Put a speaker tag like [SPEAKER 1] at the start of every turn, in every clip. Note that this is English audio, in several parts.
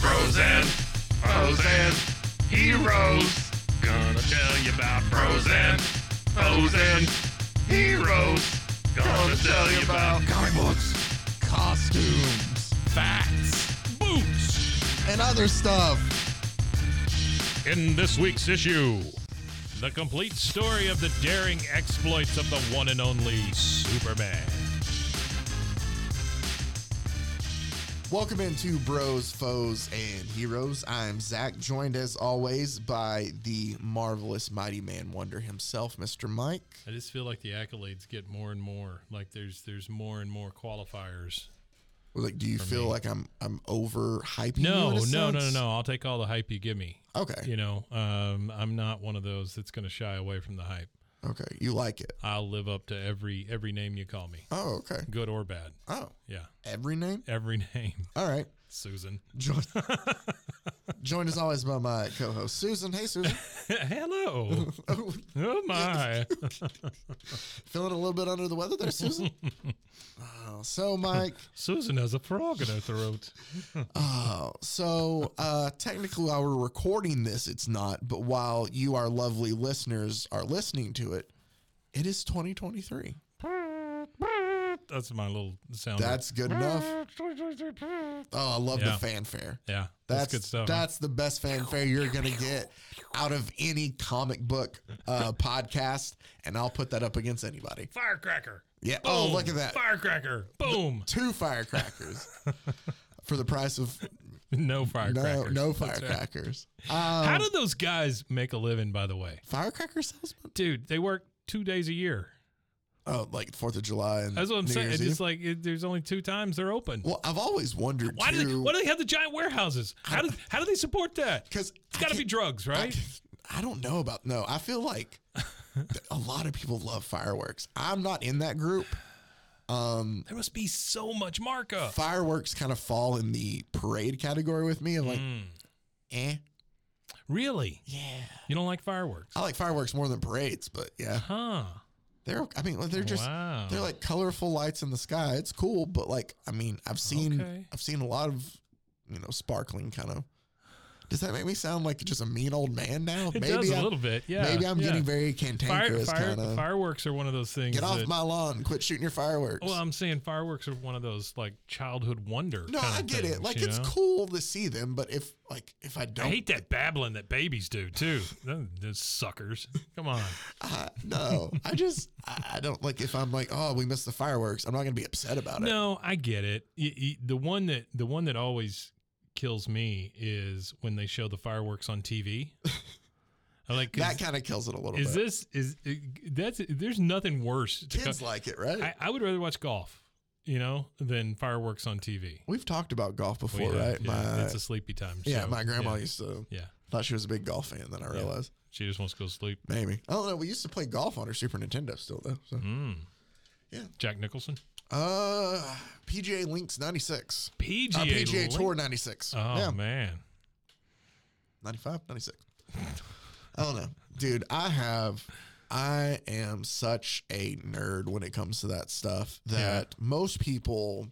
[SPEAKER 1] Frozen, frozen heroes. Gonna tell you about frozen, frozen heroes. Gonna tell you about
[SPEAKER 2] comic books, costumes, facts, boots, and other stuff.
[SPEAKER 1] in this week's issue the complete story of the daring exploits of the one and only Superman.
[SPEAKER 2] Welcome into Bros, Foes, and Heroes. I'm Zach, joined as always by the marvelous Mighty Man Wonder himself, Mr. Mike.
[SPEAKER 3] I just feel like the accolades get more and more. Like there's there's more and more qualifiers.
[SPEAKER 2] Like, do you feel like I'm I'm overhyping
[SPEAKER 3] No,
[SPEAKER 2] you? in a
[SPEAKER 3] no, no, no,
[SPEAKER 2] sense?
[SPEAKER 3] no. I'll take all the hype you give me.
[SPEAKER 2] Okay,
[SPEAKER 3] You know, um, I'm not one of those that's going to shy away from the hype.
[SPEAKER 2] okay, you like it.
[SPEAKER 3] I'll live up to every every name you call me,
[SPEAKER 2] Oh, okay.
[SPEAKER 3] good or bad.
[SPEAKER 2] Oh,
[SPEAKER 3] Yeah,
[SPEAKER 2] every name.
[SPEAKER 3] every name.
[SPEAKER 2] All right.
[SPEAKER 3] Susan.
[SPEAKER 2] Joined, joined as always by my co-host Susan. Hey, Susan.
[SPEAKER 3] Hello. oh my.
[SPEAKER 2] Feeling a little bit under the weather there, Susan. oh, so, Mike.
[SPEAKER 3] Susan has a frog in her throat.
[SPEAKER 2] Oh, so uh, technically, while we're recording this, it's not. But while you, our lovely listeners, are listening to it, it is 2023.
[SPEAKER 3] Mm-hmm. That's my little sound.
[SPEAKER 2] That's good enough. Oh, I love
[SPEAKER 3] Yeah.
[SPEAKER 2] the fanfare.
[SPEAKER 3] yeah.
[SPEAKER 2] That's
[SPEAKER 3] That's, good stuff.
[SPEAKER 2] That's the best fanfare you're gonna get out of any comic book uh, podcast, and I'll put that up against anybody.
[SPEAKER 3] firecracker.
[SPEAKER 2] Yeah. Oh,
[SPEAKER 3] Boom.
[SPEAKER 2] look at that.
[SPEAKER 3] Firecracker. Boom.
[SPEAKER 2] Two firecrackers for the price of
[SPEAKER 3] No
[SPEAKER 2] no,
[SPEAKER 3] firecrackers.
[SPEAKER 2] no
[SPEAKER 3] That's right.
[SPEAKER 2] firecrackers.
[SPEAKER 3] How
[SPEAKER 2] Um,
[SPEAKER 3] do those guys make a living, by the way?
[SPEAKER 2] firecracker salesman?
[SPEAKER 3] Dude, they work two days a year.
[SPEAKER 2] Oh, like Fourth of July and
[SPEAKER 3] That's what I'm
[SPEAKER 2] New
[SPEAKER 3] saying.
[SPEAKER 2] Year's
[SPEAKER 3] It's
[SPEAKER 2] Eve?
[SPEAKER 3] just like it, there's only two times they're open.
[SPEAKER 2] Well, I've always wondered
[SPEAKER 3] why do they?
[SPEAKER 2] too,
[SPEAKER 3] Why do they have the giant warehouses? How do how do they support that?
[SPEAKER 2] 'Cause
[SPEAKER 3] it's got
[SPEAKER 2] I
[SPEAKER 3] to be
[SPEAKER 2] can't-
[SPEAKER 3] drugs, right?
[SPEAKER 2] I, I don't know about no. I feel like th- a lot of people love fireworks. I'm not in that group. Um,
[SPEAKER 3] there must be so much markup.
[SPEAKER 2] Fireworks kind of fall in the parade category with me. I'm
[SPEAKER 3] Mm.
[SPEAKER 2] like, eh,
[SPEAKER 3] Hmm. really?
[SPEAKER 2] yeah.
[SPEAKER 3] You don't like fireworks?
[SPEAKER 2] I like fireworks more than parades, but yeah,
[SPEAKER 3] Huh?
[SPEAKER 2] they're. I mean, like, they're just
[SPEAKER 3] wow.
[SPEAKER 2] they're like colorful lights in the sky. It's cool, but like, I mean, I've seen
[SPEAKER 3] Okay.
[SPEAKER 2] I've seen a lot of you know sparkling kind of. Does that make me sound like just a mean old man now?
[SPEAKER 3] it does a
[SPEAKER 2] I'm-
[SPEAKER 3] little bit. Yeah.
[SPEAKER 2] Maybe I'm
[SPEAKER 3] yeah.
[SPEAKER 2] getting very
[SPEAKER 3] Fire,
[SPEAKER 2] cantankerous
[SPEAKER 3] fire,
[SPEAKER 2] kind of.
[SPEAKER 3] fireworks are one of those things.
[SPEAKER 2] Get off
[SPEAKER 3] that-
[SPEAKER 2] my lawn! Quit shooting your fireworks.
[SPEAKER 3] Well, I'm saying fireworks are one of those like childhood wonder.
[SPEAKER 2] no,
[SPEAKER 3] kind
[SPEAKER 2] I
[SPEAKER 3] of
[SPEAKER 2] get
[SPEAKER 3] things,
[SPEAKER 2] it. Like
[SPEAKER 3] you
[SPEAKER 2] it's
[SPEAKER 3] know?
[SPEAKER 2] cool to see them, but if like if I
[SPEAKER 3] I
[SPEAKER 2] don't,
[SPEAKER 3] hate that babbling that babies do too. Those those suckers. Come on.
[SPEAKER 2] I- no, I just I I don't like if I'm like, oh, we missed the fireworks. I'm not gonna be upset about it.
[SPEAKER 3] No, I get it. Y- y- The one that the one that always kills me is when they show the fireworks on TV. I like 'cause
[SPEAKER 2] That kind of kills it a little
[SPEAKER 3] is
[SPEAKER 2] bit.
[SPEAKER 3] this is that's there's nothing worse. To
[SPEAKER 2] Kids
[SPEAKER 3] co-
[SPEAKER 2] like it, right?
[SPEAKER 3] I, I would rather watch golf, you know, than fireworks on TV.
[SPEAKER 2] We've talked about golf
[SPEAKER 3] We
[SPEAKER 2] before,
[SPEAKER 3] have,
[SPEAKER 2] right?
[SPEAKER 3] yeah,
[SPEAKER 2] my
[SPEAKER 3] it's a sleepy time.
[SPEAKER 2] yeah,
[SPEAKER 3] show.
[SPEAKER 2] my grandma
[SPEAKER 3] Yeah,
[SPEAKER 2] used to
[SPEAKER 3] yeah.
[SPEAKER 2] thought she was a big golf fan. Then I realized
[SPEAKER 3] She just wants to go to sleep.
[SPEAKER 2] maybe I don't know. We used to play golf on her Super Nintendo still though. So.
[SPEAKER 3] Mm.
[SPEAKER 2] Yeah.
[SPEAKER 3] Jack Nicholson.
[SPEAKER 2] Uh, PGA Links '96,
[SPEAKER 3] PGA,
[SPEAKER 2] uh, PGA
[SPEAKER 3] Link-
[SPEAKER 2] Tour '96.
[SPEAKER 3] Oh
[SPEAKER 2] yeah.
[SPEAKER 3] man.
[SPEAKER 2] 95, 96. I don't know. Dude, I have, I am such a nerd when it comes to that stuff that most people,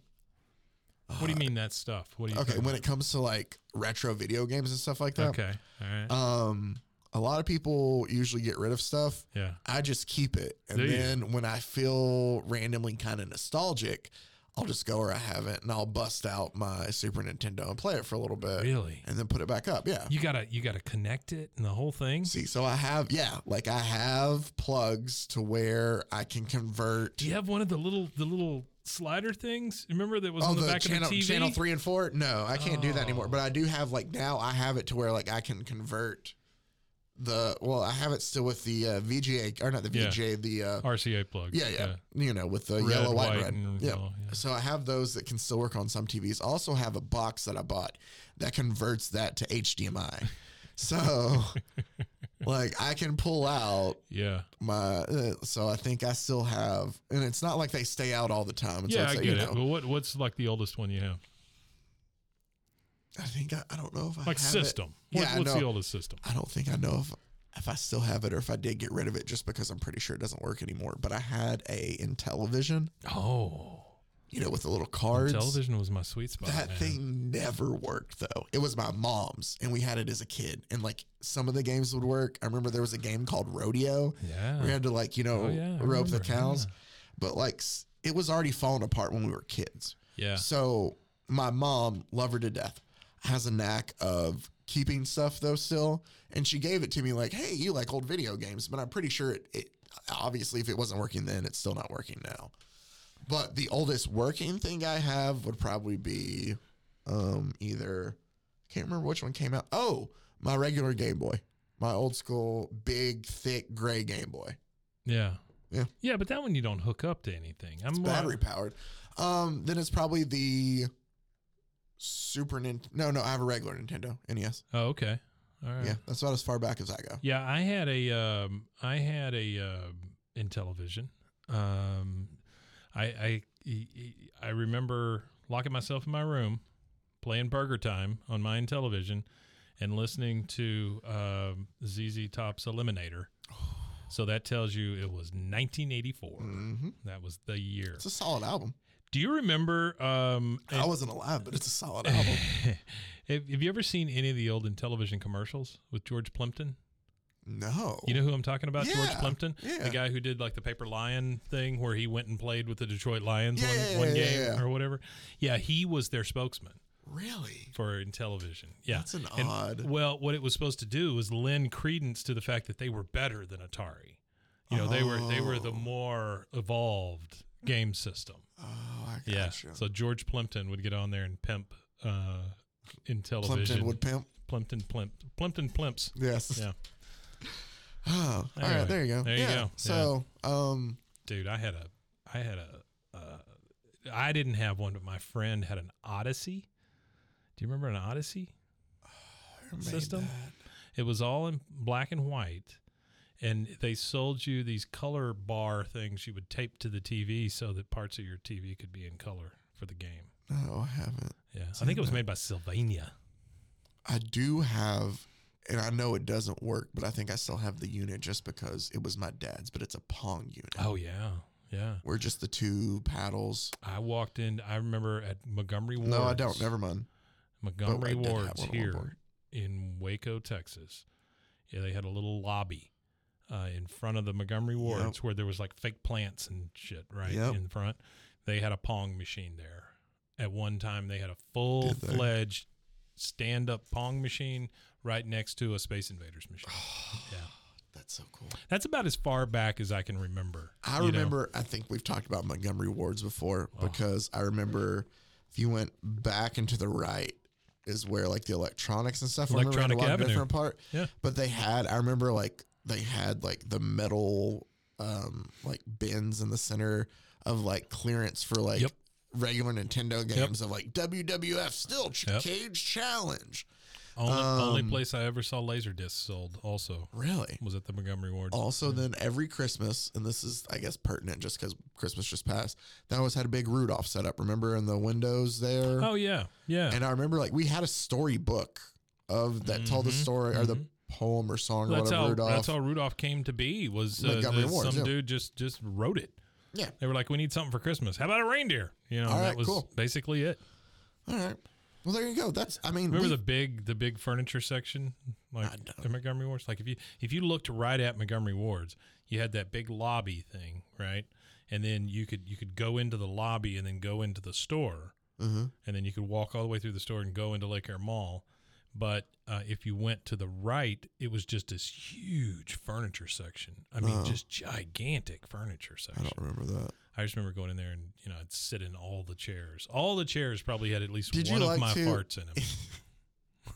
[SPEAKER 3] What do you mean that stuff? What do you
[SPEAKER 2] Uh, okay,
[SPEAKER 3] think?
[SPEAKER 2] when it comes to like retro video games and stuff like that,
[SPEAKER 3] Okay. All right.
[SPEAKER 2] um, a lot of people usually get rid of stuff.
[SPEAKER 3] yeah.
[SPEAKER 2] I just keep it. And
[SPEAKER 3] Do you?
[SPEAKER 2] then when I feel randomly kind of nostalgic, I'll just go where I haven't and I'll bust out my Super Nintendo and play it for a little bit
[SPEAKER 3] Really?
[SPEAKER 2] and then put it back up. Yeah.
[SPEAKER 3] You gotta you gotta connect it and the whole thing.
[SPEAKER 2] See, so I have, yeah, like I have plugs to where I can convert.
[SPEAKER 3] Do you have one of the little the little slider things? Remember that was on the, back
[SPEAKER 2] Oh, channel,
[SPEAKER 3] of the TV.
[SPEAKER 2] channel three and four? No, I can't do that anymore.
[SPEAKER 3] Oh.
[SPEAKER 2] But I do have like now I have it to where like I can convert the well, I have it still with the uh, VGA or not the
[SPEAKER 3] Yeah.
[SPEAKER 2] VGA, the uh,
[SPEAKER 3] RCA plug.
[SPEAKER 2] yeah, yeah, you know, with the
[SPEAKER 3] Red,
[SPEAKER 2] yellow, white,
[SPEAKER 3] white,
[SPEAKER 2] red.
[SPEAKER 3] and
[SPEAKER 2] yeah.
[SPEAKER 3] yellow, yeah.
[SPEAKER 2] So I have those that can still work on some TVs. I also have a box that I bought that converts that to HDMI. so like I can pull out
[SPEAKER 3] Yeah.
[SPEAKER 2] my uh, so I think I still have and it's not like they stay out all the time. It's
[SPEAKER 3] Yeah,
[SPEAKER 2] like,
[SPEAKER 3] I
[SPEAKER 2] so,
[SPEAKER 3] get
[SPEAKER 2] you
[SPEAKER 3] it.
[SPEAKER 2] know,
[SPEAKER 3] But what what's like the oldest one you have?
[SPEAKER 2] I think I, I don't know if I
[SPEAKER 3] Like
[SPEAKER 2] have it.
[SPEAKER 3] system. What-
[SPEAKER 2] Yeah, I
[SPEAKER 3] what's the
[SPEAKER 2] know.
[SPEAKER 3] oldest system?
[SPEAKER 2] I don't think I know if if I still have it or if I did get rid of it just because I'm pretty sure it doesn't work anymore. But I had a Intellivision,
[SPEAKER 3] Oh.
[SPEAKER 2] you know, with the little cards.
[SPEAKER 3] Television was my sweet spot.
[SPEAKER 2] That
[SPEAKER 3] man.
[SPEAKER 2] thing never worked though. It was my mom's, and we had it as a kid. And like some of the games would work. I remember there was a game called Rodeo.
[SPEAKER 3] Yeah.
[SPEAKER 2] We had to like you know
[SPEAKER 3] Oh, yeah, I
[SPEAKER 2] rope
[SPEAKER 3] remember,
[SPEAKER 2] the cows,
[SPEAKER 3] yeah.
[SPEAKER 2] but like s- it was already falling apart when we were kids.
[SPEAKER 3] Yeah.
[SPEAKER 2] So my mom, love her to death, has a knack of keeping stuff though still, and she gave it to me like, "Hey, you like old video games?" But I'm pretty sure it, it obviously if it wasn't working then, it's still not working now. But the oldest working thing I have would probably be um either can't remember which one came out. Oh, my regular Game Boy. My old school big thick gray Game Boy.
[SPEAKER 3] Yeah.
[SPEAKER 2] Yeah.
[SPEAKER 3] Yeah, but that one you don't hook up to anything. I'm
[SPEAKER 2] It's
[SPEAKER 3] more-
[SPEAKER 2] battery powered. Um, then it's probably the Super Nintendo. No, no, I have a regular Nintendo NES.
[SPEAKER 3] Oh, okay. All right.
[SPEAKER 2] Yeah, that's about as far back as I go.
[SPEAKER 3] Yeah, I had a um, I had a um in television. Um, I I e- I remember locking myself in my room, playing Burger Time on my television, and listening to um, ZZ Top's Eliminator. So that tells you it was 1984.
[SPEAKER 2] hmm
[SPEAKER 3] That was the year.
[SPEAKER 2] It's a solid album.
[SPEAKER 3] Do you remember? Um,
[SPEAKER 2] I wasn't alive, but it's a solid album.
[SPEAKER 3] have, have you ever seen any of the old in television commercials with George Plimpton?
[SPEAKER 2] No,
[SPEAKER 3] You know who I'm talking about? George
[SPEAKER 2] Yeah,
[SPEAKER 3] Plimpton,
[SPEAKER 2] yeah.
[SPEAKER 3] the guy who did like the paper lion thing, where he went and played with the Detroit Lions
[SPEAKER 2] Yeah,
[SPEAKER 3] one,
[SPEAKER 2] yeah,
[SPEAKER 3] one
[SPEAKER 2] yeah,
[SPEAKER 3] game
[SPEAKER 2] yeah, yeah.
[SPEAKER 3] or whatever. Yeah, he was their spokesman
[SPEAKER 2] really?
[SPEAKER 3] for in television. Yeah,
[SPEAKER 2] That's an
[SPEAKER 3] And,
[SPEAKER 2] odd-
[SPEAKER 3] Well, what it was supposed to do was lend credence to the fact that they were better than Atari. You know, they were they were the
[SPEAKER 2] Oh.
[SPEAKER 3] more evolved game system.
[SPEAKER 2] Oh, I
[SPEAKER 3] Yeah.
[SPEAKER 2] gotcha.
[SPEAKER 3] So George Plimpton would get on there and pimp uh, in television.
[SPEAKER 2] Plimpton would pimp.
[SPEAKER 3] Plimpton plimp Plimpton plimps.
[SPEAKER 2] Yes.
[SPEAKER 3] Yeah.
[SPEAKER 2] Oh, all
[SPEAKER 3] Anyway,
[SPEAKER 2] right. There you go.
[SPEAKER 3] there you
[SPEAKER 2] yeah.
[SPEAKER 3] go.
[SPEAKER 2] So, um,
[SPEAKER 3] dude i had a i had a uh, i didn't have one but my friend had an odyssey do you remember an odyssey system it was all in black and white and they sold you these color bar things you would tape to the tv so that parts of your tv could be in color for the game
[SPEAKER 2] no, I haven't.
[SPEAKER 3] yeah i think it was made by sylvania
[SPEAKER 2] I do have, and I know it doesn't work, but I think I still have the unit just because it was my dad's, but it's a Pong unit.
[SPEAKER 3] oh yeah yeah
[SPEAKER 2] We're just the two paddles.
[SPEAKER 3] i walked in i remember at montgomery ward
[SPEAKER 2] No, I don't. Never mind.
[SPEAKER 3] Montgomery
[SPEAKER 2] I did have
[SPEAKER 3] Ward's
[SPEAKER 2] one at one
[SPEAKER 3] here
[SPEAKER 2] point.
[SPEAKER 3] in Waco, Texas. Yeah, they had a little lobby uh, in front of the Montgomery Ward's where there was like fake plants and shit right
[SPEAKER 2] Yep.
[SPEAKER 3] in front. They had a pong machine there. At one time, they had a full
[SPEAKER 2] they?
[SPEAKER 3] fledged stand up pong machine right next to a Space Invaders machine. yeah,
[SPEAKER 2] That's so cool.
[SPEAKER 3] that's about as far back as I can remember.
[SPEAKER 2] I
[SPEAKER 3] you know?
[SPEAKER 2] remember, I think we've talked about Montgomery Wards before because I remember if you went back into the right is where like the electronics and stuff were. I remember had
[SPEAKER 3] Electronic
[SPEAKER 2] a lot
[SPEAKER 3] Avenue.
[SPEAKER 2] of different part.
[SPEAKER 3] Yeah.
[SPEAKER 2] But they had, I remember like they had like the metal um like bins in the center of like clearance for like
[SPEAKER 3] Yep.
[SPEAKER 2] regular Nintendo games of like WWF still ch-
[SPEAKER 3] Yep.
[SPEAKER 2] cage challenge.
[SPEAKER 3] only, only
[SPEAKER 2] um,
[SPEAKER 3] place I ever saw laser discs sold also
[SPEAKER 2] Really?
[SPEAKER 3] was at the Montgomery Ward's.
[SPEAKER 2] Also, then every Christmas, and this is, I guess, pertinent just because Christmas just passed, they always had a big Rudolph set up. Remember in the windows there?
[SPEAKER 3] Oh yeah, yeah.
[SPEAKER 2] And I remember like we had a storybook of that told the
[SPEAKER 3] Mhm,
[SPEAKER 2] story or the poem or song or
[SPEAKER 3] that's
[SPEAKER 2] whatever
[SPEAKER 3] how
[SPEAKER 2] Rudolph.
[SPEAKER 3] that's how Rudolph came to be was uh,
[SPEAKER 2] Montgomery
[SPEAKER 3] the-
[SPEAKER 2] Ward's,
[SPEAKER 3] some
[SPEAKER 2] yeah.
[SPEAKER 3] dude just just wrote it.
[SPEAKER 2] Yeah.
[SPEAKER 3] They were like, "We need something for Christmas. How about a reindeer?" You know,
[SPEAKER 2] All
[SPEAKER 3] and that
[SPEAKER 2] right,
[SPEAKER 3] was
[SPEAKER 2] cool.
[SPEAKER 3] basically it.
[SPEAKER 2] All right. Well, there you go. That's, I mean,
[SPEAKER 3] Remember
[SPEAKER 2] we-
[SPEAKER 3] the big the big furniture section like
[SPEAKER 2] I don't-
[SPEAKER 3] at Montgomery Ward's? Like if you if you looked right at Montgomery Ward's, you had that big lobby thing, right? and then you could you could go into the lobby and then go into the store,
[SPEAKER 2] Uh-huh.
[SPEAKER 3] and then you could walk all the way through the store and go into Lake Air Mall. But uh, if you went to the right, it was just this huge furniture section. I mean,
[SPEAKER 2] Oh.
[SPEAKER 3] just gigantic furniture
[SPEAKER 2] I
[SPEAKER 3] section.
[SPEAKER 2] don't remember that.
[SPEAKER 3] I just remember going in there and you know I'd sit in all the chairs. All the chairs probably had at least
[SPEAKER 2] Did you
[SPEAKER 3] one
[SPEAKER 2] like
[SPEAKER 3] of my
[SPEAKER 2] to-
[SPEAKER 3] farts in them.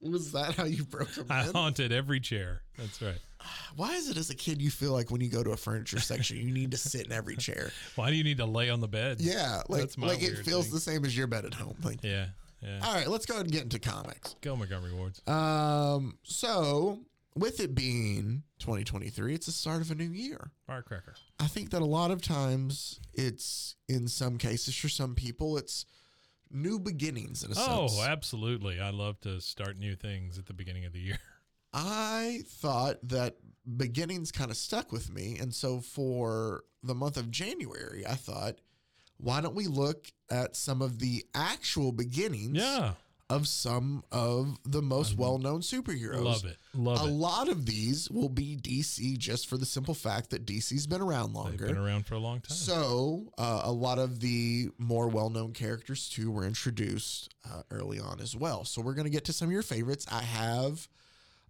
[SPEAKER 2] Was that how you broke them
[SPEAKER 3] I
[SPEAKER 2] in?
[SPEAKER 3] haunted every chair. That's right.
[SPEAKER 2] Why is it as a kid you feel like when you go to a furniture section you need to sit in every chair?
[SPEAKER 3] Why do you need to lay on the bed?
[SPEAKER 2] Yeah, like
[SPEAKER 3] That's my
[SPEAKER 2] like it
[SPEAKER 3] weird
[SPEAKER 2] feels
[SPEAKER 3] thing.
[SPEAKER 2] the same as your bed at home. Like,
[SPEAKER 3] yeah, yeah.
[SPEAKER 2] all right, let's go ahead and get into comics.
[SPEAKER 3] Go Montgomery Wards.
[SPEAKER 2] Um, so with it being 2023, it's the start of a new year.
[SPEAKER 3] Firecracker.
[SPEAKER 2] I think that a lot of times it's in some cases for some people it's new beginnings in a
[SPEAKER 3] Oh,
[SPEAKER 2] sense.
[SPEAKER 3] absolutely. I love to start new things at the beginning of the year.
[SPEAKER 2] I thought that beginnings kind of stuck with me. And so for the month of January, I thought, why don't we look at some of the actual beginnings
[SPEAKER 3] Yeah. Mm-hmm.
[SPEAKER 2] of some of the most well known superheroes?
[SPEAKER 3] Love it. Love
[SPEAKER 2] a
[SPEAKER 3] it.
[SPEAKER 2] lot of these will be DC just for the simple fact that DC's been around
[SPEAKER 3] They've
[SPEAKER 2] longer.
[SPEAKER 3] been around for a long time.
[SPEAKER 2] So, uh, a lot of the more well known characters too were introduced uh, early on as well. So, we're going to get to some of your favorites. I have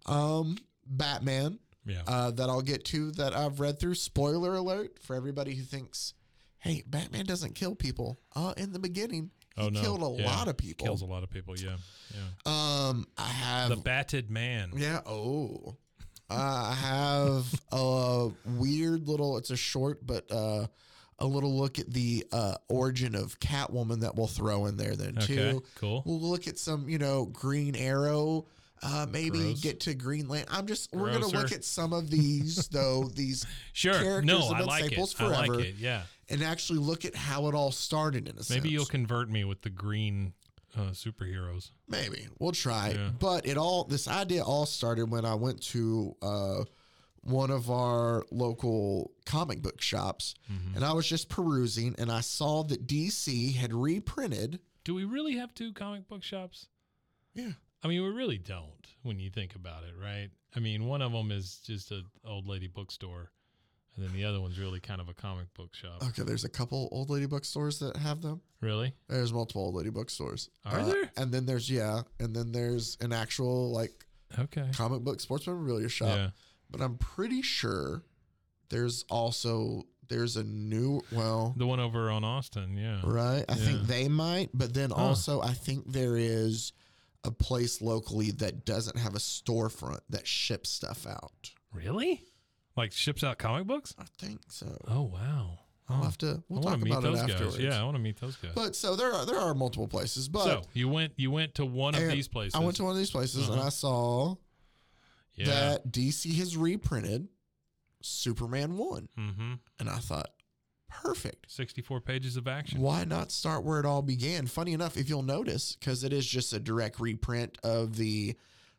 [SPEAKER 2] um, Batman
[SPEAKER 3] yeah.
[SPEAKER 2] uh, that I'll get to that I've read through. Spoiler alert for everybody who thinks, hey, Batman doesn't kill people. Uh, in the beginning, he
[SPEAKER 3] oh no.
[SPEAKER 2] killed a
[SPEAKER 3] Yeah.
[SPEAKER 2] lot of people.
[SPEAKER 3] Kills a lot of people. Yeah. Yeah.
[SPEAKER 2] um, I have.
[SPEAKER 3] the batted man.
[SPEAKER 2] Yeah. Oh. Uh, I have a weird little. It's a short, but uh, a little look at the uh, origin of Catwoman that we'll throw in there then
[SPEAKER 3] Okay.
[SPEAKER 2] too.
[SPEAKER 3] Cool.
[SPEAKER 2] We'll look at some, you know, Green Arrow. Uh, maybe
[SPEAKER 3] Gross.
[SPEAKER 2] get to Green Lantern. I'm just. We're gonna
[SPEAKER 3] Grosser.
[SPEAKER 2] look at some of these though. These
[SPEAKER 3] sure.
[SPEAKER 2] characters
[SPEAKER 3] No,
[SPEAKER 2] have
[SPEAKER 3] I
[SPEAKER 2] been
[SPEAKER 3] like it.
[SPEAKER 2] staples
[SPEAKER 3] I
[SPEAKER 2] forever.
[SPEAKER 3] like it. Yeah.
[SPEAKER 2] and actually look at how it all started in a sense.
[SPEAKER 3] Maybe you'll convert me with the green uh, superheroes.
[SPEAKER 2] Maybe we'll try.
[SPEAKER 3] Yeah.
[SPEAKER 2] But it all this idea all started when I went to uh, one of our local comic book shops,
[SPEAKER 3] Mm-hmm.
[SPEAKER 2] and I was just perusing, and I saw that DC had reprinted.
[SPEAKER 3] Do we really have two comic book shops?
[SPEAKER 2] Yeah,
[SPEAKER 3] I mean, we really don't when you think about it, right? I mean, one of them is just an old lady bookstore, and then the other one's really kind of a comic book shop.
[SPEAKER 2] okay. There's a couple old lady bookstores that have them.
[SPEAKER 3] Really?
[SPEAKER 2] There's multiple old lady bookstores. Uh,
[SPEAKER 3] Are there?
[SPEAKER 2] And then there's yeah, and then there's an actual like
[SPEAKER 3] Okay.
[SPEAKER 2] comic book sports memorabilia shop.
[SPEAKER 3] Yeah.
[SPEAKER 2] But I'm pretty sure there's also there's a new well
[SPEAKER 3] The one over on Austin, yeah.
[SPEAKER 2] Right. I
[SPEAKER 3] Yeah.
[SPEAKER 2] think they might, but then
[SPEAKER 3] Huh.
[SPEAKER 2] also I think there is a place locally that doesn't have a storefront that ships stuff out.
[SPEAKER 3] Really? Like ships out comic books?
[SPEAKER 2] I think so.
[SPEAKER 3] Oh wow.
[SPEAKER 2] I'll
[SPEAKER 3] Oh,
[SPEAKER 2] have to we'll
[SPEAKER 3] I want
[SPEAKER 2] talk
[SPEAKER 3] to meet
[SPEAKER 2] about it
[SPEAKER 3] those
[SPEAKER 2] afterwards.
[SPEAKER 3] guys. Yeah, I want to meet those guys.
[SPEAKER 2] But so there are there are multiple places, but
[SPEAKER 3] so you went you went to one of
[SPEAKER 2] and
[SPEAKER 3] these places.
[SPEAKER 2] I went to one of these places and
[SPEAKER 3] Uh-huh.
[SPEAKER 2] I saw
[SPEAKER 3] yeah.
[SPEAKER 2] that DC has reprinted Superman 1
[SPEAKER 3] Mm-hmm.
[SPEAKER 2] and I thought perfect.
[SPEAKER 3] Sixty-four pages of action.
[SPEAKER 2] Why not start where it all began? Funny enough, if you'll notice, because it is just a direct reprint of the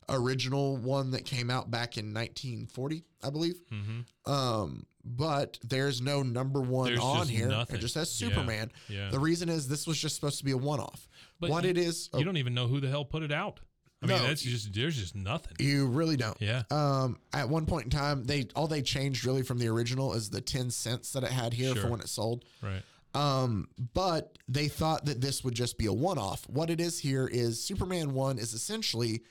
[SPEAKER 2] original one that came out back in 1940, I believe.
[SPEAKER 3] Mm-hmm.
[SPEAKER 2] Um, but there's no number one
[SPEAKER 3] There's
[SPEAKER 2] on
[SPEAKER 3] just
[SPEAKER 2] here.
[SPEAKER 3] nothing.
[SPEAKER 2] It just says
[SPEAKER 3] Yeah,
[SPEAKER 2] Superman.
[SPEAKER 3] yeah.
[SPEAKER 2] The reason is this was just supposed to be a one off.
[SPEAKER 3] But
[SPEAKER 2] What
[SPEAKER 3] you-
[SPEAKER 2] it is, oh,
[SPEAKER 3] You don't even know who the hell put it out. I mean,
[SPEAKER 2] No.
[SPEAKER 3] that's just there's just nothing.
[SPEAKER 2] oh, you really don't.
[SPEAKER 3] Yeah.
[SPEAKER 2] Um, at one point in time, they all they changed really from the original is the 10 cents that it had here for
[SPEAKER 3] Sure.
[SPEAKER 2] when it sold.
[SPEAKER 3] Right.
[SPEAKER 2] Um, but they thought that this would just be a one off. What it is here is Superman 1 is essentially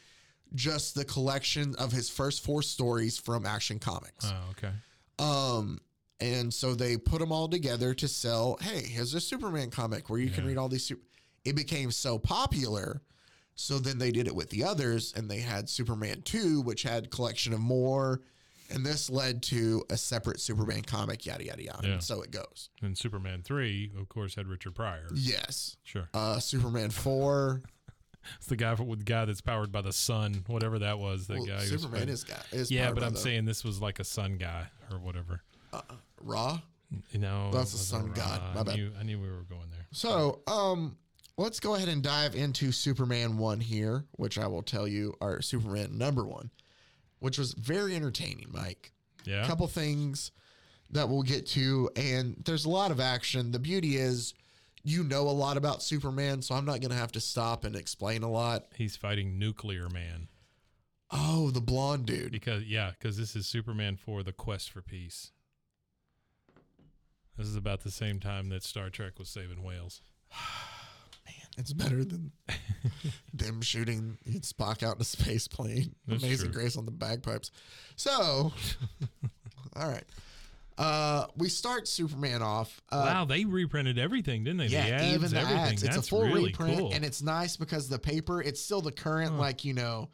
[SPEAKER 2] just the collection of his first four stories from Action Comics.
[SPEAKER 3] Oh, okay.
[SPEAKER 2] Um, and so they put them all together to sell hey, here's a Superman comic where you can
[SPEAKER 3] Yeah.
[SPEAKER 2] read all these. Super- it became so popular. So then they did it with the others and they had Superman 2, which had collection of more. And this led to a separate Superman comic, yada, yada, yada.
[SPEAKER 3] Yeah.
[SPEAKER 2] And so it goes.
[SPEAKER 3] And Superman three, of course, had Richard Pryor.
[SPEAKER 2] Yes.
[SPEAKER 3] Sure.
[SPEAKER 2] uh, Superman four.
[SPEAKER 3] It's the guy with the guy that's powered by the sun, whatever that was. That
[SPEAKER 2] Well,
[SPEAKER 3] guy. who's
[SPEAKER 2] Superman
[SPEAKER 3] powered-
[SPEAKER 2] is guy. Is
[SPEAKER 3] Yeah,
[SPEAKER 2] powered
[SPEAKER 3] but
[SPEAKER 2] by
[SPEAKER 3] I'm
[SPEAKER 2] the-
[SPEAKER 3] saying this was like a sun guy or whatever.
[SPEAKER 2] raw.
[SPEAKER 3] You know,
[SPEAKER 2] That's
[SPEAKER 3] it
[SPEAKER 2] the
[SPEAKER 3] wasn't
[SPEAKER 2] sun
[SPEAKER 3] Ra.
[SPEAKER 2] god. My
[SPEAKER 3] I
[SPEAKER 2] bad.
[SPEAKER 3] knew, I knew we were going there.
[SPEAKER 2] So, um, let's go ahead and dive into Superman one here, which I will tell you are Superman number one, which was very entertaining, Mike.
[SPEAKER 3] Yeah.
[SPEAKER 2] A couple things that we'll get to, and there's a lot of action. The beauty is. You know a lot about Superman, so I'm not going to have to stop and explain a lot.
[SPEAKER 3] He's fighting Nuclear Man
[SPEAKER 2] Oh, the blonde dude.
[SPEAKER 3] because yeah, because this is Superman for the quest for peace. This is about the same time that Star Trek was saving whales.
[SPEAKER 2] Man, it's better than them shooting Spock out in a space plane.
[SPEAKER 3] That's
[SPEAKER 2] Amazing
[SPEAKER 3] true.
[SPEAKER 2] Grace on the bagpipes. So, all right. Uh, we start Superman off. Uh,
[SPEAKER 3] wow, they reprinted everything, didn't they? the ads,
[SPEAKER 2] even the
[SPEAKER 3] everything.
[SPEAKER 2] ads. It's
[SPEAKER 3] That's
[SPEAKER 2] a full
[SPEAKER 3] really
[SPEAKER 2] reprint,
[SPEAKER 3] cool.
[SPEAKER 2] and it's nice because the paper. It's still the current, like you know,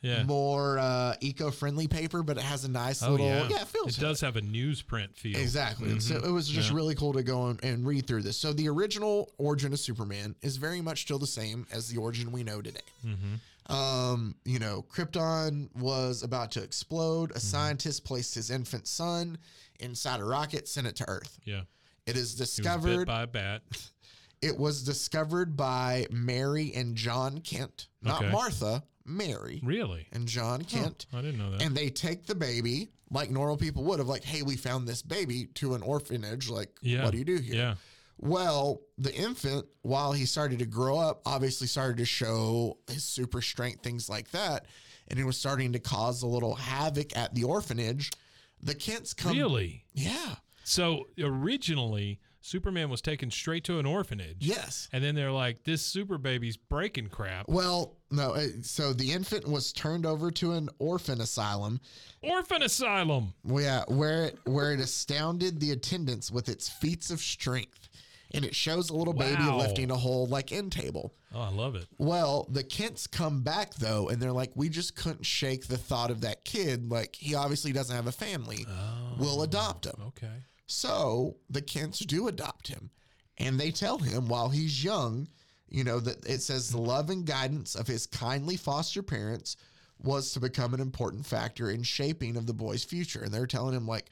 [SPEAKER 3] yeah.
[SPEAKER 2] more uh, eco-friendly paper, but it has a nice
[SPEAKER 3] Oh,
[SPEAKER 2] little.
[SPEAKER 3] yeah.
[SPEAKER 2] Yeah, it feels
[SPEAKER 3] it does have a newsprint feel.
[SPEAKER 2] Exactly. And So it was just
[SPEAKER 3] Mm-hmm. Yeah.
[SPEAKER 2] really cool to go and, and read through this. So the original origin of Superman is very much still the same as the origin we know today.
[SPEAKER 3] Mhm.
[SPEAKER 2] Um, you know, Krypton was about to explode.
[SPEAKER 3] Mm-hmm.
[SPEAKER 2] A scientist placed his infant son inside a rocket, sent it to Earth.
[SPEAKER 3] Yeah.
[SPEAKER 2] It is
[SPEAKER 3] He was bit
[SPEAKER 2] discovered.
[SPEAKER 3] by a bat.
[SPEAKER 2] it was discovered by Mary and John Kent, not
[SPEAKER 3] Okay. Oh,
[SPEAKER 2] Martha. Mary
[SPEAKER 3] Really?
[SPEAKER 2] and John Kent.
[SPEAKER 3] I didn't know that.
[SPEAKER 2] And they take the baby, like normal people would have, like, hey, we found this baby to an orphanage. Like,
[SPEAKER 3] yeah.
[SPEAKER 2] what do you do here?
[SPEAKER 3] Yeah.
[SPEAKER 2] Well, the infant, while he started to grow up, obviously started to show his super strength, things like that. And it was starting to cause a little havoc at the orphanage. The Kents come.
[SPEAKER 3] really?
[SPEAKER 2] Yeah.
[SPEAKER 3] So originally, Superman was taken straight to an orphanage.
[SPEAKER 2] Yes.
[SPEAKER 3] And then they're like, this super baby's breaking crap.
[SPEAKER 2] Well, no. it- So the infant was turned over to an orphan asylum.
[SPEAKER 3] Orphan asylum.
[SPEAKER 2] Well, yeah, where it, where it astounded the attendants with its feats of strength, and it shows a little baby
[SPEAKER 3] Wow.
[SPEAKER 2] lifting a whole like end table.
[SPEAKER 3] Oh, I love it.
[SPEAKER 2] Well, the Kents come back though, and they're like, we just couldn't shake the thought of that kid. Like he obviously doesn't have a family. We'll adopt him.
[SPEAKER 3] Okay.
[SPEAKER 2] So the Kents do adopt him, and they tell him while he's young, you know, that it says the love and guidance of his kindly foster parents was to become an important factor in shaping of the boy's future. And they're telling him, like,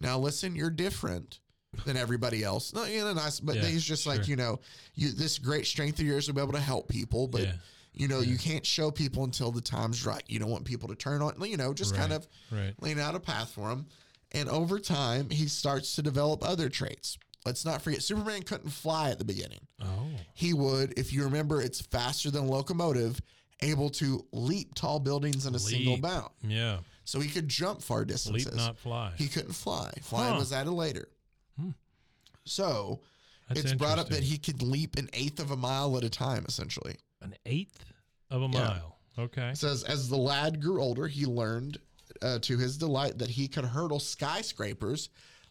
[SPEAKER 2] now listen, you're different than everybody else. No, you know, nice, but
[SPEAKER 3] Yeah,
[SPEAKER 2] he's just like,
[SPEAKER 3] sure.
[SPEAKER 2] you know, you this great strength of yours will be able to help people, but
[SPEAKER 3] Yeah.
[SPEAKER 2] you know, you can't show people until the time's right. You don't want people to turn on, you know, just kind
[SPEAKER 3] Right,
[SPEAKER 2] of
[SPEAKER 3] right.
[SPEAKER 2] laying out a path for him. And over time, he starts to develop other traits. Let's not forget, Superman couldn't fly at the beginning.
[SPEAKER 3] Oh.
[SPEAKER 2] He would, if you remember, it's faster than a locomotive, able to leap tall buildings in a single
[SPEAKER 3] Leap.
[SPEAKER 2] bound.
[SPEAKER 3] Yeah.
[SPEAKER 2] So he could jump far distances.
[SPEAKER 3] Leap, not fly.
[SPEAKER 2] He couldn't fly. Flying
[SPEAKER 3] Huh. Hmm.
[SPEAKER 2] was added later. So
[SPEAKER 3] That's
[SPEAKER 2] it's brought up that
[SPEAKER 3] interesting.
[SPEAKER 2] he could leap an eighth of a mile at a time, essentially.
[SPEAKER 3] an eighth of a mile. Okay.
[SPEAKER 2] It says as the lad grew older, he learned uh, to his delight that he could hurdle skyscrapers,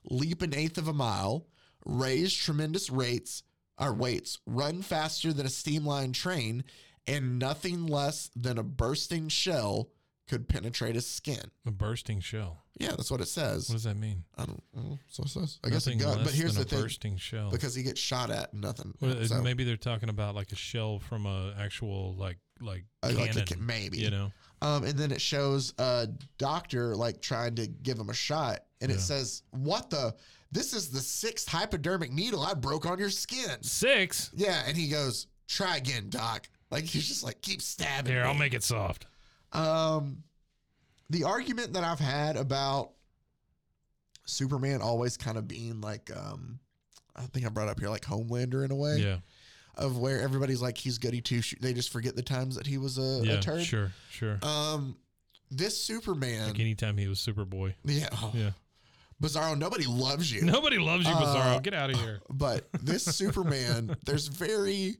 [SPEAKER 2] leap an eighth of a mile, raise tremendous rates or weights, run faster than a steamline train, and nothing less than a bursting shell could penetrate his skin.
[SPEAKER 3] A bursting shell.
[SPEAKER 2] Yeah, that's what it says.
[SPEAKER 3] What does that mean?
[SPEAKER 2] I don't. know. So it says. I guess a
[SPEAKER 3] Nothing
[SPEAKER 2] gun.
[SPEAKER 3] less
[SPEAKER 2] But here's
[SPEAKER 3] than
[SPEAKER 2] the
[SPEAKER 3] a
[SPEAKER 2] thing.
[SPEAKER 3] bursting shell.
[SPEAKER 2] Because he gets shot at, nothing.
[SPEAKER 3] Well,
[SPEAKER 2] So,
[SPEAKER 3] maybe they're talking about like a shell from a actual like like
[SPEAKER 2] uh,
[SPEAKER 3] cannon.
[SPEAKER 2] like, it- maybe
[SPEAKER 3] you know.
[SPEAKER 2] Um, and then it shows a doctor like trying to give him a shot, and it
[SPEAKER 3] Yeah.
[SPEAKER 2] says, "What the? This is the sixth hypodermic needle I broke on your skin."
[SPEAKER 3] Six.
[SPEAKER 2] Yeah, and he goes, "Try again, doc." Like he's just like, "Keep stabbing."
[SPEAKER 3] Here,
[SPEAKER 2] me."
[SPEAKER 3] I'll make it soft.
[SPEAKER 2] Um, the argument that I've had about Superman always kind of being like, um, I think I brought up here like Homelander in a way
[SPEAKER 3] Yeah.
[SPEAKER 2] of where everybody's like he's goody two shoes. They just forget the times that he was a, a
[SPEAKER 3] Yeah.
[SPEAKER 2] uh, turd.
[SPEAKER 3] Sure. Sure.
[SPEAKER 2] Um, this Superman.
[SPEAKER 3] like anytime he was Superboy.
[SPEAKER 2] Yeah. oh,
[SPEAKER 3] Yeah.
[SPEAKER 2] Bizarro, nobody loves you.
[SPEAKER 3] Nobody loves you, Bizarro.
[SPEAKER 2] Uh,
[SPEAKER 3] Get out of here.
[SPEAKER 2] But this Superman, there's very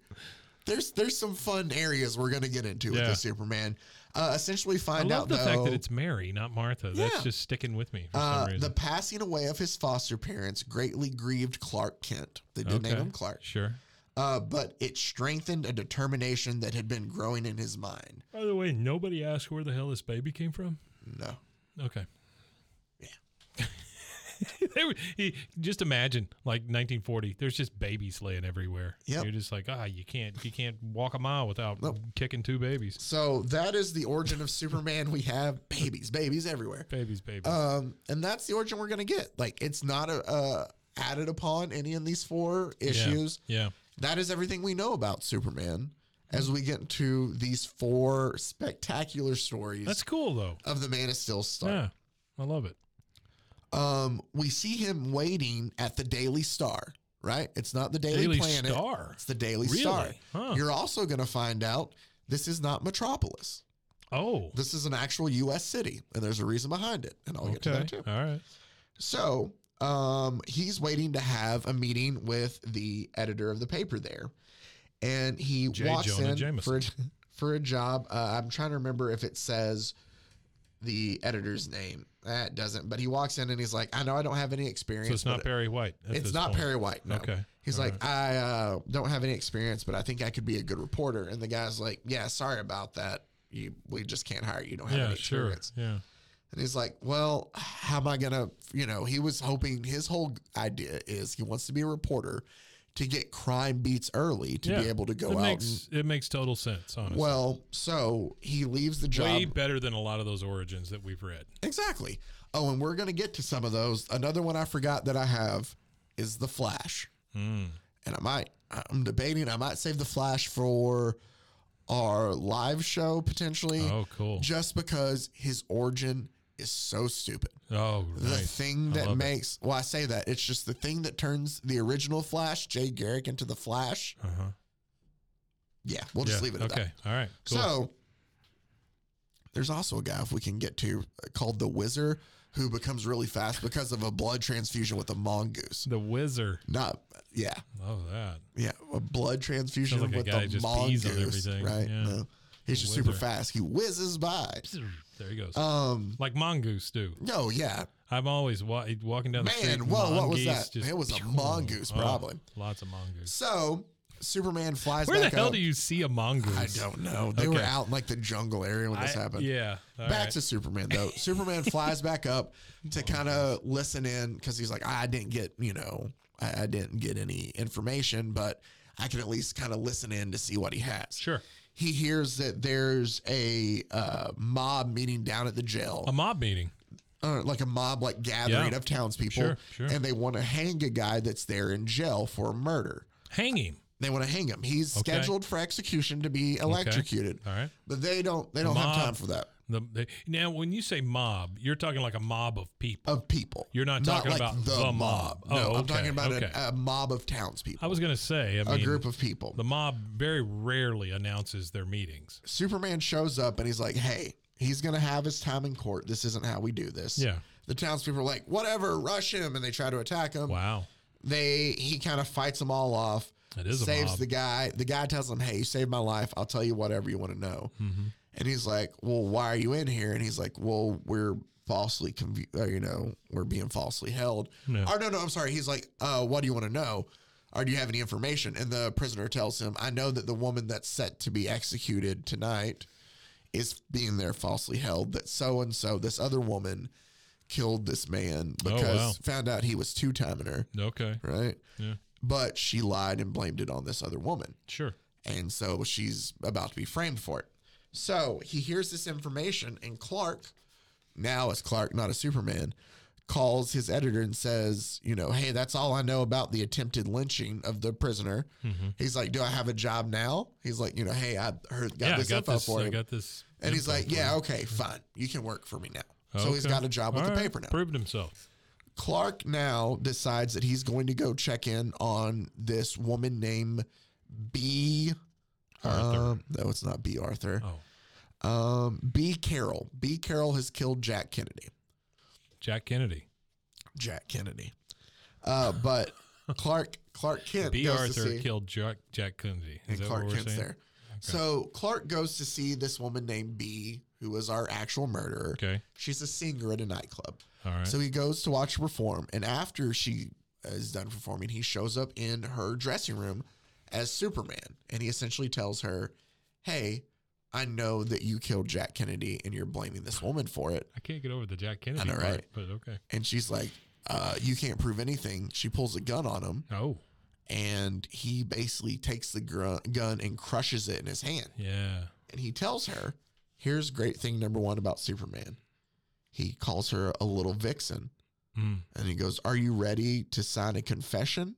[SPEAKER 2] there's there's some fun areas we're gonna get into with
[SPEAKER 3] Yeah.
[SPEAKER 2] the Superman. Uh essentially
[SPEAKER 3] I
[SPEAKER 2] find
[SPEAKER 3] love
[SPEAKER 2] out
[SPEAKER 3] the
[SPEAKER 2] though
[SPEAKER 3] fact that it's Mary, not Martha.
[SPEAKER 2] Yeah.
[SPEAKER 3] That's just sticking with me for
[SPEAKER 2] uh,
[SPEAKER 3] some reason.
[SPEAKER 2] the passing away of his foster parents greatly grieved Clark Kent. They did name
[SPEAKER 3] Okay.
[SPEAKER 2] him Clark.
[SPEAKER 3] Sure.
[SPEAKER 2] Uh, but it strengthened a determination that had been growing in his mind.
[SPEAKER 3] By the way, nobody asked where the hell this baby came from.
[SPEAKER 2] No.
[SPEAKER 3] Okay. Yeah. they were, he, just imagine like 1940. There's just babies laying everywhere.
[SPEAKER 2] Yep.
[SPEAKER 3] You're just like, ah, you can't you can't walk a mile without
[SPEAKER 2] Nope.
[SPEAKER 3] kicking two babies.
[SPEAKER 2] So that is the origin of Superman. We have babies, babies everywhere.
[SPEAKER 3] Babies, babies.
[SPEAKER 2] Um, and that's the origin we're gonna get. Like, it's not a, uh added upon any of these four
[SPEAKER 3] Yeah.
[SPEAKER 2] issues.
[SPEAKER 3] Yeah.
[SPEAKER 2] That is everything we know about Superman as we get into these four spectacular stories
[SPEAKER 3] That's cool though.
[SPEAKER 2] of the Man of Steel
[SPEAKER 3] Yeah.
[SPEAKER 2] Star.
[SPEAKER 3] I love it.
[SPEAKER 2] Um, we see him waiting at the Daily Star. Right? It's not the Daily,
[SPEAKER 3] Daily
[SPEAKER 2] Planet.
[SPEAKER 3] Star.
[SPEAKER 2] It's the Daily Star.
[SPEAKER 3] Really? Huh.
[SPEAKER 2] You're also gonna find out this is not Metropolis.
[SPEAKER 3] Oh.
[SPEAKER 2] This is an actual U.S. city, and there's a reason behind it, and I'll get to
[SPEAKER 3] okay.
[SPEAKER 2] that too.
[SPEAKER 3] All right.
[SPEAKER 2] So Um, he's waiting to have a meeting with the editor of the paper there, and he
[SPEAKER 3] J.
[SPEAKER 2] walks
[SPEAKER 3] Jonah
[SPEAKER 2] in
[SPEAKER 3] Jameson.
[SPEAKER 2] for a, for a job. Uh, I'm trying to remember if it says the editor's name. That doesn't. But he walks in and he's like, "I know I don't have any experience."
[SPEAKER 3] So it's not
[SPEAKER 2] but-
[SPEAKER 3] Barry White. at
[SPEAKER 2] it's
[SPEAKER 3] this
[SPEAKER 2] not
[SPEAKER 3] point.
[SPEAKER 2] Perry White. No.
[SPEAKER 3] Okay.
[SPEAKER 2] He's
[SPEAKER 3] All
[SPEAKER 2] like, I uh, don't have any experience, but I think I could be a good reporter. And the guy's like, Yeah, sorry about that. You, we just can't hire you. You Don't have
[SPEAKER 3] Yeah,
[SPEAKER 2] any
[SPEAKER 3] sure.
[SPEAKER 2] experience.
[SPEAKER 3] Yeah.
[SPEAKER 2] And he's like, Well, how am I gonna? You know, he was hoping his whole idea is he wants to be a reporter to get crime beats early to
[SPEAKER 3] yeah.
[SPEAKER 2] be able to go
[SPEAKER 3] it
[SPEAKER 2] out.
[SPEAKER 3] Makes, it makes total sense, honestly.
[SPEAKER 2] and, well, so he leaves the job.
[SPEAKER 3] way better than a lot of those origins that we've read.
[SPEAKER 2] Exactly. Oh, and we're going to get to some of those. Another one I forgot that I have is The Flash.
[SPEAKER 3] Mm.
[SPEAKER 2] And I might, I'm debating, I might save The Flash for our live show potentially.
[SPEAKER 3] Oh, cool.
[SPEAKER 2] Just because his origin is so stupid.
[SPEAKER 3] Oh,
[SPEAKER 2] The
[SPEAKER 3] nice.
[SPEAKER 2] thing
[SPEAKER 3] I
[SPEAKER 2] that
[SPEAKER 3] love it.
[SPEAKER 2] makes, well, I say that, it's just the thing that turns the original Flash, Jay Garrick, into The Flash.
[SPEAKER 3] Uh-huh.
[SPEAKER 2] Yeah, we'll just
[SPEAKER 3] Yeah,
[SPEAKER 2] leave it at
[SPEAKER 3] okay.
[SPEAKER 2] that.
[SPEAKER 3] All right. Cool.
[SPEAKER 2] So there's also a guy if we can get to uh, called the Wizard who becomes really fast because of a blood transfusion with a mongoose.
[SPEAKER 3] the Wizard.
[SPEAKER 2] Not yeah,
[SPEAKER 3] Love that.
[SPEAKER 2] yeah, a blood transfusion
[SPEAKER 3] Sounds like a
[SPEAKER 2] with
[SPEAKER 3] guy
[SPEAKER 2] a
[SPEAKER 3] who just pees on
[SPEAKER 2] mongoose,
[SPEAKER 3] everything,
[SPEAKER 2] right?
[SPEAKER 3] yeah.
[SPEAKER 2] No. He's just super
[SPEAKER 3] Wizard.
[SPEAKER 2] fast. He whizzes by.
[SPEAKER 3] There he goes.
[SPEAKER 2] Um,
[SPEAKER 3] like mongoose do.
[SPEAKER 2] no, yeah,
[SPEAKER 3] I'm always wa- walking down the
[SPEAKER 2] Man,
[SPEAKER 3] street.
[SPEAKER 2] whoa, what was
[SPEAKER 3] mongoose
[SPEAKER 2] that?
[SPEAKER 3] just- Oh,
[SPEAKER 2] It was a mongoose, probably.
[SPEAKER 3] lots of mongoose.
[SPEAKER 2] so Superman flies
[SPEAKER 3] Where the
[SPEAKER 2] back
[SPEAKER 3] hell
[SPEAKER 2] up.
[SPEAKER 3] do you see a mongoose?
[SPEAKER 2] I don't know. They were
[SPEAKER 3] Okay.
[SPEAKER 2] out in like the jungle area when this
[SPEAKER 3] I-
[SPEAKER 2] happened.
[SPEAKER 3] Yeah. all
[SPEAKER 2] back
[SPEAKER 3] right.
[SPEAKER 2] to Superman though. Superman flies back up to kind of listen in because he's like, I didn't get, you know, I, I didn't get any information, but I can at least kind of listen in to see what he has.
[SPEAKER 3] Sure.
[SPEAKER 2] He hears that there's a uh, mob meeting down at the jail,
[SPEAKER 3] A mob meeting.
[SPEAKER 2] uh, like a mob like gathering
[SPEAKER 3] Um, Yeah.
[SPEAKER 2] of townspeople,
[SPEAKER 3] Sure, sure.
[SPEAKER 2] and they want to hang a guy that's there in jail for murder.
[SPEAKER 3] Hanging.
[SPEAKER 2] They want to hang him. He's
[SPEAKER 3] Okay.
[SPEAKER 2] scheduled for execution to be electrocuted,
[SPEAKER 3] All right.
[SPEAKER 2] but they don't. They don't
[SPEAKER 3] Mob.
[SPEAKER 2] have time for that.
[SPEAKER 3] The, the, now, when you say mob, you're talking like a mob of people.
[SPEAKER 2] of people.
[SPEAKER 3] You're not talking about the mob.
[SPEAKER 2] No,
[SPEAKER 3] Oh,
[SPEAKER 2] I'm talking
[SPEAKER 3] okay,
[SPEAKER 2] about
[SPEAKER 3] okay.
[SPEAKER 2] a, a mob of
[SPEAKER 3] I
[SPEAKER 2] townspeople,
[SPEAKER 3] was going to say, I
[SPEAKER 2] a
[SPEAKER 3] mean,
[SPEAKER 2] group of people.
[SPEAKER 3] the mob very rarely announces their meetings.
[SPEAKER 2] Superman shows up and he's like, "Hey, he's gonna have his time in court. This isn't how we do this."
[SPEAKER 3] Yeah.
[SPEAKER 2] The townspeople are like, "Whatever, rush him!" and they try to attack him.
[SPEAKER 3] Wow.
[SPEAKER 2] They he kind of fights them all off.
[SPEAKER 3] That is a
[SPEAKER 2] saves
[SPEAKER 3] mob.
[SPEAKER 2] the guy. The guy tells him, "Hey, you saved my life. I'll tell you whatever you want to know."
[SPEAKER 3] Mm-hmm.
[SPEAKER 2] And he's like, "Well, why are you in here?" And he's like, "Well, we're falsely, conv- uh, you know, we're being falsely held."
[SPEAKER 3] Yeah.
[SPEAKER 2] Or no, no, I'm sorry. He's like, "Uh, what do you want to know?" Or do you have any information? And the prisoner tells him, I know that the woman that's set to be executed tonight is being there falsely held, that so and so, this other woman, killed this man
[SPEAKER 3] Oh,
[SPEAKER 2] because
[SPEAKER 3] wow.
[SPEAKER 2] found out he was two timing her,
[SPEAKER 3] Okay.
[SPEAKER 2] right?
[SPEAKER 3] Yeah.
[SPEAKER 2] But she lied and blamed it on this other woman.
[SPEAKER 3] Sure.
[SPEAKER 2] And so she's about to be framed for it. So he hears this information, and Clark, now as Clark, not a Superman, calls his editor and says, You know, hey, that's all I know about the attempted lynching of the prisoner.
[SPEAKER 3] Mm-hmm.
[SPEAKER 2] He's like, Do I have a job now? He's like, You know, hey, I heard, got
[SPEAKER 3] yeah,
[SPEAKER 2] this
[SPEAKER 3] I got
[SPEAKER 2] info
[SPEAKER 3] this.
[SPEAKER 2] for
[SPEAKER 3] I
[SPEAKER 2] him.
[SPEAKER 3] got this.
[SPEAKER 2] and he's
[SPEAKER 3] info
[SPEAKER 2] like,
[SPEAKER 3] for
[SPEAKER 2] Yeah,
[SPEAKER 3] him.
[SPEAKER 2] okay, fine. You can work for me now. So he's
[SPEAKER 3] Okay.
[SPEAKER 2] got a job with
[SPEAKER 3] All
[SPEAKER 2] the
[SPEAKER 3] right.
[SPEAKER 2] paper now.
[SPEAKER 3] Proved himself.
[SPEAKER 2] Clark now decides that he's going to go check in on this woman named B.
[SPEAKER 3] Arthur.
[SPEAKER 2] Um, no, it's not B. Arthur.
[SPEAKER 3] Oh,
[SPEAKER 2] Um, B. Carroll. B. Carroll has killed Jack Kennedy.
[SPEAKER 3] Jack Kennedy.
[SPEAKER 2] Jack Kennedy. Uh, but Clark Clark Kent
[SPEAKER 3] B.
[SPEAKER 2] goes to
[SPEAKER 3] Arthur
[SPEAKER 2] see,
[SPEAKER 3] killed Jack, Jack Kennedy. Is
[SPEAKER 2] and
[SPEAKER 3] that
[SPEAKER 2] Clark
[SPEAKER 3] what we're
[SPEAKER 2] Kent's
[SPEAKER 3] saying?
[SPEAKER 2] there. So Clark goes to see this woman named B, who was our actual murderer.
[SPEAKER 3] Okay.
[SPEAKER 2] She's a singer at a nightclub.
[SPEAKER 3] All right.
[SPEAKER 2] So he goes to watch her perform, and after she uh, is done performing, he shows up in her dressing room as Superman, and he essentially tells her, "Hey, I know that you killed Jack Kennedy, and you're blaming this woman for it."
[SPEAKER 3] I can't get over the Jack Kennedy
[SPEAKER 2] know,
[SPEAKER 3] part,
[SPEAKER 2] right?
[SPEAKER 3] but okay.
[SPEAKER 2] And she's like, uh, "You can't prove anything." She pulls a gun on him,
[SPEAKER 3] Oh,
[SPEAKER 2] and he basically takes the gr- gun and crushes it in his hand.
[SPEAKER 3] yeah.
[SPEAKER 2] And he tells her, "Here's great thing number one about Superman." He calls her a little vixen.
[SPEAKER 3] Mm.
[SPEAKER 2] And he goes, Are you ready to sign a confession?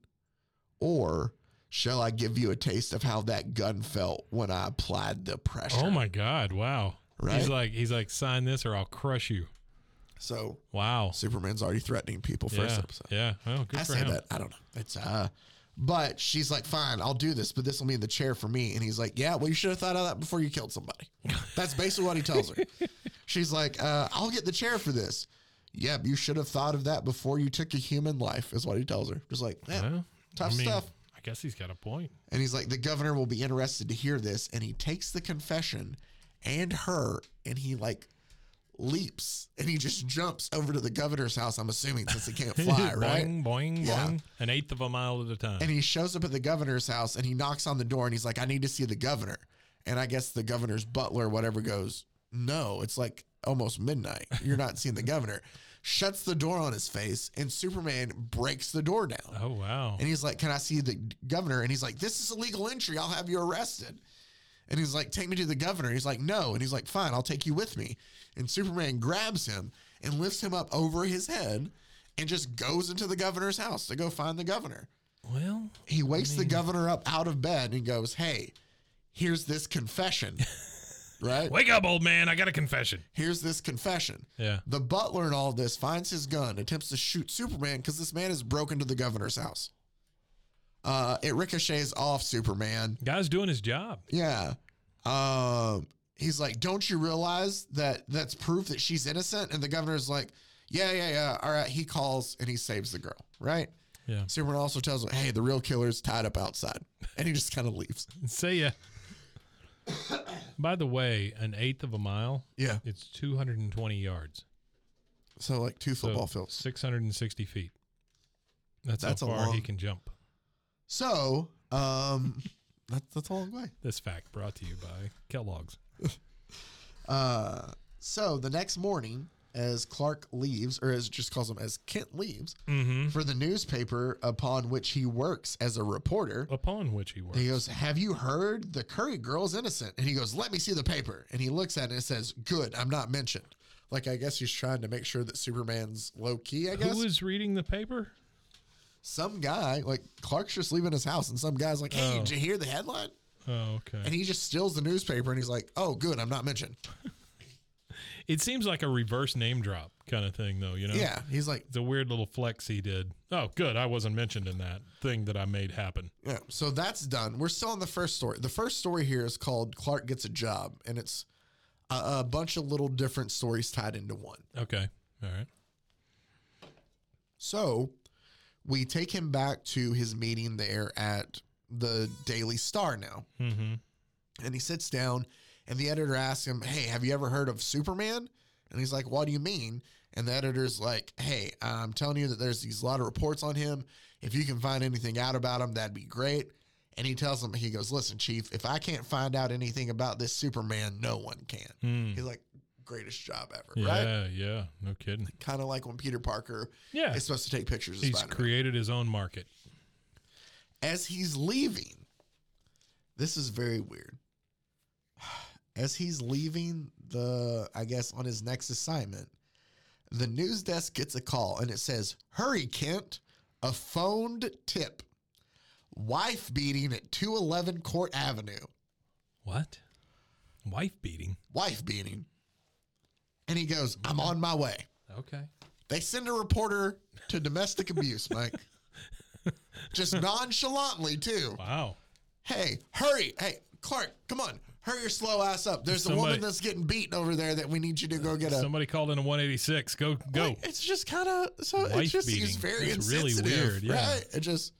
[SPEAKER 2] Or shall I give you a taste of how that gun felt when I applied the pressure?
[SPEAKER 3] Oh my God! Wow.
[SPEAKER 2] Right?
[SPEAKER 3] He's like, he's like, sign this or I'll crush you.
[SPEAKER 2] So
[SPEAKER 3] Wow.
[SPEAKER 2] Superman's already threatening people first
[SPEAKER 3] yeah.
[SPEAKER 2] episode.
[SPEAKER 3] Yeah. Well, good
[SPEAKER 2] I
[SPEAKER 3] for
[SPEAKER 2] say
[SPEAKER 3] him.
[SPEAKER 2] that. I don't know. It's uh but she's like, Fine, I'll do this, but this will be in the chair for me. And he's like, Yeah, well you should have thought of that before you killed somebody. That's basically what he tells her. She's like, uh, I'll get the chair for this. Yep, you should have thought of that before you took a human life, is what he tells her. Just like, yeah,
[SPEAKER 3] Yeah.
[SPEAKER 2] tough
[SPEAKER 3] I mean,
[SPEAKER 2] stuff.
[SPEAKER 3] I guess he's got a point.
[SPEAKER 2] And he's like, the governor will be interested to hear this. And he takes the confession and her and he like leaps and he just jumps over to the governor's house, I'm assuming, since he can't fly, right?
[SPEAKER 3] boing, boing,
[SPEAKER 2] Yeah.
[SPEAKER 3] boing. An eighth of a mile at a time.
[SPEAKER 2] And he shows up at the governor's house and he knocks on the door and he's like, I need to see the governor. And I guess the governor's butler, or whatever, goes, No, it's like almost midnight. You're not seeing the governor. Shuts the door on his face and Superman breaks the door down.
[SPEAKER 3] oh wow.
[SPEAKER 2] And he's like, Can I see the governor? And he's like, This is illegal entry. I'll have you arrested. And he's like, Take me to the governor. He's like, No. And he's like, Fine, I'll take you with me. And Superman grabs him and lifts him up over his head and just goes into the governor's house to go find the governor.
[SPEAKER 3] well,
[SPEAKER 2] He wakes the governor up out of bed and goes, Hey, here's this confession. right?
[SPEAKER 3] wake up, old man. I got a confession.
[SPEAKER 2] Here's this confession.
[SPEAKER 3] Yeah.
[SPEAKER 2] The butler in all this finds his gun, attempts to shoot Superman because this man is broken to the governor's house. Uh, it ricochets off Superman.
[SPEAKER 3] Guy's doing his job.
[SPEAKER 2] Yeah. Um, he's like, "Don't you realize that that's proof that she's innocent?" And the governor's like, "Yeah, yeah, yeah. All right." He calls and he saves the girl. Right.
[SPEAKER 3] Yeah.
[SPEAKER 2] Superman also tells him, "Hey, the real killer's tied up outside," and he just kind of leaves.
[SPEAKER 3] See ya. uh, By the way, an eighth of a mile,
[SPEAKER 2] Yeah.
[SPEAKER 3] it's 220 yards.
[SPEAKER 2] So like two
[SPEAKER 3] So
[SPEAKER 2] football fields.
[SPEAKER 3] 660 feet. That's,
[SPEAKER 2] That's a
[SPEAKER 3] how far he
[SPEAKER 2] long-
[SPEAKER 3] can jump.
[SPEAKER 2] So um, that's that's a long way.
[SPEAKER 3] This fact brought to you by Kellogg's.
[SPEAKER 2] Uh, so the next morning, as Clark leaves, or as it just calls him as Kent leaves
[SPEAKER 3] Mm-hmm.
[SPEAKER 2] for the newspaper upon which he works as a reporter,
[SPEAKER 3] Upon which he works.
[SPEAKER 2] he goes, "Have you heard the Curry girl's innocent?" And he goes, "Let me see the paper." And he looks at it and it says, "Good, I'm not mentioned." Like I guess he's trying to make sure that Superman's low key. I guess
[SPEAKER 3] Who is reading the paper?
[SPEAKER 2] some guy like Clark's just leaving his house, and some guy's like, "Hey,
[SPEAKER 3] Oh.
[SPEAKER 2] did you hear the headline?"
[SPEAKER 3] Oh, okay.
[SPEAKER 2] And he just steals the newspaper, and he's like, "Oh, good, I'm not mentioned."
[SPEAKER 3] it seems like a reverse name drop kind of thing, though, you know?
[SPEAKER 2] Yeah, he's like,
[SPEAKER 3] The weird little flex he did. Oh, good. I wasn't mentioned in that thing that I made happen.
[SPEAKER 2] Yeah, so that's done. We're still on the first story. The first story here is called Clark Gets a Job, and it's a, a bunch of little different stories tied into one.
[SPEAKER 3] Okay. All right.
[SPEAKER 2] So we take him back to his meeting there at the Daily Star now,
[SPEAKER 3] Mm-hmm.
[SPEAKER 2] and he sits down, and the editor asks him, Hey, have you ever heard of Superman? And he's like, What do you mean? And the editor's like, Hey, I'm telling you that there's these lot of reports on him. If you can find anything out about him, that'd be great. And he tells him, He goes, Listen, Chief, if I can't find out anything about this Superman, no one can. He's like, Greatest job ever, right?
[SPEAKER 3] Hmm. Yeah, yeah. No kidding.
[SPEAKER 2] Kind of like when Peter Parker
[SPEAKER 3] Yeah.
[SPEAKER 2] is supposed to take pictures of
[SPEAKER 3] He's
[SPEAKER 2] Spider-Man.
[SPEAKER 3] created his own market.
[SPEAKER 2] As he's leaving, this is very weird. As he's leaving the, I guess, on his next assignment, the news desk gets a call and it says, Hurry, Kent, a phoned tip. Wife beating at 211 Court Avenue.
[SPEAKER 3] What? Wife beating?
[SPEAKER 2] Wife beating. And he goes, I'm on my way.
[SPEAKER 3] Okay.
[SPEAKER 2] They send a reporter to domestic abuse, Mike. Just nonchalantly, too.
[SPEAKER 3] Wow.
[SPEAKER 2] Hey, hurry. Hey, Clark, come on. Hurry your slow ass up. There's a
[SPEAKER 3] Somebody-
[SPEAKER 2] woman that's getting beaten over there that we need you to go get a.
[SPEAKER 3] Somebody called in a 186. Go, go.
[SPEAKER 2] Like, It's just kind of so.
[SPEAKER 3] Wife
[SPEAKER 2] It's just he's
[SPEAKER 3] beating.
[SPEAKER 2] very
[SPEAKER 3] It's really
[SPEAKER 2] insensitive,
[SPEAKER 3] weird, yeah.
[SPEAKER 2] right? It just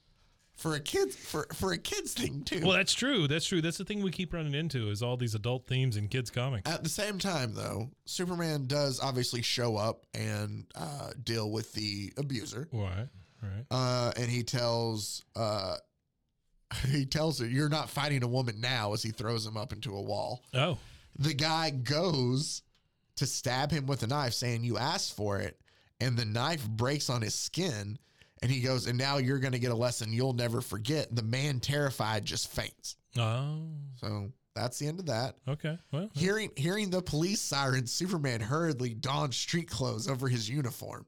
[SPEAKER 2] for a kid for for a kid's thing too.
[SPEAKER 3] Well, that's true. That's true. That's the thing we keep running into is all these adult themes in kids comics.
[SPEAKER 2] At the same time, though, Superman does obviously show up and uh, deal with the abuser,
[SPEAKER 3] All right. All right.
[SPEAKER 2] uh, and he tells uh, he tells her, "You're not fighting a woman now," as he throws him up into a wall.
[SPEAKER 3] Oh,
[SPEAKER 2] the guy goes to stab him with a knife, saying, You asked for it. And the knife breaks on his skin. And he goes, And now you're going to get a lesson you'll never forget. The man, terrified, just faints.
[SPEAKER 3] oh,
[SPEAKER 2] So that's the end of that.
[SPEAKER 3] okay. Well,
[SPEAKER 2] Hearing, hearing the police sirens, Superman hurriedly dons street clothes over his uniform.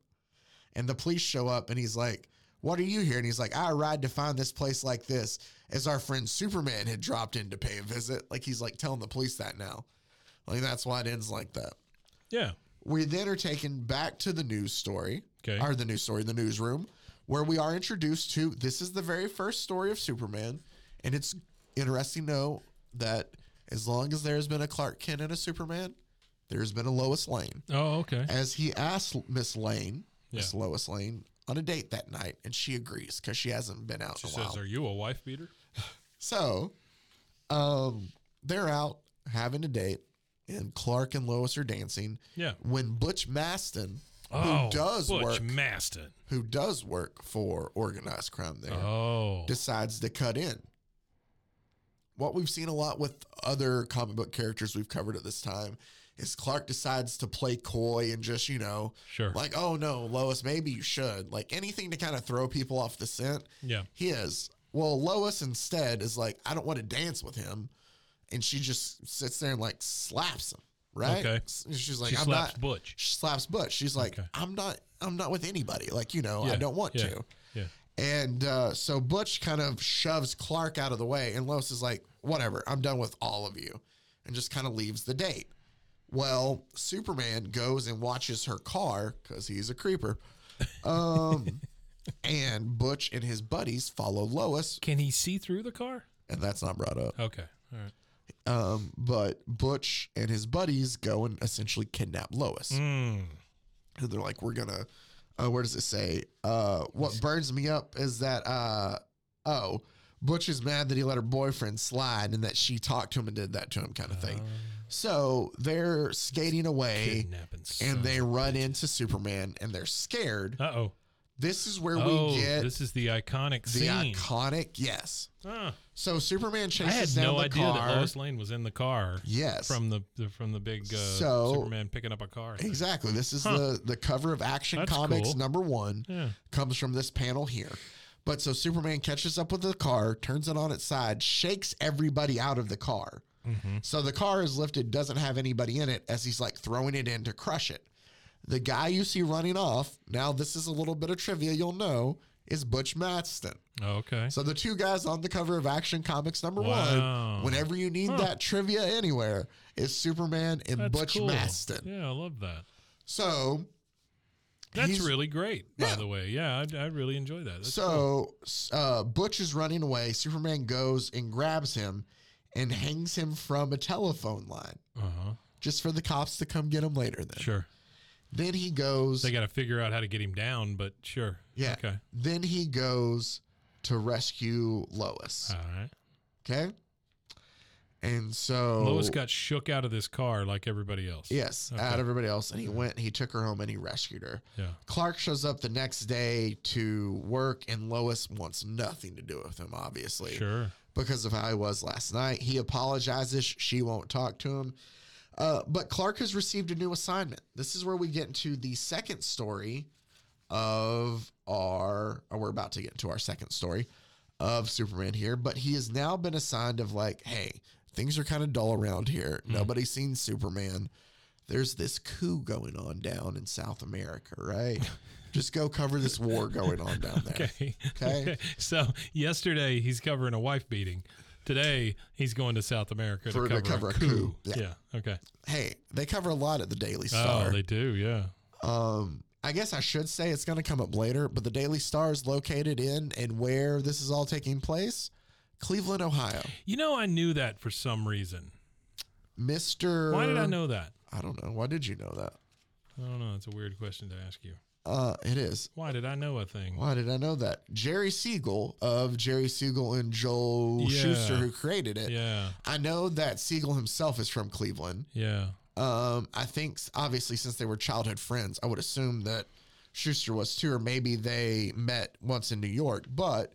[SPEAKER 2] And the police show up and he's like, What are you here? And he's like, I arrived to find this place like this as our friend Superman had dropped in to pay a visit. Like he's like telling the police that now. Like that's why it ends like that.
[SPEAKER 3] yeah.
[SPEAKER 2] We then are taken back to the news story,
[SPEAKER 3] Okay.
[SPEAKER 2] or the news story, the newsroom, where we are introduced to this is the very first story of Superman, and it's interesting to know that as long as there has been a Clark Kent and a Superman, there's been a Lois Lane.
[SPEAKER 3] Oh, okay.
[SPEAKER 2] As he asks Miss Lane, Miss
[SPEAKER 3] Yeah.
[SPEAKER 2] Lois Lane, on a date that night, and she agrees because she hasn't been out
[SPEAKER 3] She
[SPEAKER 2] in a while.
[SPEAKER 3] says, "Are you a wife beater?"
[SPEAKER 2] So, um, they're out having a date, and Clark and Lois are dancing.
[SPEAKER 3] Yeah.
[SPEAKER 2] When Butch Maston,
[SPEAKER 3] Oh,
[SPEAKER 2] who does
[SPEAKER 3] Butch
[SPEAKER 2] work,
[SPEAKER 3] Maston.
[SPEAKER 2] who does work for organized crime there,
[SPEAKER 3] Oh,
[SPEAKER 2] decides to cut in. What we've seen a lot with other comic book characters we've covered at this time is Clark decides to play coy and just, you know,
[SPEAKER 3] sure.
[SPEAKER 2] like, oh no, Lois, maybe you should. Like anything to kind of throw people off the scent.
[SPEAKER 3] yeah.
[SPEAKER 2] He is. Well, Lois instead is like, I don't want to dance with him. And she just sits there and like slaps him. Right.
[SPEAKER 3] Okay.
[SPEAKER 2] S- She's like,
[SPEAKER 3] she
[SPEAKER 2] I'm
[SPEAKER 3] slaps
[SPEAKER 2] not.
[SPEAKER 3] Butch.
[SPEAKER 2] She slaps Butch. She's like,
[SPEAKER 3] Okay.
[SPEAKER 2] I'm not. I'm not with anybody. Like, you know, I
[SPEAKER 3] Yeah,
[SPEAKER 2] don't want
[SPEAKER 3] yeah,
[SPEAKER 2] to.
[SPEAKER 3] Yeah.
[SPEAKER 2] And uh, so Butch kind of shoves Clark out of the way, and Lois is like, whatever, I'm done with all of you, and just kind of leaves the date. Well, Superman goes and watches her car because he's a creeper. Um, and Butch and his buddies follow Lois,
[SPEAKER 3] Can he see through the car?
[SPEAKER 2] and that's not brought up.
[SPEAKER 3] Okay. All right.
[SPEAKER 2] Um, but Butch and his buddies go and essentially kidnap Lois.
[SPEAKER 3] Mm.
[SPEAKER 2] Hmm. who they're like, we're gonna. Uh, where does it say? Uh, what burns me up is that. Uh, oh, Butch is mad that he let her boyfriend slide and that she talked to him and did that to him, kind of
[SPEAKER 3] Oh.
[SPEAKER 2] thing. So they're skating away
[SPEAKER 3] Kidnapping.
[SPEAKER 2] and they run into Superman and they're scared.
[SPEAKER 3] Uh oh.
[SPEAKER 2] This is where
[SPEAKER 3] Oh,
[SPEAKER 2] we get
[SPEAKER 3] this is the iconic
[SPEAKER 2] the
[SPEAKER 3] scene.
[SPEAKER 2] iconic yes.
[SPEAKER 3] Huh.
[SPEAKER 2] So Superman
[SPEAKER 3] I had
[SPEAKER 2] chases down
[SPEAKER 3] no
[SPEAKER 2] the
[SPEAKER 3] idea
[SPEAKER 2] car.
[SPEAKER 3] that Lois Lane was in the car.
[SPEAKER 2] yes,
[SPEAKER 3] From the, the from the big uh,
[SPEAKER 2] So-
[SPEAKER 3] Superman picking up a car. thing.
[SPEAKER 2] exactly. This is
[SPEAKER 3] Huh.
[SPEAKER 2] the the cover of Action
[SPEAKER 3] That's
[SPEAKER 2] Comics
[SPEAKER 3] cool.
[SPEAKER 2] number one.
[SPEAKER 3] Yeah.
[SPEAKER 2] comes from this panel here. But so Superman catches up with the car, turns it on its side, shakes everybody out of the car.
[SPEAKER 3] Mm-hmm.
[SPEAKER 2] So the car is lifted, doesn't have anybody in it as he's like throwing it in to crush it. The guy you see running off, now this is a little bit of trivia you'll know, is Butch Matson.
[SPEAKER 3] Oh, Okay.
[SPEAKER 2] So the two guys on the cover of Action Comics number
[SPEAKER 3] Wow.
[SPEAKER 2] one, whenever you need that trivia anywhere, is Superman and
[SPEAKER 3] That's
[SPEAKER 2] Butch
[SPEAKER 3] cool.
[SPEAKER 2] Maston.
[SPEAKER 3] Yeah, I love that.
[SPEAKER 2] So
[SPEAKER 3] That's
[SPEAKER 2] He's-
[SPEAKER 3] really great, by
[SPEAKER 2] Yeah.
[SPEAKER 3] the way. Yeah, I, I really enjoy that. That's cool.
[SPEAKER 2] so s- uh, Butch is running away. Superman goes and grabs him and hangs him from a telephone line
[SPEAKER 3] uh-huh.
[SPEAKER 2] just for the cops to come get him later. Then,
[SPEAKER 3] Sure.
[SPEAKER 2] then he goes.
[SPEAKER 3] They got to figure out how to get him down, but sure.
[SPEAKER 2] yeah.
[SPEAKER 3] Okay.
[SPEAKER 2] Then he goes to rescue Lois.
[SPEAKER 3] All right.
[SPEAKER 2] Okay. And so
[SPEAKER 3] Lois got shook out of this car like everybody else.
[SPEAKER 2] yes
[SPEAKER 3] Okay.
[SPEAKER 2] out of everybody else, and he went. He took her home and he rescued her.
[SPEAKER 3] Yeah.
[SPEAKER 2] Clark shows up the next day to work, and Lois wants nothing to do with him. Obviously,
[SPEAKER 3] Sure.
[SPEAKER 2] because of how he was last night. He apologizes. She won't talk to him. Uh, but Clark has received a new assignment. This is where we get into the second story of our, or we're about to get into our second story of Superman here. But he has now been assigned of like, hey, things are kind of dull around here.
[SPEAKER 3] Mm-hmm.
[SPEAKER 2] Nobody's seen Superman. There's this coup going on down in South America, right? Just go cover this war going on down there.
[SPEAKER 3] Okay.
[SPEAKER 2] Okay.
[SPEAKER 3] so yesterday he's covering a wife beating. Today he's going to South America
[SPEAKER 2] For-
[SPEAKER 3] to cover, a, coup. Yeah. Okay.
[SPEAKER 2] Hey, they cover a lot at the Daily Star.
[SPEAKER 3] Oh, they do. Yeah.
[SPEAKER 2] Um, I guess I should say it's going to come up later, but the Daily Star is located in and where this is all taking place Cleveland, Ohio.
[SPEAKER 3] You know, I knew that for some reason.
[SPEAKER 2] Mr.
[SPEAKER 3] Why did I know that?
[SPEAKER 2] I don't know. Why did you know that?
[SPEAKER 3] I don't know. It's a weird question to ask you.
[SPEAKER 2] Uh, it is.
[SPEAKER 3] Why did I know a thing?
[SPEAKER 2] Why did I know that? Jerry Siegel of Jerry Siegel and Joel
[SPEAKER 3] Yeah.
[SPEAKER 2] Schuster, who created it.
[SPEAKER 3] Yeah.
[SPEAKER 2] I know that Siegel himself is from Cleveland.
[SPEAKER 3] Yeah.
[SPEAKER 2] Um, I think s- obviously since they were childhood friends, I would assume that Schuster was too, or maybe they met once in New York. But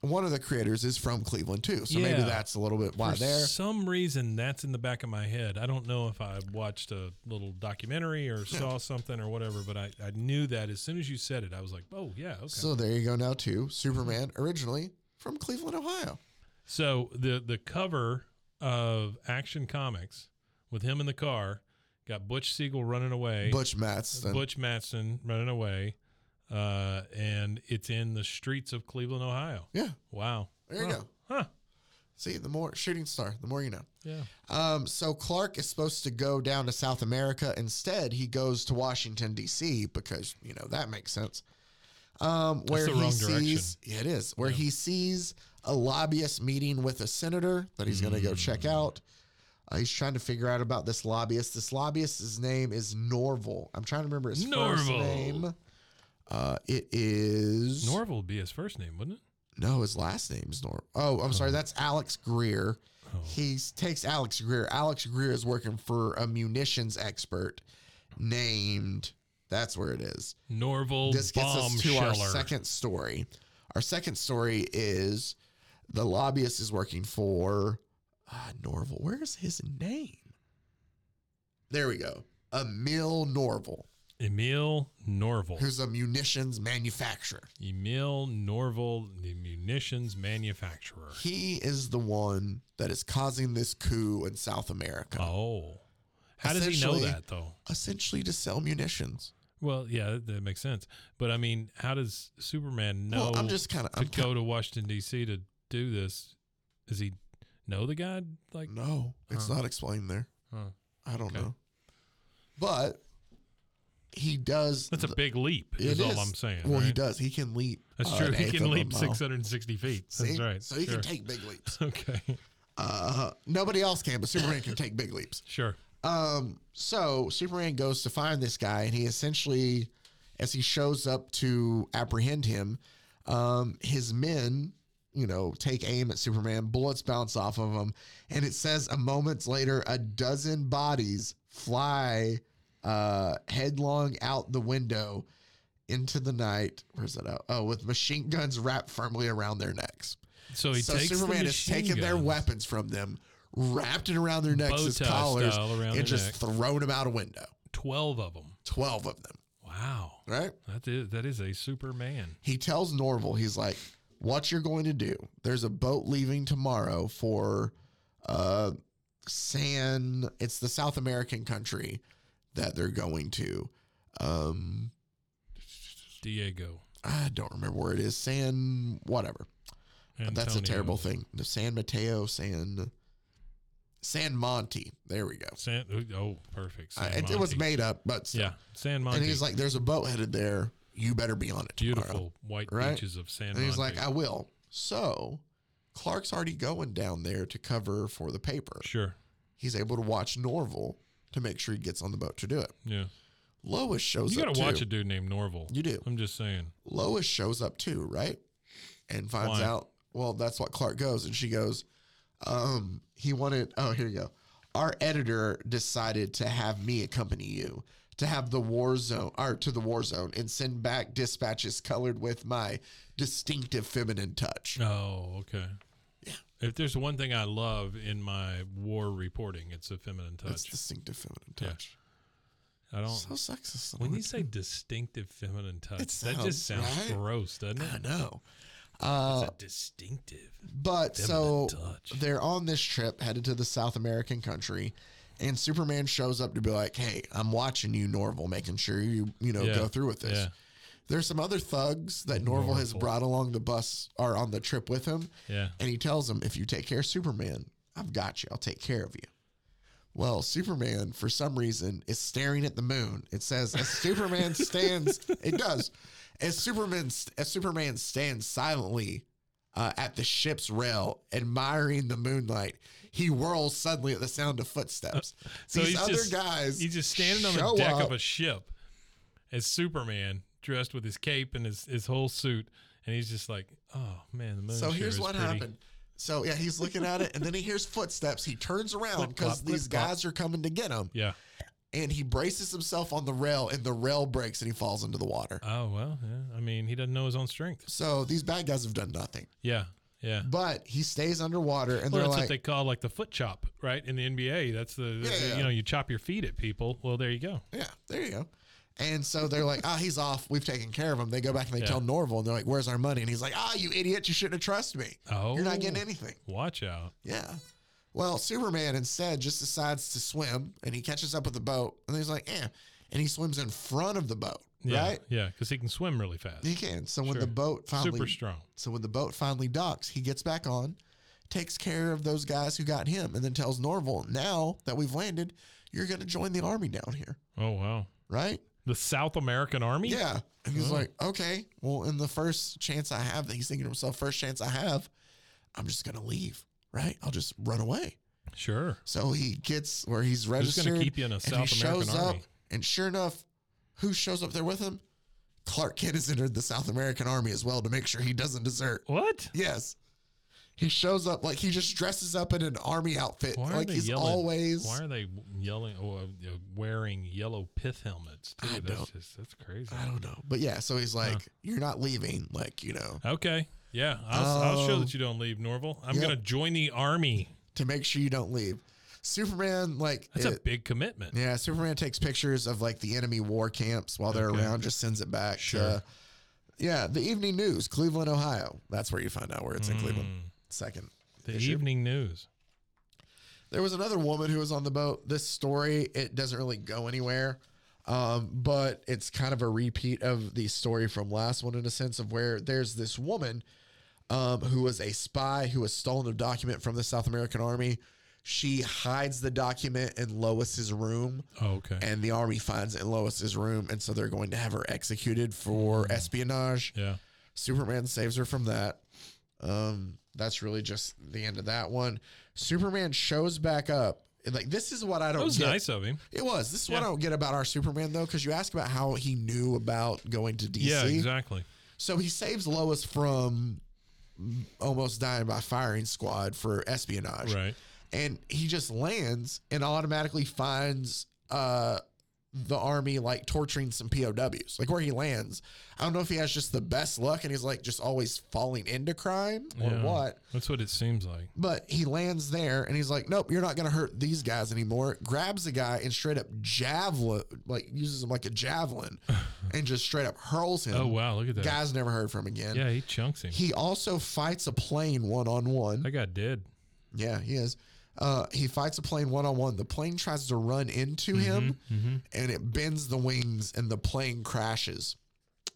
[SPEAKER 2] one of the creators is from Cleveland too, so maybe
[SPEAKER 3] Yeah.
[SPEAKER 2] that's a little bit why
[SPEAKER 3] For
[SPEAKER 2] there.
[SPEAKER 3] some reason, that's in the back of my head. I don't know if I watched a little documentary or saw something or whatever, but I, I knew that as soon as you said it, I was like, oh, yeah, okay. So,
[SPEAKER 2] So there you go now too. Superman originally from Cleveland, Ohio.
[SPEAKER 3] the, the cover of Action Comics with him in the car got Butch Siegel running away,
[SPEAKER 2] Butch Matson.
[SPEAKER 3] Butch Matson running away, uh, and it's in the streets of Cleveland, Ohio.
[SPEAKER 2] Yeah,
[SPEAKER 3] Wow.
[SPEAKER 2] there you
[SPEAKER 3] Huh.
[SPEAKER 2] go.
[SPEAKER 3] Huh.
[SPEAKER 2] See, the more shooting star, the more you know.
[SPEAKER 3] Yeah.
[SPEAKER 2] Um, so Clark is supposed to go down to South America. Instead, he goes to Washington D.C. because you know that makes sense. Um, where
[SPEAKER 3] the
[SPEAKER 2] he
[SPEAKER 3] wrong
[SPEAKER 2] sees it is where
[SPEAKER 3] Mm.
[SPEAKER 2] he sees a lobbyist meeting with a senator that he's going to go check out. Uh, he's trying to figure out about this lobbyist. This lobbyist's name is Norval. I'm trying to remember his first
[SPEAKER 3] Norval.
[SPEAKER 2] name. Uh, it is
[SPEAKER 3] Norval would be his first name, wouldn't it?
[SPEAKER 2] No, his last name's Norv. Oh, I'm sorry. That's Alex Greer. He takes Alex Greer. Alex Greer is working for a munitions expert named. That's where it is.
[SPEAKER 3] Norval
[SPEAKER 2] This gets us to our
[SPEAKER 3] Bombscheller.
[SPEAKER 2] second story. Our second story is the lobbyist is working for uh, Norval. Where's his name? There we go. Emil Norval,
[SPEAKER 3] Emil Norval.
[SPEAKER 2] who's a munitions manufacturer.
[SPEAKER 3] Emil Norval, the munitions manufacturer.
[SPEAKER 2] He is the one that is causing this coup in South America.
[SPEAKER 3] Oh. How does he know
[SPEAKER 2] Essentially-
[SPEAKER 3] that, though?
[SPEAKER 2] Essentially to sell munitions.
[SPEAKER 3] Well, yeah, that, that makes sense. But I mean, how does Superman know
[SPEAKER 2] well, I'm just kind of
[SPEAKER 3] to
[SPEAKER 2] I'm
[SPEAKER 3] go to Washington D.C. to do this? Does he know the guy? Like,
[SPEAKER 2] kinda- No, it's
[SPEAKER 3] Uh-huh.
[SPEAKER 2] not explained there.
[SPEAKER 3] Huh.
[SPEAKER 2] I don't
[SPEAKER 3] Okay.
[SPEAKER 2] know. But he does
[SPEAKER 3] that's a
[SPEAKER 2] th-
[SPEAKER 3] big leap.
[SPEAKER 2] it
[SPEAKER 3] Is all
[SPEAKER 2] is.
[SPEAKER 3] I'm saying.
[SPEAKER 2] Well, he
[SPEAKER 3] right?
[SPEAKER 2] does. He can leap.
[SPEAKER 3] That's
[SPEAKER 2] uh,
[SPEAKER 3] true.
[SPEAKER 2] an
[SPEAKER 3] He
[SPEAKER 2] eighth
[SPEAKER 3] can
[SPEAKER 2] of a
[SPEAKER 3] leap
[SPEAKER 2] mile.
[SPEAKER 3] 660 feet. That's
[SPEAKER 2] See?
[SPEAKER 3] right.
[SPEAKER 2] So he
[SPEAKER 3] Sure.
[SPEAKER 2] can take big leaps.
[SPEAKER 3] Okay.
[SPEAKER 2] Uh, nobody else can, but Superman can take big leaps.
[SPEAKER 3] Sure.
[SPEAKER 2] Um, so Superman goes to find this guy, and he essentially, as he shows up to apprehend him, um, his men, you know, take aim at Superman, bullets bounce off of him, and it says a moments later, a dozen bodies fly uh headlong out the window into the night. Where's that out? Oh, with machine guns wrapped firmly around their necks.
[SPEAKER 3] So he
[SPEAKER 2] so
[SPEAKER 3] takes the
[SPEAKER 2] Superman is
[SPEAKER 3] machine
[SPEAKER 2] taking their
[SPEAKER 3] guns.
[SPEAKER 2] weapons from them, wrapped it around their necks
[SPEAKER 3] Bow
[SPEAKER 2] as
[SPEAKER 3] tie
[SPEAKER 2] collars,
[SPEAKER 3] style around their
[SPEAKER 2] and just
[SPEAKER 3] neck.
[SPEAKER 2] thrown them out a window.
[SPEAKER 3] 12 of them.
[SPEAKER 2] 12 of them,
[SPEAKER 3] Wow.
[SPEAKER 2] right?
[SPEAKER 3] That is, that is a Superman.
[SPEAKER 2] He tells Norval, he's like, What you're going to do, there's a boat leaving tomorrow for uh, San, it's the South American country that they're going to. Um,
[SPEAKER 3] Diego.
[SPEAKER 2] I don't remember where it is, San, whatever. That's a
[SPEAKER 3] Antonio.
[SPEAKER 2] terrible thing. The San Mateo, San, San Monte. There we go.
[SPEAKER 3] San, oh, perfect.
[SPEAKER 2] I-
[SPEAKER 3] San
[SPEAKER 2] it, it was
[SPEAKER 3] Monte.
[SPEAKER 2] made up, but still.
[SPEAKER 3] Yeah, San Monte.
[SPEAKER 2] And he's like, "There's a boat headed there. You better be on it." tomorrow."
[SPEAKER 3] beautiful white
[SPEAKER 2] right?
[SPEAKER 3] beaches of San
[SPEAKER 2] And he's
[SPEAKER 3] Monte.
[SPEAKER 2] like, "I will." So Clark's already going down there to cover for the paper.
[SPEAKER 3] sure.
[SPEAKER 2] He's able to watch Norval to make sure he gets on the boat to do it.
[SPEAKER 3] Yeah.
[SPEAKER 2] Lois shows
[SPEAKER 3] You
[SPEAKER 2] up
[SPEAKER 3] got to watch
[SPEAKER 2] too.
[SPEAKER 3] a dude named Norval.
[SPEAKER 2] You do.
[SPEAKER 3] I'm just saying.
[SPEAKER 2] Lois shows up too, right? And finds
[SPEAKER 3] Why?
[SPEAKER 2] out. Well, that's what Clark goes, and she goes, um, "He wanted." Oh, here you go. Our editor decided to have me accompany you to have the war zone, or to the war zone, and send back dispatches colored with my distinctive feminine touch.
[SPEAKER 3] Oh, okay. If there's one thing I love in my war reporting, it's a feminine
[SPEAKER 2] That's
[SPEAKER 3] touch.
[SPEAKER 2] distinctive feminine
[SPEAKER 3] Yeah.
[SPEAKER 2] touch.
[SPEAKER 3] I don't.
[SPEAKER 2] So sexist.
[SPEAKER 3] when you say distinctive feminine touch, that
[SPEAKER 2] sounds
[SPEAKER 3] just sounds
[SPEAKER 2] right.
[SPEAKER 3] gross, doesn't it?
[SPEAKER 2] I know.
[SPEAKER 3] it's a distinctive.
[SPEAKER 2] But so
[SPEAKER 3] Feminine touch.
[SPEAKER 2] they're on this trip headed to the South American country, and Superman shows up to be like, "Hey, I'm watching you, Norval, making sure you you know
[SPEAKER 3] Yeah,
[SPEAKER 2] go through with this."
[SPEAKER 3] yeah.
[SPEAKER 2] There's some other thugs that Norval, has
[SPEAKER 3] Norval.
[SPEAKER 2] brought along the bus or on the trip with him,
[SPEAKER 3] Yeah.
[SPEAKER 2] and he tells them, "If you take care of Superman, I've got you. I'll take care of you." Well, Superman, for some reason, is staring at the moon. It says, "As Superman stands, it does. As Superman, as Superman stands silently uh, at the ship's rail, admiring the moonlight, he whirls suddenly at the sound of footsteps. These other guys,
[SPEAKER 3] He's just standing on the
[SPEAKER 2] show
[SPEAKER 3] deck
[SPEAKER 2] up.
[SPEAKER 3] of a ship as Superman, dressed with his cape and his, his whole suit, and he's just like, "Oh man, the moon."
[SPEAKER 2] So
[SPEAKER 3] sure
[SPEAKER 2] here's
[SPEAKER 3] is
[SPEAKER 2] what
[SPEAKER 3] pretty."
[SPEAKER 2] happened. So yeah, he's looking at it, and then he hears footsteps. He turns around
[SPEAKER 3] Flip-flop,
[SPEAKER 2] because these
[SPEAKER 3] flip-flop.
[SPEAKER 2] guys are coming to get him,
[SPEAKER 3] Yeah.
[SPEAKER 2] and he braces himself on the rail, and the rail breaks, and he falls into the water.
[SPEAKER 3] Oh well. Yeah. I mean, he doesn't know his own strength.
[SPEAKER 2] So these bad guys have done nothing,
[SPEAKER 3] Yeah. Yeah.
[SPEAKER 2] but he stays underwater, and
[SPEAKER 3] Well,
[SPEAKER 2] they're
[SPEAKER 3] that's
[SPEAKER 2] like,
[SPEAKER 3] what they call like the foot chop, right? In the NBA, that's the,
[SPEAKER 2] Yeah,
[SPEAKER 3] the-
[SPEAKER 2] yeah.
[SPEAKER 3] you know you chop your feet at people. Well, there you go.
[SPEAKER 2] "Yeah, there you go." And so they're like, "Ah, he's off. We've taken care of him." They go back and they
[SPEAKER 3] Yeah.
[SPEAKER 2] tell Norval, and they're like, "Where's our money?" And he's like, "Ah, you idiot! You shouldn't have trusted me.
[SPEAKER 3] Oh,
[SPEAKER 2] You're not getting anything."
[SPEAKER 3] Watch out.
[SPEAKER 2] Yeah. Well, Superman instead just decides to swim and he catches up with the boat and he's like, eh. And he swims in front of the boat,
[SPEAKER 3] Yeah,
[SPEAKER 2] right?
[SPEAKER 3] Yeah, because he can swim really fast.
[SPEAKER 2] He can. So when
[SPEAKER 3] Sure.
[SPEAKER 2] the boat finally
[SPEAKER 3] Super strong.
[SPEAKER 2] So when the boat finally docks, he gets back on, takes care of those guys who got him, and then tells Norval, now that we've landed, you're gonna join the army down here,
[SPEAKER 3] Oh wow.
[SPEAKER 2] right?
[SPEAKER 3] The South American Army.
[SPEAKER 2] Yeah. And he's
[SPEAKER 3] Oh.
[SPEAKER 2] like, okay, well, in the first chance I have, he's thinking to himself, first chance I have, I'm just gonna leave, right? I'll just run away.
[SPEAKER 3] Sure.
[SPEAKER 2] So he gets where he's
[SPEAKER 3] Who's
[SPEAKER 2] registered.
[SPEAKER 3] going to keep you in a
[SPEAKER 2] and he
[SPEAKER 3] South American
[SPEAKER 2] shows
[SPEAKER 3] army?
[SPEAKER 2] up, and sure enough, who shows up there with him? Clark Kent has entered the South American army as well to make sure he doesn't desert.
[SPEAKER 3] What?
[SPEAKER 2] Yes. He shows up like he just dresses up in an army outfit.
[SPEAKER 3] Why are
[SPEAKER 2] like
[SPEAKER 3] they
[SPEAKER 2] he's
[SPEAKER 3] yelling?
[SPEAKER 2] always
[SPEAKER 3] Why are they yelling or uh, wearing yellow pith helmets? Too?
[SPEAKER 2] I
[SPEAKER 3] that's
[SPEAKER 2] don't-
[SPEAKER 3] just that's crazy.
[SPEAKER 2] I don't know. But yeah, so he's like,
[SPEAKER 3] Huh.
[SPEAKER 2] You're not leaving, like, you know,
[SPEAKER 3] Okay. Yeah, I'll, I'll show
[SPEAKER 2] Oh.
[SPEAKER 3] that you don't leave, Norval. I'm
[SPEAKER 2] Yep.
[SPEAKER 3] going to join the army.
[SPEAKER 2] to make sure you don't leave. Superman, like
[SPEAKER 3] That's a
[SPEAKER 2] it-
[SPEAKER 3] big commitment.
[SPEAKER 2] Yeah, Superman takes pictures of like the enemy war camps while they're
[SPEAKER 3] Okay.
[SPEAKER 2] around, just sends it back. to-
[SPEAKER 3] Sure.
[SPEAKER 2] yeah, the evening news, Cleveland, Ohio. That's where you find out where it's in Cleveland.
[SPEAKER 3] Hmm.
[SPEAKER 2] Second.
[SPEAKER 3] The
[SPEAKER 2] issue.
[SPEAKER 3] evening news.
[SPEAKER 2] There was another woman who was on the boat. This story, it doesn't really go anywhere. Um, but it's kind of a repeat of the story from last one in a sense of where there's this woman um, who was a spy who has stolen a document from the South American army. She hides the document in Lois's room.
[SPEAKER 3] Oh, okay.
[SPEAKER 2] and the army finds it in Lois's room, and so they're going to have her executed
[SPEAKER 3] Hmm.
[SPEAKER 2] for espionage.
[SPEAKER 3] yeah.
[SPEAKER 2] Superman saves her from that. Um, that's really just the end of that one. Superman shows back up. And, Like this is what I don't.
[SPEAKER 3] That was
[SPEAKER 2] get.
[SPEAKER 3] nice of him.
[SPEAKER 2] It was. This is what
[SPEAKER 3] Yeah.
[SPEAKER 2] I don't get about our Superman though, because you ask about how he knew about going to DC.
[SPEAKER 3] Yeah, exactly.
[SPEAKER 2] So he saves Lois from almost dying by firing squad for espionage
[SPEAKER 3] Right.
[SPEAKER 2] and he just lands and automatically finds uh the army like torturing some POWs. Like where he lands. I don't know if he has just the best luck and he's like just always falling into crime or
[SPEAKER 3] Yeah.
[SPEAKER 2] what.
[SPEAKER 3] That's what it seems like.
[SPEAKER 2] But he lands there and he's like, Nope, you're not gonna hurt these guys anymore. Grabs the guy and straight up javelin like uses him like a javelin and just straight up hurls him.
[SPEAKER 3] Oh wow, look at that.
[SPEAKER 2] Guys never heard from again.
[SPEAKER 3] yeah, he chunks him.
[SPEAKER 2] He also fights a plane one on one.
[SPEAKER 3] that guy did.
[SPEAKER 2] Yeah, he is. Uh, he fights a plane one on one. The plane tries to run into
[SPEAKER 3] Mm-hmm,
[SPEAKER 2] him, and it bends the wings, and the plane crashes.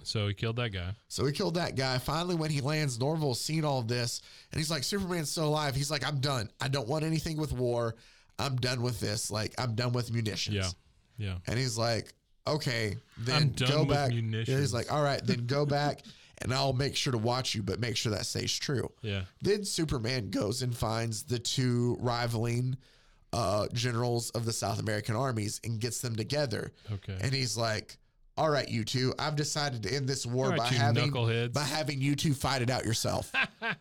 [SPEAKER 3] So he killed that guy.
[SPEAKER 2] So he killed that guy. Finally, when he lands, Norval's seen all this, and he's like, "Superman's still alive." He's like, "I'm done. I don't want anything with war. I'm done with this. Like, I'm done with munitions."
[SPEAKER 3] Yeah. Yeah.
[SPEAKER 2] And he's like, "Okay, then
[SPEAKER 3] I'm done
[SPEAKER 2] go
[SPEAKER 3] with
[SPEAKER 2] back." Yeah,
[SPEAKER 3] munitions.
[SPEAKER 2] he's like, "All right, then go back, and I'll make sure to watch you, but make sure that stays true."
[SPEAKER 3] Yeah.
[SPEAKER 2] Then Superman goes and finds the two rivaling uh, generals of the South American armies and gets them together.
[SPEAKER 3] Okay.
[SPEAKER 2] And he's like, "All right, you two, I've decided to end this war
[SPEAKER 3] All right,
[SPEAKER 2] by
[SPEAKER 3] you
[SPEAKER 2] having
[SPEAKER 3] knuckleheads."
[SPEAKER 2] by having you two fight it out yourself."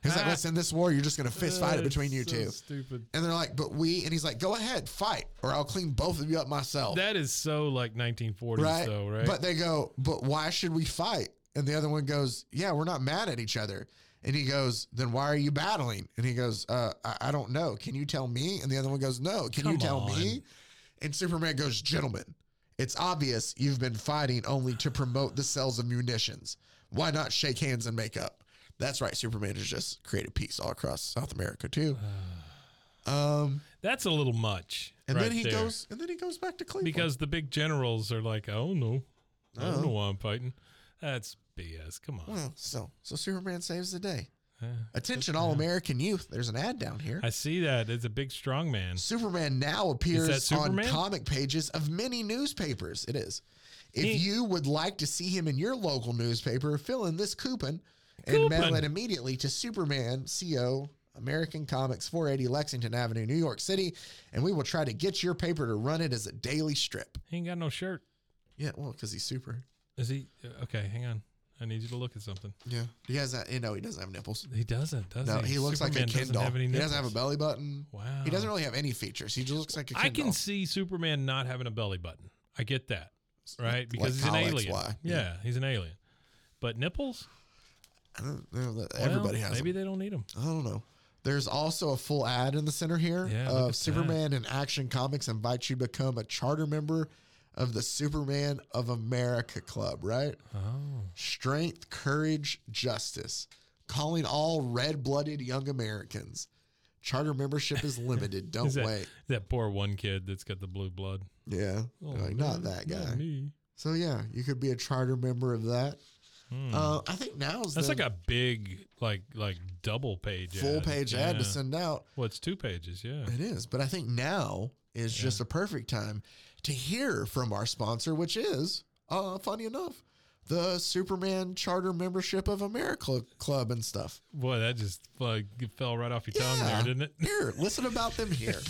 [SPEAKER 2] he's like, "Let's end this war. You're just going to fist fight it between you two.
[SPEAKER 3] Stupid.
[SPEAKER 2] And they're like, "But we," and he's like, "Go ahead, fight, or I'll clean both of you up myself."
[SPEAKER 3] That is so like 1940s though, right?
[SPEAKER 2] Oh. But they go, but why should we fight? And the other one goes, yeah, we're not mad at each other. And he goes, then why are you battling? And he goes, uh, I, I don't know. Can you tell me? And the other one goes, no. Can
[SPEAKER 3] Come
[SPEAKER 2] you tell
[SPEAKER 3] on.
[SPEAKER 2] me? And Superman goes, gentlemen, it's obvious you've been fighting only to promote the sales of munitions. Why not shake hands and make up? That's right. Superman has just created peace all across South America too. Um,
[SPEAKER 3] That's a little much.
[SPEAKER 2] and
[SPEAKER 3] right
[SPEAKER 2] then he
[SPEAKER 3] there.
[SPEAKER 2] goes, and then he goes back to Cleveland.
[SPEAKER 3] because the big generals are like, oh no, I don't
[SPEAKER 2] Oh.
[SPEAKER 3] know why I'm fighting. That's BS. Come on.
[SPEAKER 2] Well, so so Superman saves the day.
[SPEAKER 3] Yeah.
[SPEAKER 2] Attention, all American youth. There's an ad down here.
[SPEAKER 3] I see that. It's a big strong man.
[SPEAKER 2] Superman now appears
[SPEAKER 3] Superman?
[SPEAKER 2] on comic pages of many newspapers. It is. If
[SPEAKER 3] He-
[SPEAKER 2] you would like to see him in your local newspaper, fill in this coupon and mail
[SPEAKER 3] Coupon.
[SPEAKER 2] it immediately to Superman CO American Comics 480 Lexington Avenue, New York City, and we will try to get your paper to run it as a daily strip.
[SPEAKER 3] He ain't got no shirt.
[SPEAKER 2] Yeah, well, because he's super.
[SPEAKER 3] Is he? uh, Okay, hang on. I need you to look at something.
[SPEAKER 2] Yeah, he has that. You know, he doesn't have nipples.
[SPEAKER 3] He doesn't, does
[SPEAKER 2] No,
[SPEAKER 3] he?
[SPEAKER 2] he, looks
[SPEAKER 3] Superman
[SPEAKER 2] like a
[SPEAKER 3] doesn't
[SPEAKER 2] Ken doll.
[SPEAKER 3] have any
[SPEAKER 2] He doesn't have a
[SPEAKER 3] nipples.
[SPEAKER 2] belly button.
[SPEAKER 3] Wow.
[SPEAKER 2] He doesn't really have any features. He just looks like a Ken
[SPEAKER 3] I can
[SPEAKER 2] doll.
[SPEAKER 3] see Superman not having a belly button. I get that, right?
[SPEAKER 2] like
[SPEAKER 3] Because he's an
[SPEAKER 2] Kyle
[SPEAKER 3] alien.
[SPEAKER 2] XY.
[SPEAKER 3] Yeah.
[SPEAKER 2] Yeah.
[SPEAKER 3] he's an alien. But nipples?
[SPEAKER 2] I don't know that
[SPEAKER 3] Well,
[SPEAKER 2] everybody has.
[SPEAKER 3] Maybe
[SPEAKER 2] them.
[SPEAKER 3] they don't need them.
[SPEAKER 2] I don't know. There's also a full ad in the center here
[SPEAKER 3] Yeah, look at
[SPEAKER 2] of Superman and Action Comics invite you to become a charter member of the Superman of America Club. Right?
[SPEAKER 3] Oh,
[SPEAKER 2] Strength, courage, justice. Calling all red-blooded young Americans. Charter membership is limited. Don't
[SPEAKER 3] Is that-
[SPEAKER 2] wait.
[SPEAKER 3] that poor one kid that's got the blue blood.
[SPEAKER 2] Yeah,
[SPEAKER 3] Oh,
[SPEAKER 2] They're like
[SPEAKER 3] man,
[SPEAKER 2] not that
[SPEAKER 3] not
[SPEAKER 2] guy.
[SPEAKER 3] me.
[SPEAKER 2] So yeah, you could be a charter member of that. Uh, I think now's
[SPEAKER 3] Hmm. That's
[SPEAKER 2] the
[SPEAKER 3] like a big, like, like double page,
[SPEAKER 2] full
[SPEAKER 3] ad.
[SPEAKER 2] page ad
[SPEAKER 3] Yeah.
[SPEAKER 2] to send out.
[SPEAKER 3] Well, it's two pages. Yeah.
[SPEAKER 2] It is, but I think now is just a perfect time to hear from our sponsor, which is, uh, funny enough, the Superman charter membership of America Club and stuff.
[SPEAKER 3] Boy, that just like fell right off your tongue
[SPEAKER 2] Yeah.
[SPEAKER 3] there, didn't it?
[SPEAKER 2] Here, listen about them here.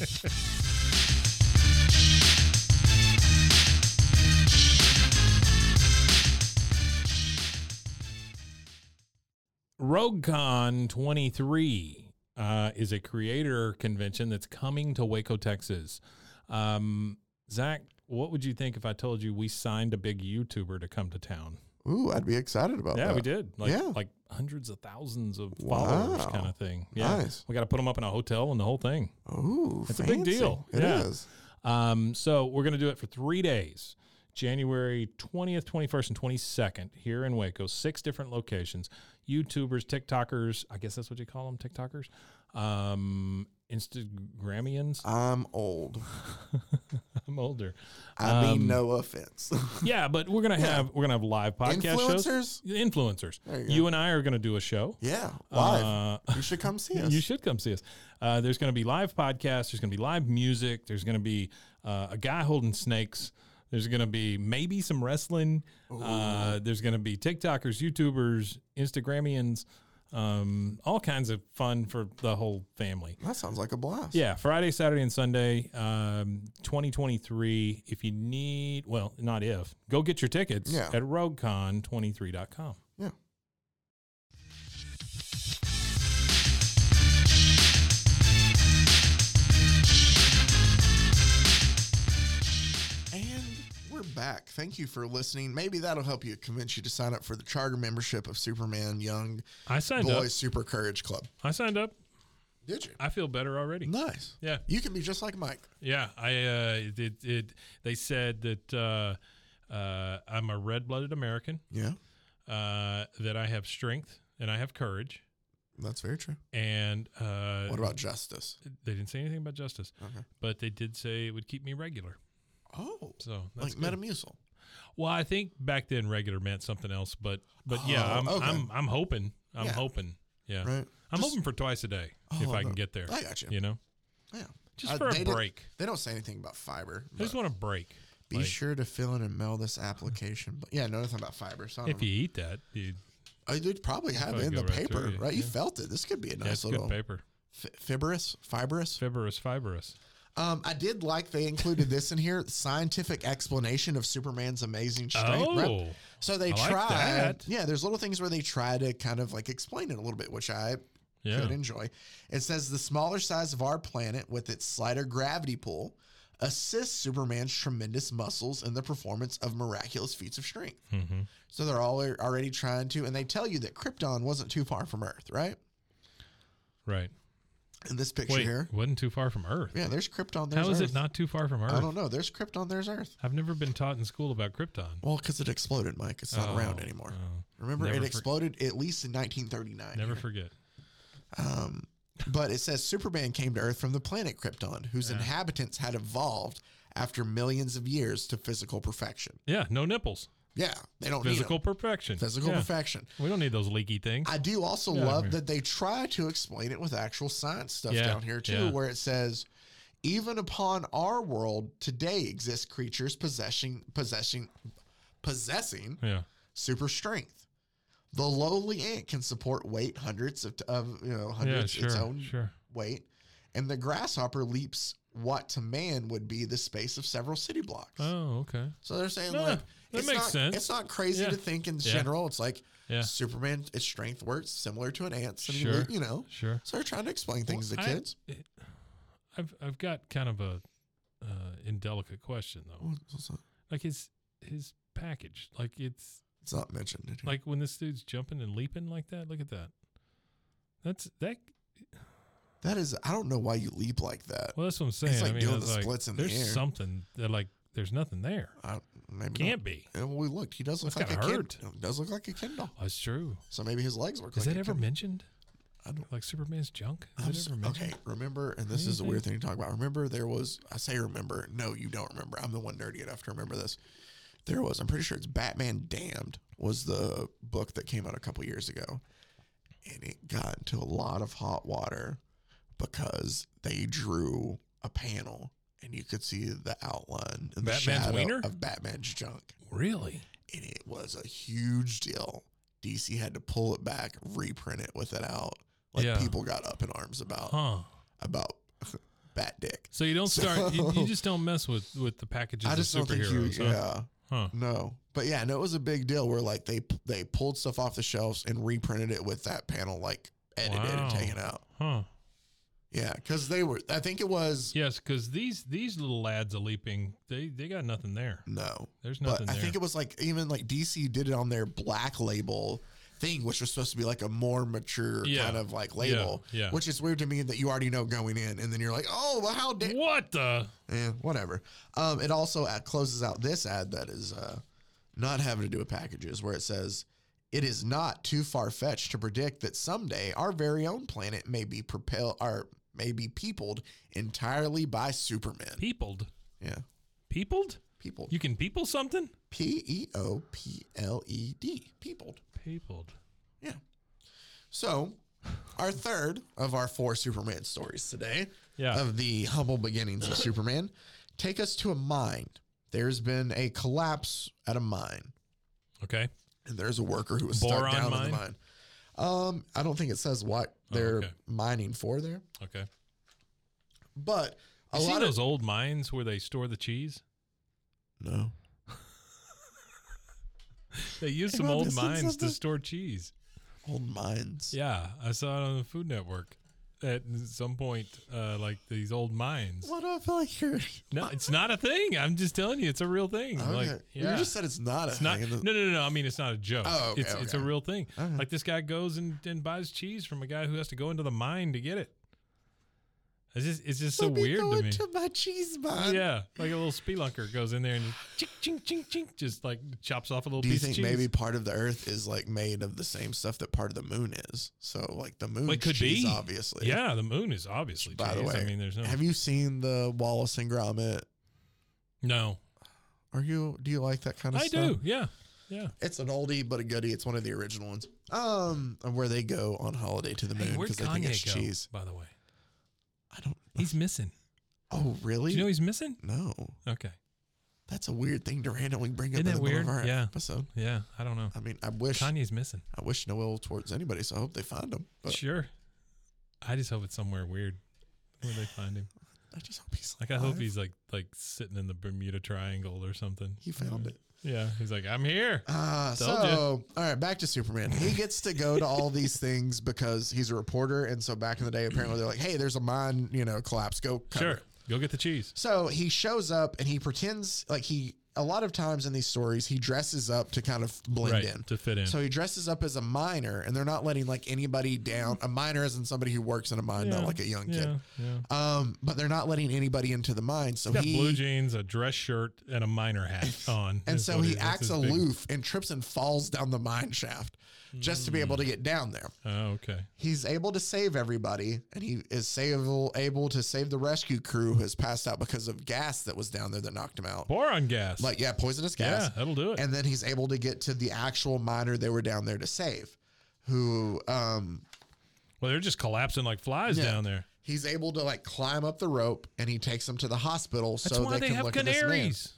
[SPEAKER 3] RogueCon 23 uh, is a creator convention that's coming to Waco, Texas. Um, Zach, what would you think if I told you we signed a big YouTuber to come to town?
[SPEAKER 2] Ooh, I'd be excited about
[SPEAKER 3] yeah,
[SPEAKER 2] Oh, that.
[SPEAKER 3] we did. Like,
[SPEAKER 2] yeah.
[SPEAKER 3] like hundreds of thousands of followers,
[SPEAKER 2] Wow.
[SPEAKER 3] kind of thing. Yeah,
[SPEAKER 2] Nice.
[SPEAKER 3] we got to put them up in a hotel and the whole thing.
[SPEAKER 2] Ooh,
[SPEAKER 3] It's a big
[SPEAKER 2] fancy.
[SPEAKER 3] deal.
[SPEAKER 2] It is.
[SPEAKER 3] Yeah. Um, so we're going to do it for three days January 20th, 21st, and 22nd here in Waco, six different locations. YouTubers, TikTokers, I guess that's what you call them, TikTokers, um, Instagramians.
[SPEAKER 2] I'm old.
[SPEAKER 3] I'm older.
[SPEAKER 2] I mean,
[SPEAKER 3] Um,
[SPEAKER 2] no offense.
[SPEAKER 3] Yeah, but we're gonna have we're gonna have live podcast shows.
[SPEAKER 2] Influencers?
[SPEAKER 3] Influencers.
[SPEAKER 2] There you
[SPEAKER 3] You,
[SPEAKER 2] go.
[SPEAKER 3] and I are gonna do a show.
[SPEAKER 2] yeah, live.
[SPEAKER 3] Uh,
[SPEAKER 2] you should come see us.
[SPEAKER 3] You should come see us. Uh, there's going to be live podcasts. There's going to be live music. There's going to be uh, a guy holding snakes. There's going to be maybe some wrestling. Uh, there's going to be TikTokers, YouTubers, Instagramians, um, all kinds of fun for the whole family.
[SPEAKER 2] That sounds like a blast.
[SPEAKER 3] Yeah, Friday, Saturday, and Sunday, um, 2023. If you need, well, not if, go get your tickets
[SPEAKER 2] Yeah.
[SPEAKER 3] at roguecon23.com.
[SPEAKER 2] Yeah. And we're back. Thank you for listening. Maybe that'll help you convince you to sign up for the charter membership of Superman Young
[SPEAKER 3] I signed
[SPEAKER 2] Boys
[SPEAKER 3] up.
[SPEAKER 2] Super Courage Club.
[SPEAKER 3] I signed up.
[SPEAKER 2] Did you?
[SPEAKER 3] I feel better already.
[SPEAKER 2] Nice.
[SPEAKER 3] Yeah.
[SPEAKER 2] You can be just like Mike.
[SPEAKER 3] Yeah, I uh, it, it they said that uh, uh, I'm a red-blooded American,
[SPEAKER 2] Yeah.
[SPEAKER 3] uh, that I have strength and I have courage,
[SPEAKER 2] That's very true.
[SPEAKER 3] and uh,
[SPEAKER 2] What about justice?
[SPEAKER 3] they didn't say anything about justice,
[SPEAKER 2] Okay.
[SPEAKER 3] but they did say it would keep me regular.
[SPEAKER 2] Oh.
[SPEAKER 3] So
[SPEAKER 2] like
[SPEAKER 3] that's good.
[SPEAKER 2] Metamucil.
[SPEAKER 3] Well, I think back then regular meant something else, but but yeah,
[SPEAKER 2] Oh,
[SPEAKER 3] I'm,
[SPEAKER 2] okay.
[SPEAKER 3] I'm I'm hoping, I'm
[SPEAKER 2] Yeah.
[SPEAKER 3] hoping, yeah,
[SPEAKER 2] Right.
[SPEAKER 3] I'm
[SPEAKER 2] Just-
[SPEAKER 3] hoping for twice a day if
[SPEAKER 2] Oh,
[SPEAKER 3] I can
[SPEAKER 2] no.
[SPEAKER 3] get there.
[SPEAKER 2] I got you.
[SPEAKER 3] You know,
[SPEAKER 2] Yeah.
[SPEAKER 3] just
[SPEAKER 2] Uh,
[SPEAKER 3] for
[SPEAKER 2] they
[SPEAKER 3] a
[SPEAKER 2] did-
[SPEAKER 3] break.
[SPEAKER 2] They don't say anything about fiber.
[SPEAKER 3] I just
[SPEAKER 2] but
[SPEAKER 3] want a break.
[SPEAKER 2] be
[SPEAKER 3] like-
[SPEAKER 2] sure to fill in and mail this application. But yeah, no nothing about fiber. So I
[SPEAKER 3] If
[SPEAKER 2] don't
[SPEAKER 3] you eat that, you,
[SPEAKER 2] know. I did probably have
[SPEAKER 3] Probably
[SPEAKER 2] it in
[SPEAKER 3] go
[SPEAKER 2] the
[SPEAKER 3] right
[SPEAKER 2] paper,
[SPEAKER 3] through you,
[SPEAKER 2] right? You
[SPEAKER 3] yeah.
[SPEAKER 2] felt it. This could be a
[SPEAKER 3] that's
[SPEAKER 2] nice
[SPEAKER 3] good
[SPEAKER 2] little
[SPEAKER 3] paper.
[SPEAKER 2] fi- fibrous, fibrous.
[SPEAKER 3] Fibrous, fibrous.
[SPEAKER 2] Um, I did like they included this in here: scientific explanation of Superman's amazing strength. right?
[SPEAKER 3] Oh.
[SPEAKER 2] So they
[SPEAKER 3] I like
[SPEAKER 2] try.
[SPEAKER 3] that.
[SPEAKER 2] Yeah, there's little things where they try to kind of like explain it a little bit, which I
[SPEAKER 3] Yeah.
[SPEAKER 2] could enjoy. It says the smaller size of our planet with its slighter gravity pull assists Superman's tremendous muscles in the performance of miraculous feats of strength.
[SPEAKER 3] Mm-hmm.
[SPEAKER 2] So they're all already trying to, and they tell you that Krypton wasn't too far from Earth, right?
[SPEAKER 3] Right.
[SPEAKER 2] In this picture
[SPEAKER 3] Wait,
[SPEAKER 2] here.
[SPEAKER 3] wasn't too far from Earth.
[SPEAKER 2] Yeah, there's Krypton. There's
[SPEAKER 3] How is
[SPEAKER 2] Earth.
[SPEAKER 3] it not too far from Earth?
[SPEAKER 2] I don't know. There's Krypton. There's Earth.
[SPEAKER 3] I've never been taught in school about Krypton.
[SPEAKER 2] Well, because it exploded, Mike. It's not around
[SPEAKER 3] Oh,
[SPEAKER 2] anymore.
[SPEAKER 3] oh.
[SPEAKER 2] Remember,
[SPEAKER 3] Never
[SPEAKER 2] it
[SPEAKER 3] for-
[SPEAKER 2] exploded at least in 1939.
[SPEAKER 3] Never forget.
[SPEAKER 2] Um, but it says Superman came to Earth from the planet Krypton, whose inhabitants had evolved after millions of years to physical perfection.
[SPEAKER 3] Yeah, no nipples.
[SPEAKER 2] Yeah, they don't
[SPEAKER 3] Physical
[SPEAKER 2] need 'em.
[SPEAKER 3] perfection.
[SPEAKER 2] physical
[SPEAKER 3] Yeah.
[SPEAKER 2] perfection.
[SPEAKER 3] We don't need those leaky things.
[SPEAKER 2] I do also
[SPEAKER 3] Yeah,
[SPEAKER 2] love
[SPEAKER 3] yeah.
[SPEAKER 2] that they try to explain it with actual science stuff
[SPEAKER 3] Yeah,
[SPEAKER 2] down here too,
[SPEAKER 3] yeah.
[SPEAKER 2] where it says, even upon our world today exist creatures possessing possessing possessing
[SPEAKER 3] yeah.
[SPEAKER 2] super strength. The lowly ant can support weight hundreds of, of you know
[SPEAKER 3] Yeah,
[SPEAKER 2] hundreds
[SPEAKER 3] sure.
[SPEAKER 2] its own
[SPEAKER 3] Sure.
[SPEAKER 2] weight, and the grasshopper leaps what to man would be the space of several city blocks.
[SPEAKER 3] Oh, okay.
[SPEAKER 2] so they're saying
[SPEAKER 3] Yeah,
[SPEAKER 2] like
[SPEAKER 3] that
[SPEAKER 2] it's
[SPEAKER 3] makes
[SPEAKER 2] not,
[SPEAKER 3] sense.
[SPEAKER 2] It's not crazy
[SPEAKER 3] Yeah.
[SPEAKER 2] to think in
[SPEAKER 3] Yeah.
[SPEAKER 2] general. It's like
[SPEAKER 3] Yeah.
[SPEAKER 2] Superman, its strength works similar to an ant's, and he
[SPEAKER 3] Sure.
[SPEAKER 2] lo- you know.
[SPEAKER 3] Sure.
[SPEAKER 2] So they're trying to explain things
[SPEAKER 3] Well,
[SPEAKER 2] to
[SPEAKER 3] I-
[SPEAKER 2] kids.
[SPEAKER 3] it- I've I've got kind of a uh, indelicate question though.
[SPEAKER 2] What- what's that?
[SPEAKER 3] Like his his package. Like it's
[SPEAKER 2] It's not mentioned. in here.
[SPEAKER 3] like when this dude's jumping and leaping like that. Look at that. That's that
[SPEAKER 2] that is, I don't know why you leap like that.
[SPEAKER 3] Well, that's what I'm saying.
[SPEAKER 2] like
[SPEAKER 3] I mean,
[SPEAKER 2] doing
[SPEAKER 3] it's
[SPEAKER 2] the
[SPEAKER 3] like,
[SPEAKER 2] splits in the
[SPEAKER 3] there's
[SPEAKER 2] air.
[SPEAKER 3] something that like there's nothing there.
[SPEAKER 2] I, maybe
[SPEAKER 3] Can't
[SPEAKER 2] not.
[SPEAKER 3] be.
[SPEAKER 2] And when we looked, he does look
[SPEAKER 3] That's
[SPEAKER 2] like a
[SPEAKER 3] gotta
[SPEAKER 2] kid.
[SPEAKER 3] hurt.
[SPEAKER 2] Does look like a Kindle.
[SPEAKER 3] That's true.
[SPEAKER 2] So maybe his legs work.
[SPEAKER 3] Is
[SPEAKER 2] like
[SPEAKER 3] that
[SPEAKER 2] a
[SPEAKER 3] ever
[SPEAKER 2] Kindle.
[SPEAKER 3] mentioned?
[SPEAKER 2] I don't
[SPEAKER 3] Like Superman's junk? Is
[SPEAKER 2] I'm
[SPEAKER 3] that
[SPEAKER 2] so-
[SPEAKER 3] ever mentioned?
[SPEAKER 2] okay, remember, and this is a weird thing to talk about. Remember, there was, I say remember, no, you don't remember. I'm the one nerdy enough to remember this. There was, I'm pretty sure it's Batman Damned, was the book that came out a couple years ago. And it got into a lot of hot water because they drew a panel and you could see the outline and the
[SPEAKER 3] Batman's
[SPEAKER 2] shadow
[SPEAKER 3] wiener?
[SPEAKER 2] of Batman's junk.
[SPEAKER 3] Really?
[SPEAKER 2] and it was a huge deal. DC had to pull it back, reprint it with it out. Like
[SPEAKER 3] Yeah.
[SPEAKER 2] people got up in arms about
[SPEAKER 3] Huh.
[SPEAKER 2] about bat dick.
[SPEAKER 3] So you don't start. You, you
[SPEAKER 2] So-
[SPEAKER 3] just don't mess with with the packages
[SPEAKER 2] I just
[SPEAKER 3] of
[SPEAKER 2] don't think
[SPEAKER 3] superheroes.
[SPEAKER 2] you,
[SPEAKER 3] huh?
[SPEAKER 2] yeah,
[SPEAKER 3] Huh.
[SPEAKER 2] no, but yeah, no, it was a big deal where like they they pulled stuff off the shelves and reprinted it with that panel like edited
[SPEAKER 3] Wow.
[SPEAKER 2] and taken out.
[SPEAKER 3] Huh.
[SPEAKER 2] Yeah, because they were. I think it was
[SPEAKER 3] Yes, because these these little lads are leaping. They they got nothing there.
[SPEAKER 2] no.
[SPEAKER 3] There's
[SPEAKER 2] But
[SPEAKER 3] nothing
[SPEAKER 2] I
[SPEAKER 3] there.
[SPEAKER 2] think it was like even like DC did it on their black label thing, which was supposed to be like a more mature
[SPEAKER 3] Yeah.
[SPEAKER 2] kind of like
[SPEAKER 3] Yeah,
[SPEAKER 2] label.
[SPEAKER 3] yeah.
[SPEAKER 2] Which is weird to me that you already know going in, and then you're like, oh, well, how dare?
[SPEAKER 3] what the?
[SPEAKER 2] Yeah, Eh, whatever. Um, it also uh, closes out this ad that is uh, not having to do with packages, where it says, "It is not too far fetched to predict that someday our very own planet may be propelled or may be peopled entirely by Superman."
[SPEAKER 3] Peopled.
[SPEAKER 2] yeah,
[SPEAKER 3] Peopled?
[SPEAKER 2] people.
[SPEAKER 3] You can people something?
[SPEAKER 2] P E O P L E D. Peopled.
[SPEAKER 3] Peopled.
[SPEAKER 2] Yeah. So, our third of our four Superman stories today,
[SPEAKER 3] Yeah.
[SPEAKER 2] of the humble beginnings of Superman, take us to a mine. There's been a collapse at a mine,
[SPEAKER 3] Okay.
[SPEAKER 2] and there's a worker who was stuck
[SPEAKER 3] Boron
[SPEAKER 2] down in
[SPEAKER 3] mine? Oh,
[SPEAKER 2] the mine. Um, I don't think it says what they're
[SPEAKER 3] okay.
[SPEAKER 2] mining for there,
[SPEAKER 3] Okay.
[SPEAKER 2] but a
[SPEAKER 3] You see
[SPEAKER 2] lot
[SPEAKER 3] those
[SPEAKER 2] of
[SPEAKER 3] old mines where they store the cheese?
[SPEAKER 2] no.
[SPEAKER 3] They use
[SPEAKER 2] Hey,
[SPEAKER 3] some
[SPEAKER 2] Rob,
[SPEAKER 3] old
[SPEAKER 2] this looks
[SPEAKER 3] mines to
[SPEAKER 2] something-
[SPEAKER 3] store cheese.
[SPEAKER 2] old mines.
[SPEAKER 3] Yeah, I saw it on the Food Network. At some point, uh, like these old mines.
[SPEAKER 2] Why do I feel like you're?
[SPEAKER 3] No, it's not a thing. I'm just telling you, it's a real thing.
[SPEAKER 2] Okay.
[SPEAKER 3] Like, yeah.
[SPEAKER 2] You just said it's not a
[SPEAKER 3] It's not.
[SPEAKER 2] thing.
[SPEAKER 3] No, no, no, no. I mean, it's not a joke.
[SPEAKER 2] Oh, okay,
[SPEAKER 3] it's, it's a
[SPEAKER 2] okay.
[SPEAKER 3] real thing. Like this guy goes and, and buys cheese from a guy who has to go into the mine to get it. It's just it's just so
[SPEAKER 2] Let me
[SPEAKER 3] weird
[SPEAKER 2] go
[SPEAKER 3] to me.
[SPEAKER 2] into my cheese mine.
[SPEAKER 3] yeah, like a little spelunker goes in there and chink chink chink chink, just like chops off a little
[SPEAKER 2] Do you
[SPEAKER 3] piece
[SPEAKER 2] think
[SPEAKER 3] of cheese.
[SPEAKER 2] maybe part of the Earth is like made of the same stuff that part of the Moon is? So like the moon
[SPEAKER 3] Well, it could
[SPEAKER 2] cheese,
[SPEAKER 3] be.
[SPEAKER 2] obviously.
[SPEAKER 3] yeah, the moon is obviously.
[SPEAKER 2] By the
[SPEAKER 3] cheese.
[SPEAKER 2] way,
[SPEAKER 3] I mean, there's no
[SPEAKER 2] Have you seen the Wallace and Gromit?
[SPEAKER 3] no.
[SPEAKER 2] Are you? Do you like that kind of
[SPEAKER 3] I
[SPEAKER 2] stuff?
[SPEAKER 3] do. Yeah, yeah.
[SPEAKER 2] It's an oldie but a goodie. It's one of the original ones. Um, and where they go on holiday to the moon
[SPEAKER 3] Hey, where'd
[SPEAKER 2] because they think it's
[SPEAKER 3] Kanye go?
[SPEAKER 2] cheese.
[SPEAKER 3] By the way,
[SPEAKER 2] I don't.
[SPEAKER 3] he's missing.
[SPEAKER 2] Oh,
[SPEAKER 3] Do
[SPEAKER 2] really?
[SPEAKER 3] you know he's missing?
[SPEAKER 2] no,
[SPEAKER 3] Okay.
[SPEAKER 2] that's a weird thing to randomly bring up
[SPEAKER 3] Isn't
[SPEAKER 2] in
[SPEAKER 3] that
[SPEAKER 2] the
[SPEAKER 3] weird?
[SPEAKER 2] middle of our
[SPEAKER 3] Yeah.
[SPEAKER 2] episode.
[SPEAKER 3] Yeah, I don't know.
[SPEAKER 2] I mean, I wish
[SPEAKER 3] Kanye's missing.
[SPEAKER 2] I wish no ill towards anybody, so I hope they find him. But
[SPEAKER 3] Sure. I just hope it's somewhere weird where they find him.
[SPEAKER 2] I just hope he's
[SPEAKER 3] Like I hope
[SPEAKER 2] alive.
[SPEAKER 3] he's like like sitting in the Bermuda Triangle or something.
[SPEAKER 2] he found it.
[SPEAKER 3] Yeah, he's like I'm here.
[SPEAKER 2] Ah, so
[SPEAKER 3] Told ya.
[SPEAKER 2] all right, back to Superman. He gets to go to all these things because he's a reporter, and so back in the day, apparently they're like, "Hey, there's a mine, you know, collapse. Go cover
[SPEAKER 3] Sure,
[SPEAKER 2] it."
[SPEAKER 3] go get the cheese.
[SPEAKER 2] So he shows up and he pretends like he. A lot of times in these stories, he dresses up to kind of blend
[SPEAKER 3] Right
[SPEAKER 2] in.
[SPEAKER 3] to fit in.
[SPEAKER 2] So he dresses up as a miner, and they're not letting like anybody down. A miner isn't somebody who works in a mine, not like a young
[SPEAKER 3] yeah,
[SPEAKER 2] kid.
[SPEAKER 3] yeah.
[SPEAKER 2] Um, but they're not letting anybody into the mine. So
[SPEAKER 3] He's got
[SPEAKER 2] he
[SPEAKER 3] blue jeans, a dress shirt, and a miner hat on.
[SPEAKER 2] And
[SPEAKER 3] is
[SPEAKER 2] so
[SPEAKER 3] what
[SPEAKER 2] he
[SPEAKER 3] it- that's
[SPEAKER 2] acts
[SPEAKER 3] his big-
[SPEAKER 2] aloof and trips and falls down the mine shaft just to be
[SPEAKER 3] Hmm.
[SPEAKER 2] able to get down there.
[SPEAKER 3] Oh, okay.
[SPEAKER 2] He's able to save everybody and he is able, able to save the rescue crew who has passed out because of gas that was down there that knocked him out.
[SPEAKER 3] Boron gas.
[SPEAKER 2] Like, yeah, poisonous
[SPEAKER 3] yeah,
[SPEAKER 2] gas.
[SPEAKER 3] that'll do it.
[SPEAKER 2] And then he's able to get to the actual miner they were down there to save, who um,
[SPEAKER 3] well, they're just collapsing like flies
[SPEAKER 2] Yeah.
[SPEAKER 3] down there.
[SPEAKER 2] he's able to like climb up the rope and he takes them to the hospital
[SPEAKER 3] That's
[SPEAKER 2] so
[SPEAKER 3] why
[SPEAKER 2] they,
[SPEAKER 3] they,
[SPEAKER 2] can
[SPEAKER 3] have
[SPEAKER 2] look at this man.
[SPEAKER 3] canaries.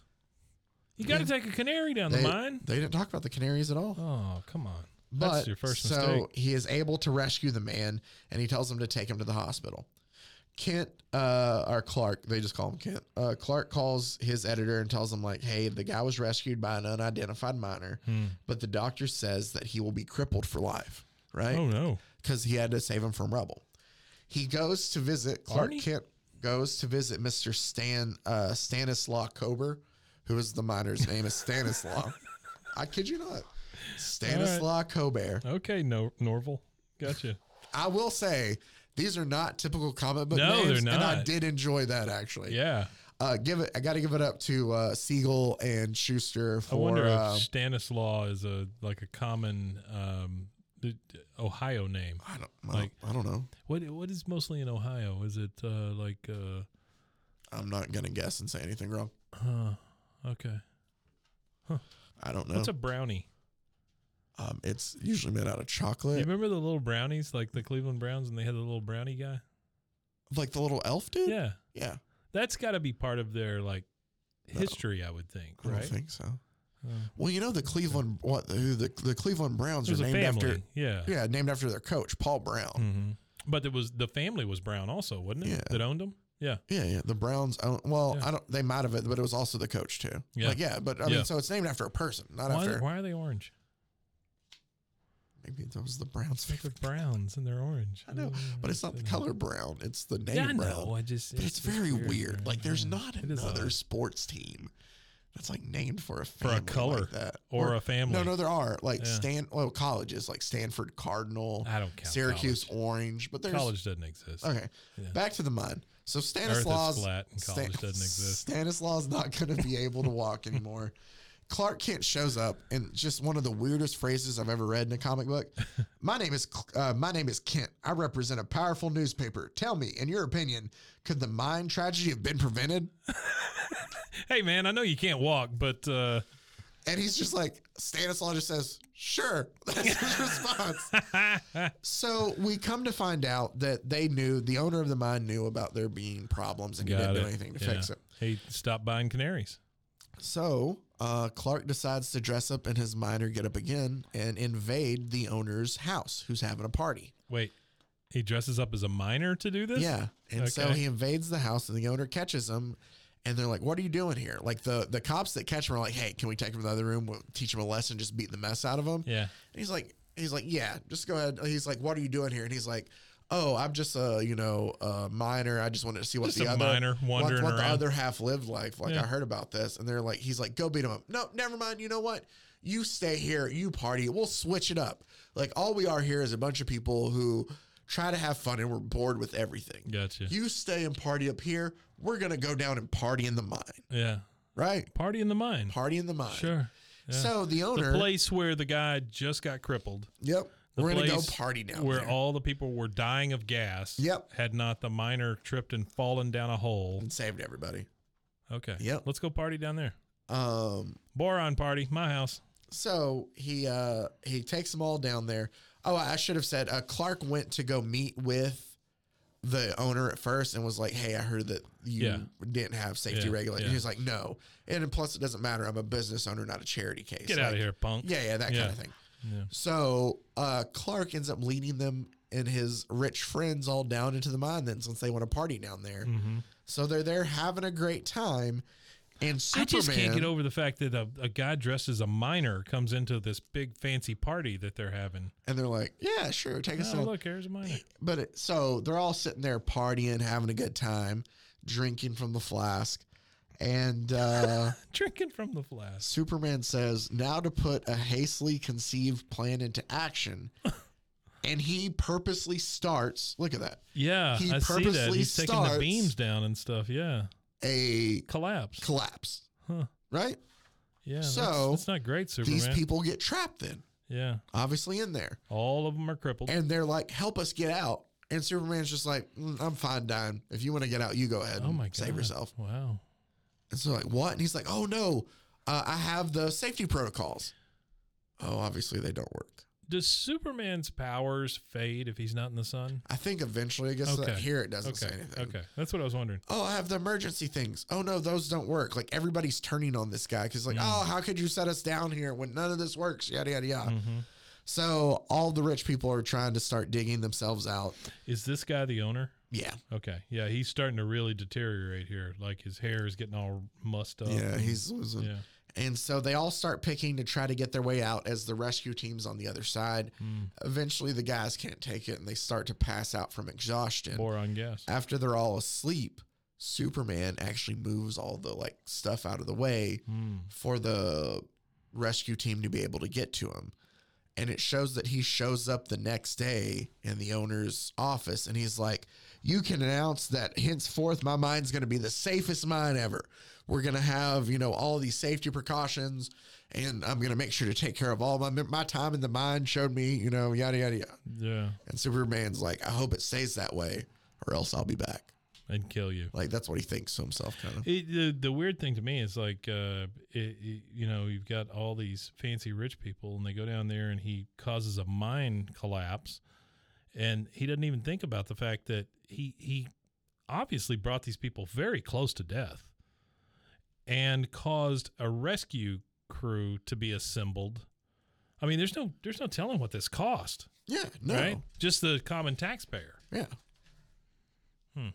[SPEAKER 3] You got to take a canary down
[SPEAKER 2] They,
[SPEAKER 3] the mine.
[SPEAKER 2] they didn't talk about the canaries at all.
[SPEAKER 3] Oh, come on.
[SPEAKER 2] But
[SPEAKER 3] That's your first
[SPEAKER 2] so
[SPEAKER 3] mistake.
[SPEAKER 2] he is able to rescue the man, and he tells him to take him to the hospital. Kent uh, or Clark, they just call him Kent. Uh, Clark calls his editor and tells him like, "Hey, the guy was rescued by an unidentified miner,
[SPEAKER 3] Hmm.
[SPEAKER 2] but the doctor says that he will be crippled for life,
[SPEAKER 3] Oh
[SPEAKER 2] right?
[SPEAKER 3] no.
[SPEAKER 2] Because he had to save him from rubble." He goes to visit Clark
[SPEAKER 3] Arnie?
[SPEAKER 2] Kent goes to visit Mister Stan uh, Stanislaw Kober, who is the miner's name is Stanislaw. I kid you not, Stanislaw Kober.
[SPEAKER 3] Okay, no Norval. Gotcha.
[SPEAKER 2] I will say these are not typical comic book
[SPEAKER 3] No,
[SPEAKER 2] names,
[SPEAKER 3] they're
[SPEAKER 2] and I
[SPEAKER 3] not.
[SPEAKER 2] did enjoy that actually.
[SPEAKER 3] Yeah.
[SPEAKER 2] uh, give it. I got to give it up to uh, Siegel and Schuster
[SPEAKER 3] I wonder
[SPEAKER 2] for.
[SPEAKER 3] if
[SPEAKER 2] Uh,
[SPEAKER 3] Stanislaw is a like a common um, the- the Ohio name.
[SPEAKER 2] I don't. I,
[SPEAKER 3] like-
[SPEAKER 2] don't, I don't know.
[SPEAKER 3] What what is mostly in Ohio? Is it uh, like uh,
[SPEAKER 2] I'm not gonna guess and say anything wrong.
[SPEAKER 3] okay?
[SPEAKER 2] I don't know.
[SPEAKER 3] What's a brownie?
[SPEAKER 2] um, it's usually made out of
[SPEAKER 3] You
[SPEAKER 2] chocolate,
[SPEAKER 3] remember the little brownies, like the Cleveland Browns, and they had the little brownie guy.
[SPEAKER 2] like the little elf dude.
[SPEAKER 3] Yeah,
[SPEAKER 2] yeah.
[SPEAKER 3] that's got to be part of their like
[SPEAKER 2] No.
[SPEAKER 3] history, I would think.
[SPEAKER 2] I
[SPEAKER 3] Right? Uh,
[SPEAKER 2] don't think so. Well, you know the Cleveland what who the the Cleveland Browns
[SPEAKER 3] It was
[SPEAKER 2] are
[SPEAKER 3] a
[SPEAKER 2] named
[SPEAKER 3] family.
[SPEAKER 2] after
[SPEAKER 3] yeah.
[SPEAKER 2] yeah named after their coach Paul Brown.
[SPEAKER 3] hmm But it was the family was Brown also, wasn't it?
[SPEAKER 2] Yeah.
[SPEAKER 3] That owned them. Yeah.
[SPEAKER 2] Yeah, yeah. The Browns own. Well,
[SPEAKER 3] Yeah.
[SPEAKER 2] I don't. They might have it, but it was also the coach too.
[SPEAKER 3] Yeah.
[SPEAKER 2] Like, yeah, but I
[SPEAKER 3] Yeah.
[SPEAKER 2] mean, so it's named after a person, not
[SPEAKER 3] Why,
[SPEAKER 2] after.
[SPEAKER 3] why are they orange?
[SPEAKER 2] Maybe that was the Browns.
[SPEAKER 3] They're the Browns and they're orange. Mm,
[SPEAKER 2] I know, but it's not the color brown. It's the name
[SPEAKER 3] Yeah, I
[SPEAKER 2] brown.
[SPEAKER 3] know. I just.
[SPEAKER 2] But it's,
[SPEAKER 3] just
[SPEAKER 2] very weird.
[SPEAKER 3] right?
[SPEAKER 2] Like, there's
[SPEAKER 3] Yeah.
[SPEAKER 2] not
[SPEAKER 3] It is
[SPEAKER 2] another
[SPEAKER 3] odd.
[SPEAKER 2] sports team that's like named for a
[SPEAKER 3] a
[SPEAKER 2] family
[SPEAKER 3] color
[SPEAKER 2] like that.
[SPEAKER 3] or a family.
[SPEAKER 2] No, no, there are like
[SPEAKER 3] Yeah.
[SPEAKER 2] Stan. Well, colleges like Stanford Cardinal,
[SPEAKER 3] I don't count
[SPEAKER 2] Syracuse Orange, but there's
[SPEAKER 3] College doesn't exist.
[SPEAKER 2] Okay,
[SPEAKER 3] Yeah.
[SPEAKER 2] back to the mine. So
[SPEAKER 3] Earth is
[SPEAKER 2] Stanislaus
[SPEAKER 3] flat and college doesn't exist.
[SPEAKER 2] Stanislaus not going to be able to walk anymore. Clark Kent shows up and just one of the weirdest phrases I've ever read in a comic book. My name is Cl- uh, my name is Kent. I represent a powerful newspaper. Tell me, in your opinion, could the mine tragedy have been prevented?
[SPEAKER 3] Hey man, I know you can't walk, but uh,
[SPEAKER 2] And he's just like Stanislaus just says, "Sure." That's his response. So we come to find out that they knew the owner of the mine knew about there being problems and he
[SPEAKER 3] got
[SPEAKER 2] didn't
[SPEAKER 3] it.
[SPEAKER 2] do anything to fix
[SPEAKER 3] Yeah.
[SPEAKER 2] it.
[SPEAKER 3] He stopped buying canaries.
[SPEAKER 2] So uh, Clark decides to dress up in his miner getup again and invade the owner's house, who's having a party.
[SPEAKER 3] Wait, he dresses up as a miner to do this?
[SPEAKER 2] Yeah, and so
[SPEAKER 3] Okay.
[SPEAKER 2] he invades the house, and the owner catches him. And they're like, "What are you doing here?" Like the the cops that catch him are like, "Hey, can we take him to the other room? We'll teach him a lesson, just beat the mess out of him."
[SPEAKER 3] Yeah.
[SPEAKER 2] And he's like, he's like, yeah, just go ahead. He's like, what are you doing here? And he's like, oh, I'm just a you know a miner. I just wanted to see what
[SPEAKER 3] Just
[SPEAKER 2] the
[SPEAKER 3] a
[SPEAKER 2] other
[SPEAKER 3] miner
[SPEAKER 2] what-
[SPEAKER 3] wandering
[SPEAKER 2] what,
[SPEAKER 3] around."
[SPEAKER 2] the other half lived life. Like
[SPEAKER 3] Yeah.
[SPEAKER 2] I heard about this, and they're like, he's like, go beat him up. No, never mind. You know what? You stay here. You party. We'll switch it up. Like all we are here is a bunch of people who try to have fun and we're bored with everything.
[SPEAKER 3] Gotcha.
[SPEAKER 2] You stay and party up here. We're gonna go down and party in the mine,
[SPEAKER 3] yeah.
[SPEAKER 2] right?
[SPEAKER 3] Party in the mine.
[SPEAKER 2] Party in the mine.
[SPEAKER 3] Sure. Yeah.
[SPEAKER 2] So the owner.
[SPEAKER 3] the place where the guy just got crippled.
[SPEAKER 2] yep.
[SPEAKER 3] The
[SPEAKER 2] We're gonna go
[SPEAKER 3] place
[SPEAKER 2] party down
[SPEAKER 3] where
[SPEAKER 2] there.
[SPEAKER 3] all the people were dying of gas.
[SPEAKER 2] Yep.
[SPEAKER 3] Had not the miner tripped and fallen down a hole.
[SPEAKER 2] and saved everybody.
[SPEAKER 3] Okay.
[SPEAKER 2] Yep.
[SPEAKER 3] Let's go party down there.
[SPEAKER 2] Um,
[SPEAKER 3] Boron party, my house.
[SPEAKER 2] so he uh he takes them all down there. Oh, I should have said uh, Clark went to go meet with the owner at first and was like, "Hey, I heard that you
[SPEAKER 3] Yeah.
[SPEAKER 2] didn't have safety
[SPEAKER 3] Yeah,
[SPEAKER 2] regulations."
[SPEAKER 3] yeah.
[SPEAKER 2] He was like, "No," and then plus it doesn't matter. I'm a business owner, not a charity case.
[SPEAKER 3] Get out of
[SPEAKER 2] Like,
[SPEAKER 3] here, punk.
[SPEAKER 2] Yeah, yeah, that
[SPEAKER 3] Yeah.
[SPEAKER 2] kind of thing.
[SPEAKER 3] Yeah.
[SPEAKER 2] So uh, Clark ends up leading them and his rich friends all down into the mine then, since they want to party down there. So they're there having a great time. And Superman,
[SPEAKER 3] Mm-hmm. I just can't get over the fact that a, a guy dressed as a miner comes into this big fancy party that they're having.
[SPEAKER 2] and they're like, "Yeah, sure, take us
[SPEAKER 3] Oh,
[SPEAKER 2] down."
[SPEAKER 3] look, here's a miner.
[SPEAKER 2] But it, so they're all sitting there partying, having a good time, drinking from the flask. And uh,
[SPEAKER 3] Drinking from the flask.
[SPEAKER 2] Superman says, now to put a hastily conceived plan into action. And he purposely starts, look at that,
[SPEAKER 3] Yeah,
[SPEAKER 2] He
[SPEAKER 3] I see that.
[SPEAKER 2] purposely
[SPEAKER 3] He's taking the
[SPEAKER 2] starts-
[SPEAKER 3] beams down and stuff. Yeah.
[SPEAKER 2] a
[SPEAKER 3] Collapse.
[SPEAKER 2] collapse,
[SPEAKER 3] Huh.
[SPEAKER 2] right?
[SPEAKER 3] Yeah.
[SPEAKER 2] So,
[SPEAKER 3] it's not great, Superman.
[SPEAKER 2] These people get trapped then,
[SPEAKER 3] yeah.
[SPEAKER 2] obviously in there.
[SPEAKER 3] All of them are crippled.
[SPEAKER 2] And they're like, help us get out. And Superman's just like, "Mm, I'm fine, dying. If you want to get out, you go ahead
[SPEAKER 3] oh
[SPEAKER 2] and
[SPEAKER 3] my god.
[SPEAKER 2] save yourself.
[SPEAKER 3] Wow.
[SPEAKER 2] And so like, what? And he's like, oh no, uh, I have the safety protocols. Oh, obviously they don't work.
[SPEAKER 3] Does Superman's powers fade if he's not in the sun?
[SPEAKER 2] I think eventually, I guess that
[SPEAKER 3] Okay.
[SPEAKER 2] here it doesn't
[SPEAKER 3] Okay.
[SPEAKER 2] say anything.
[SPEAKER 3] Okay. That's what I was wondering.
[SPEAKER 2] Oh, I have the emergency things. Oh no, those don't work. Like everybody's turning on this guy because like,
[SPEAKER 3] Mm.
[SPEAKER 2] oh, how could you set us down here when none of this works? Yada yada
[SPEAKER 3] Mm.
[SPEAKER 2] yada.
[SPEAKER 3] Mm-hmm.
[SPEAKER 2] So all the rich people are trying to start digging themselves out.
[SPEAKER 3] Is this guy the owner?
[SPEAKER 2] Yeah,
[SPEAKER 3] Okay. Yeah, he's starting to really deteriorate here. Like his hair is getting all mussed up.
[SPEAKER 2] yeah, he's losing.
[SPEAKER 3] mm. Yeah.
[SPEAKER 2] And so they all start picking to try to get their way out as the rescue team's on the other side.
[SPEAKER 3] Hmm.
[SPEAKER 2] Eventually, the guys can't take it and they start to pass out from exhaustion.
[SPEAKER 3] Boron gas.
[SPEAKER 2] After they're all asleep, Superman actually moves all the like stuff out of the way
[SPEAKER 3] Hmm.
[SPEAKER 2] for the rescue team to be able to get to him. And it shows that he shows up the next day in the owner's office and he's like, You can announce that henceforth my mine's going to be the safest mine ever. We're going to have, you know, all these safety precautions and I'm going to make sure to take care of all my, my time in the mine showed me, you know, yada, yada, yada.
[SPEAKER 3] Yeah.
[SPEAKER 2] And Superman's like, I hope it stays that way or else I'll be back.
[SPEAKER 3] And kill you.
[SPEAKER 2] Like, that's what he thinks to himself, kind of.
[SPEAKER 3] It, the, the weird thing to me is like, uh, it, it- you know, you've got all these fancy rich people, and they go down there, and he causes a mine collapse, and he doesn't even think about the fact that he he obviously brought these people very close to death, and caused a rescue crew to be assembled. I mean, there's no there's no telling what this cost,
[SPEAKER 2] Yeah, no.
[SPEAKER 3] right? Just the common taxpayer.
[SPEAKER 2] Yeah.
[SPEAKER 3] Hmm.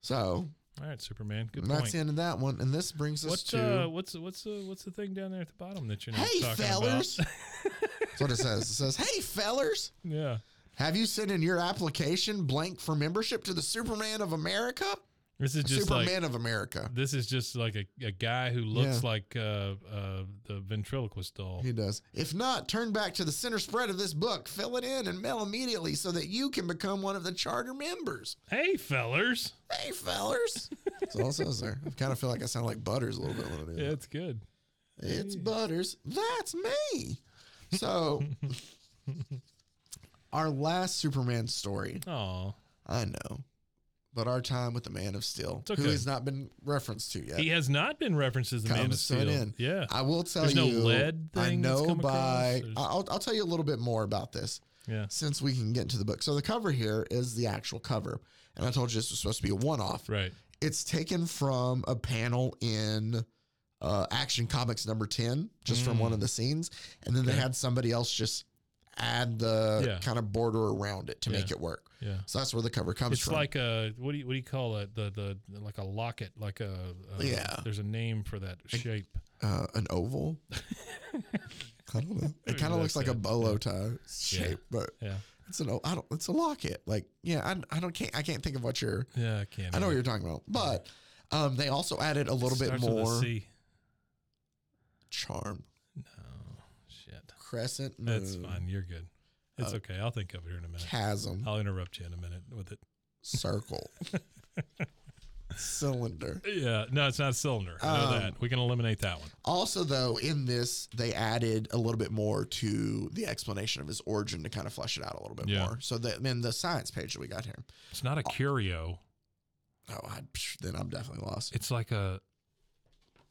[SPEAKER 2] So
[SPEAKER 3] All right, Superman. Good
[SPEAKER 2] that's
[SPEAKER 3] point.
[SPEAKER 2] the end of that one. And this brings us
[SPEAKER 3] What's
[SPEAKER 2] to
[SPEAKER 3] uh, what's what's uh, what's the thing down there at the bottom that you're not
[SPEAKER 2] Hey
[SPEAKER 3] talking
[SPEAKER 2] fellers.
[SPEAKER 3] about?
[SPEAKER 2] That's what it says. It says, Hey fellers,
[SPEAKER 3] yeah,
[SPEAKER 2] have you sent in your application blank for membership to the Superman of America?
[SPEAKER 3] this is just like
[SPEAKER 2] Superman of America.
[SPEAKER 3] This is just like a, a guy who looks like uh, uh, the ventriloquist doll.
[SPEAKER 2] He does. If not, turn back to the center spread of this book, fill it in, and mail immediately so that you can become one of the charter members.
[SPEAKER 3] Hey, fellers.
[SPEAKER 2] Hey, fellers. That's all it says there. I kind of feel like I sound like Butters a little bit when I do that.
[SPEAKER 3] Yeah, it's good.
[SPEAKER 2] It's Butters. That's me. So, our last Superman story,
[SPEAKER 3] Oh,
[SPEAKER 2] I know, but our time with the Man of Steel,
[SPEAKER 3] It's okay.
[SPEAKER 2] who has not been referenced to yet.
[SPEAKER 3] he has not been referenced as the man of
[SPEAKER 2] comes to
[SPEAKER 3] steel.
[SPEAKER 2] an end.
[SPEAKER 3] Yeah.
[SPEAKER 2] I will tell
[SPEAKER 3] There's no
[SPEAKER 2] you.
[SPEAKER 3] lead
[SPEAKER 2] I
[SPEAKER 3] thing that's
[SPEAKER 2] know
[SPEAKER 3] come across?
[SPEAKER 2] by.
[SPEAKER 3] There's-
[SPEAKER 2] I'll, I'll tell you a little bit more about this
[SPEAKER 3] yeah.
[SPEAKER 2] since we can get into the book. So the cover here is the actual cover, and I told you this was supposed to be a one-off.
[SPEAKER 3] Right.
[SPEAKER 2] It's taken from a panel in uh, Action Comics number ten, just from
[SPEAKER 3] Mm.
[SPEAKER 2] one of the scenes, and then they
[SPEAKER 3] Okay.
[SPEAKER 2] had somebody else just add the
[SPEAKER 3] Yeah.
[SPEAKER 2] kind of border around it to make
[SPEAKER 3] Yeah.
[SPEAKER 2] it work.
[SPEAKER 3] Yeah.
[SPEAKER 2] So that's where the cover comes
[SPEAKER 3] It's
[SPEAKER 2] from.
[SPEAKER 3] like a what do you what do you call it? The the like a locket, like a uh,
[SPEAKER 2] Yeah.
[SPEAKER 3] There's a name for that shape.
[SPEAKER 2] uh, an oval. I don't know. It kind of looks
[SPEAKER 3] that's
[SPEAKER 2] like a
[SPEAKER 3] it.
[SPEAKER 2] bolo tie shape, but
[SPEAKER 3] Yeah.
[SPEAKER 2] it's an o- I don't. It's a locket. Like yeah, I, I don't can't I can't think of what you're.
[SPEAKER 3] Yeah. I can't.
[SPEAKER 2] I know what
[SPEAKER 3] either.
[SPEAKER 2] you're talking about, but um, they also added a little bit
[SPEAKER 3] Starts with a
[SPEAKER 2] more
[SPEAKER 3] C.
[SPEAKER 2] charm.
[SPEAKER 3] No. Shit.
[SPEAKER 2] Crescent moon
[SPEAKER 3] That's fine. You're good. It's
[SPEAKER 2] Uh,
[SPEAKER 3] okay. I'll think of it here in a minute.
[SPEAKER 2] chasm
[SPEAKER 3] I'll interrupt you in a minute with it.
[SPEAKER 2] circle cylinder.
[SPEAKER 3] Yeah, no, it's not a cylinder. I know
[SPEAKER 2] Um,
[SPEAKER 3] that. We can eliminate that one.
[SPEAKER 2] Also, though, in this they added a little bit more to the explanation of his origin to kind of flesh it out a little bit
[SPEAKER 3] Yeah.
[SPEAKER 2] more. So that in the science page that we got here.
[SPEAKER 3] It's not a curio.
[SPEAKER 2] Oh, I, psh, then I'm definitely lost.
[SPEAKER 3] It's like a.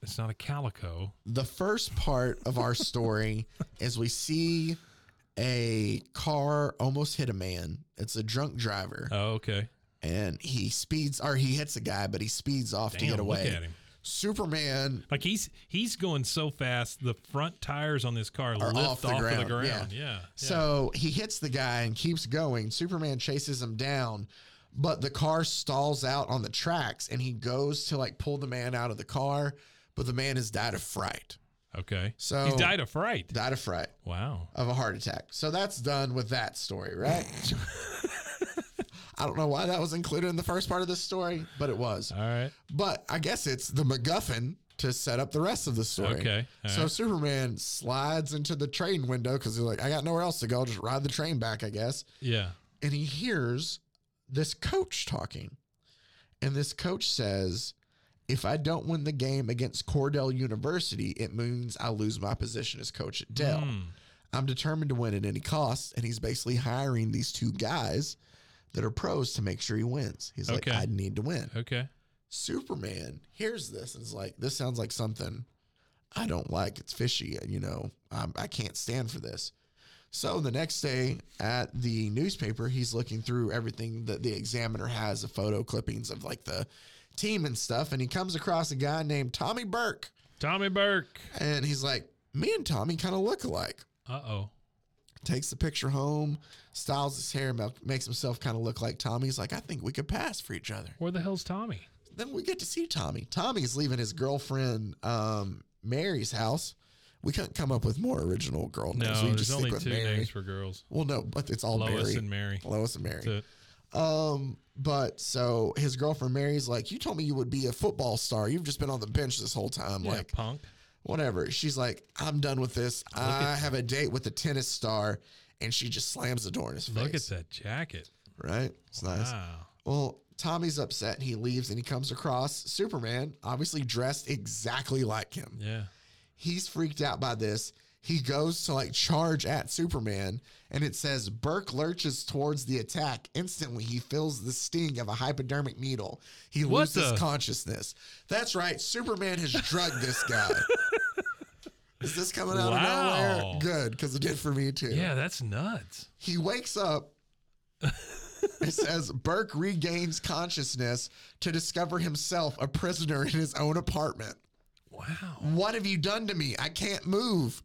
[SPEAKER 3] It's not a calico.
[SPEAKER 2] the first part of our story is we see a car almost hit a man. It's a drunk driver,
[SPEAKER 3] Oh, okay.
[SPEAKER 2] and he speeds or he hits a guy, but he speeds off to
[SPEAKER 3] Damn,
[SPEAKER 2] get
[SPEAKER 3] look at
[SPEAKER 2] away.
[SPEAKER 3] him.
[SPEAKER 2] Superman
[SPEAKER 3] Like he's he's going so fast, the front tires on this car
[SPEAKER 2] Are
[SPEAKER 3] lift
[SPEAKER 2] off
[SPEAKER 3] off,
[SPEAKER 2] the
[SPEAKER 3] of the
[SPEAKER 2] ground, yeah.
[SPEAKER 3] ground. Yeah. yeah.
[SPEAKER 2] So he hits the guy and keeps going. Superman chases him down, but the car stalls out on the tracks and he goes to like pull the man out of the car, but the man has died of fright.
[SPEAKER 3] okay.
[SPEAKER 2] So-
[SPEAKER 3] he died of fright.
[SPEAKER 2] Died of fright
[SPEAKER 3] Wow.
[SPEAKER 2] of a heart attack. So that's done with that story, right? I don't know why that was included in the first part of this story, but it was.
[SPEAKER 3] All right.
[SPEAKER 2] But I guess it's the MacGuffin to set up the rest of the story.
[SPEAKER 3] Okay, all
[SPEAKER 2] So
[SPEAKER 3] right.
[SPEAKER 2] Superman slides into the train window because he's like, I got nowhere else to go. I'll just ride the train back, I guess.
[SPEAKER 3] Yeah.
[SPEAKER 2] And he hears this coach talking. And this coach says, If I don't win the game against Cordell University, it means I lose my position as coach at Dell.
[SPEAKER 3] Hmm.
[SPEAKER 2] I'm determined to win at any cost. And he's basically hiring these two guys that are pros to make sure he wins. He's
[SPEAKER 3] Okay.
[SPEAKER 2] like, I need to win.
[SPEAKER 3] Okay.
[SPEAKER 2] Superman hears this and is like, this sounds like something I don't like. It's fishy. You know, I'm, I can't stand for this. So the next day at the newspaper, he's looking through everything that the examiner has of photo clippings of like the team and stuff. And he comes across a guy named Tommy Burke.
[SPEAKER 3] Tommy Burke.
[SPEAKER 2] And he's like, me and Tommy kind of look alike.
[SPEAKER 3] Uh oh.
[SPEAKER 2] Takes the picture home, styles his hair, ma- makes himself kind of look like Tommy. He's like, I think we could pass for each other
[SPEAKER 3] Where the hell's Tommy?
[SPEAKER 2] then we get to see Tommy. Tommy's leaving his girlfriend um, Mary's house. We couldn't come up with more original girl names.
[SPEAKER 3] No,
[SPEAKER 2] we
[SPEAKER 3] there's only two
[SPEAKER 2] Mary.
[SPEAKER 3] names for girls.
[SPEAKER 2] well, no, but it's all
[SPEAKER 3] Lois
[SPEAKER 2] Mary.
[SPEAKER 3] and Mary.
[SPEAKER 2] Lois and Mary.
[SPEAKER 3] That's it.
[SPEAKER 2] Um, but so his girlfriend Mary's like, "You told me you would be a football star. You've just been on the bench this whole time.
[SPEAKER 3] Yeah,
[SPEAKER 2] Like,
[SPEAKER 3] punk.
[SPEAKER 2] whatever." She's like, "I'm done with this.
[SPEAKER 3] at
[SPEAKER 2] I have a date with a tennis star," and she just slams the door in his face.
[SPEAKER 3] Look at that jacket.
[SPEAKER 2] Right? It's nice.
[SPEAKER 3] Wow.
[SPEAKER 2] Well, Tommy's upset and he leaves and he comes across Superman, obviously dressed exactly like him.
[SPEAKER 3] Yeah.
[SPEAKER 2] He's freaked out by this. He goes to like charge at Superman and it says Burke lurches towards the attack. Instantly, he feels the sting of a hypodermic needle. He
[SPEAKER 3] What
[SPEAKER 2] loses
[SPEAKER 3] the-
[SPEAKER 2] consciousness. That's right. Superman has drugged this guy. Is this coming out of
[SPEAKER 3] Wow.
[SPEAKER 2] nowhere? Good, because it did for me too.
[SPEAKER 3] Yeah, that's nuts.
[SPEAKER 2] He wakes up. it says Burke regains consciousness to discover himself a prisoner in his own apartment.
[SPEAKER 3] Wow.
[SPEAKER 2] What have you done to me? I can't move.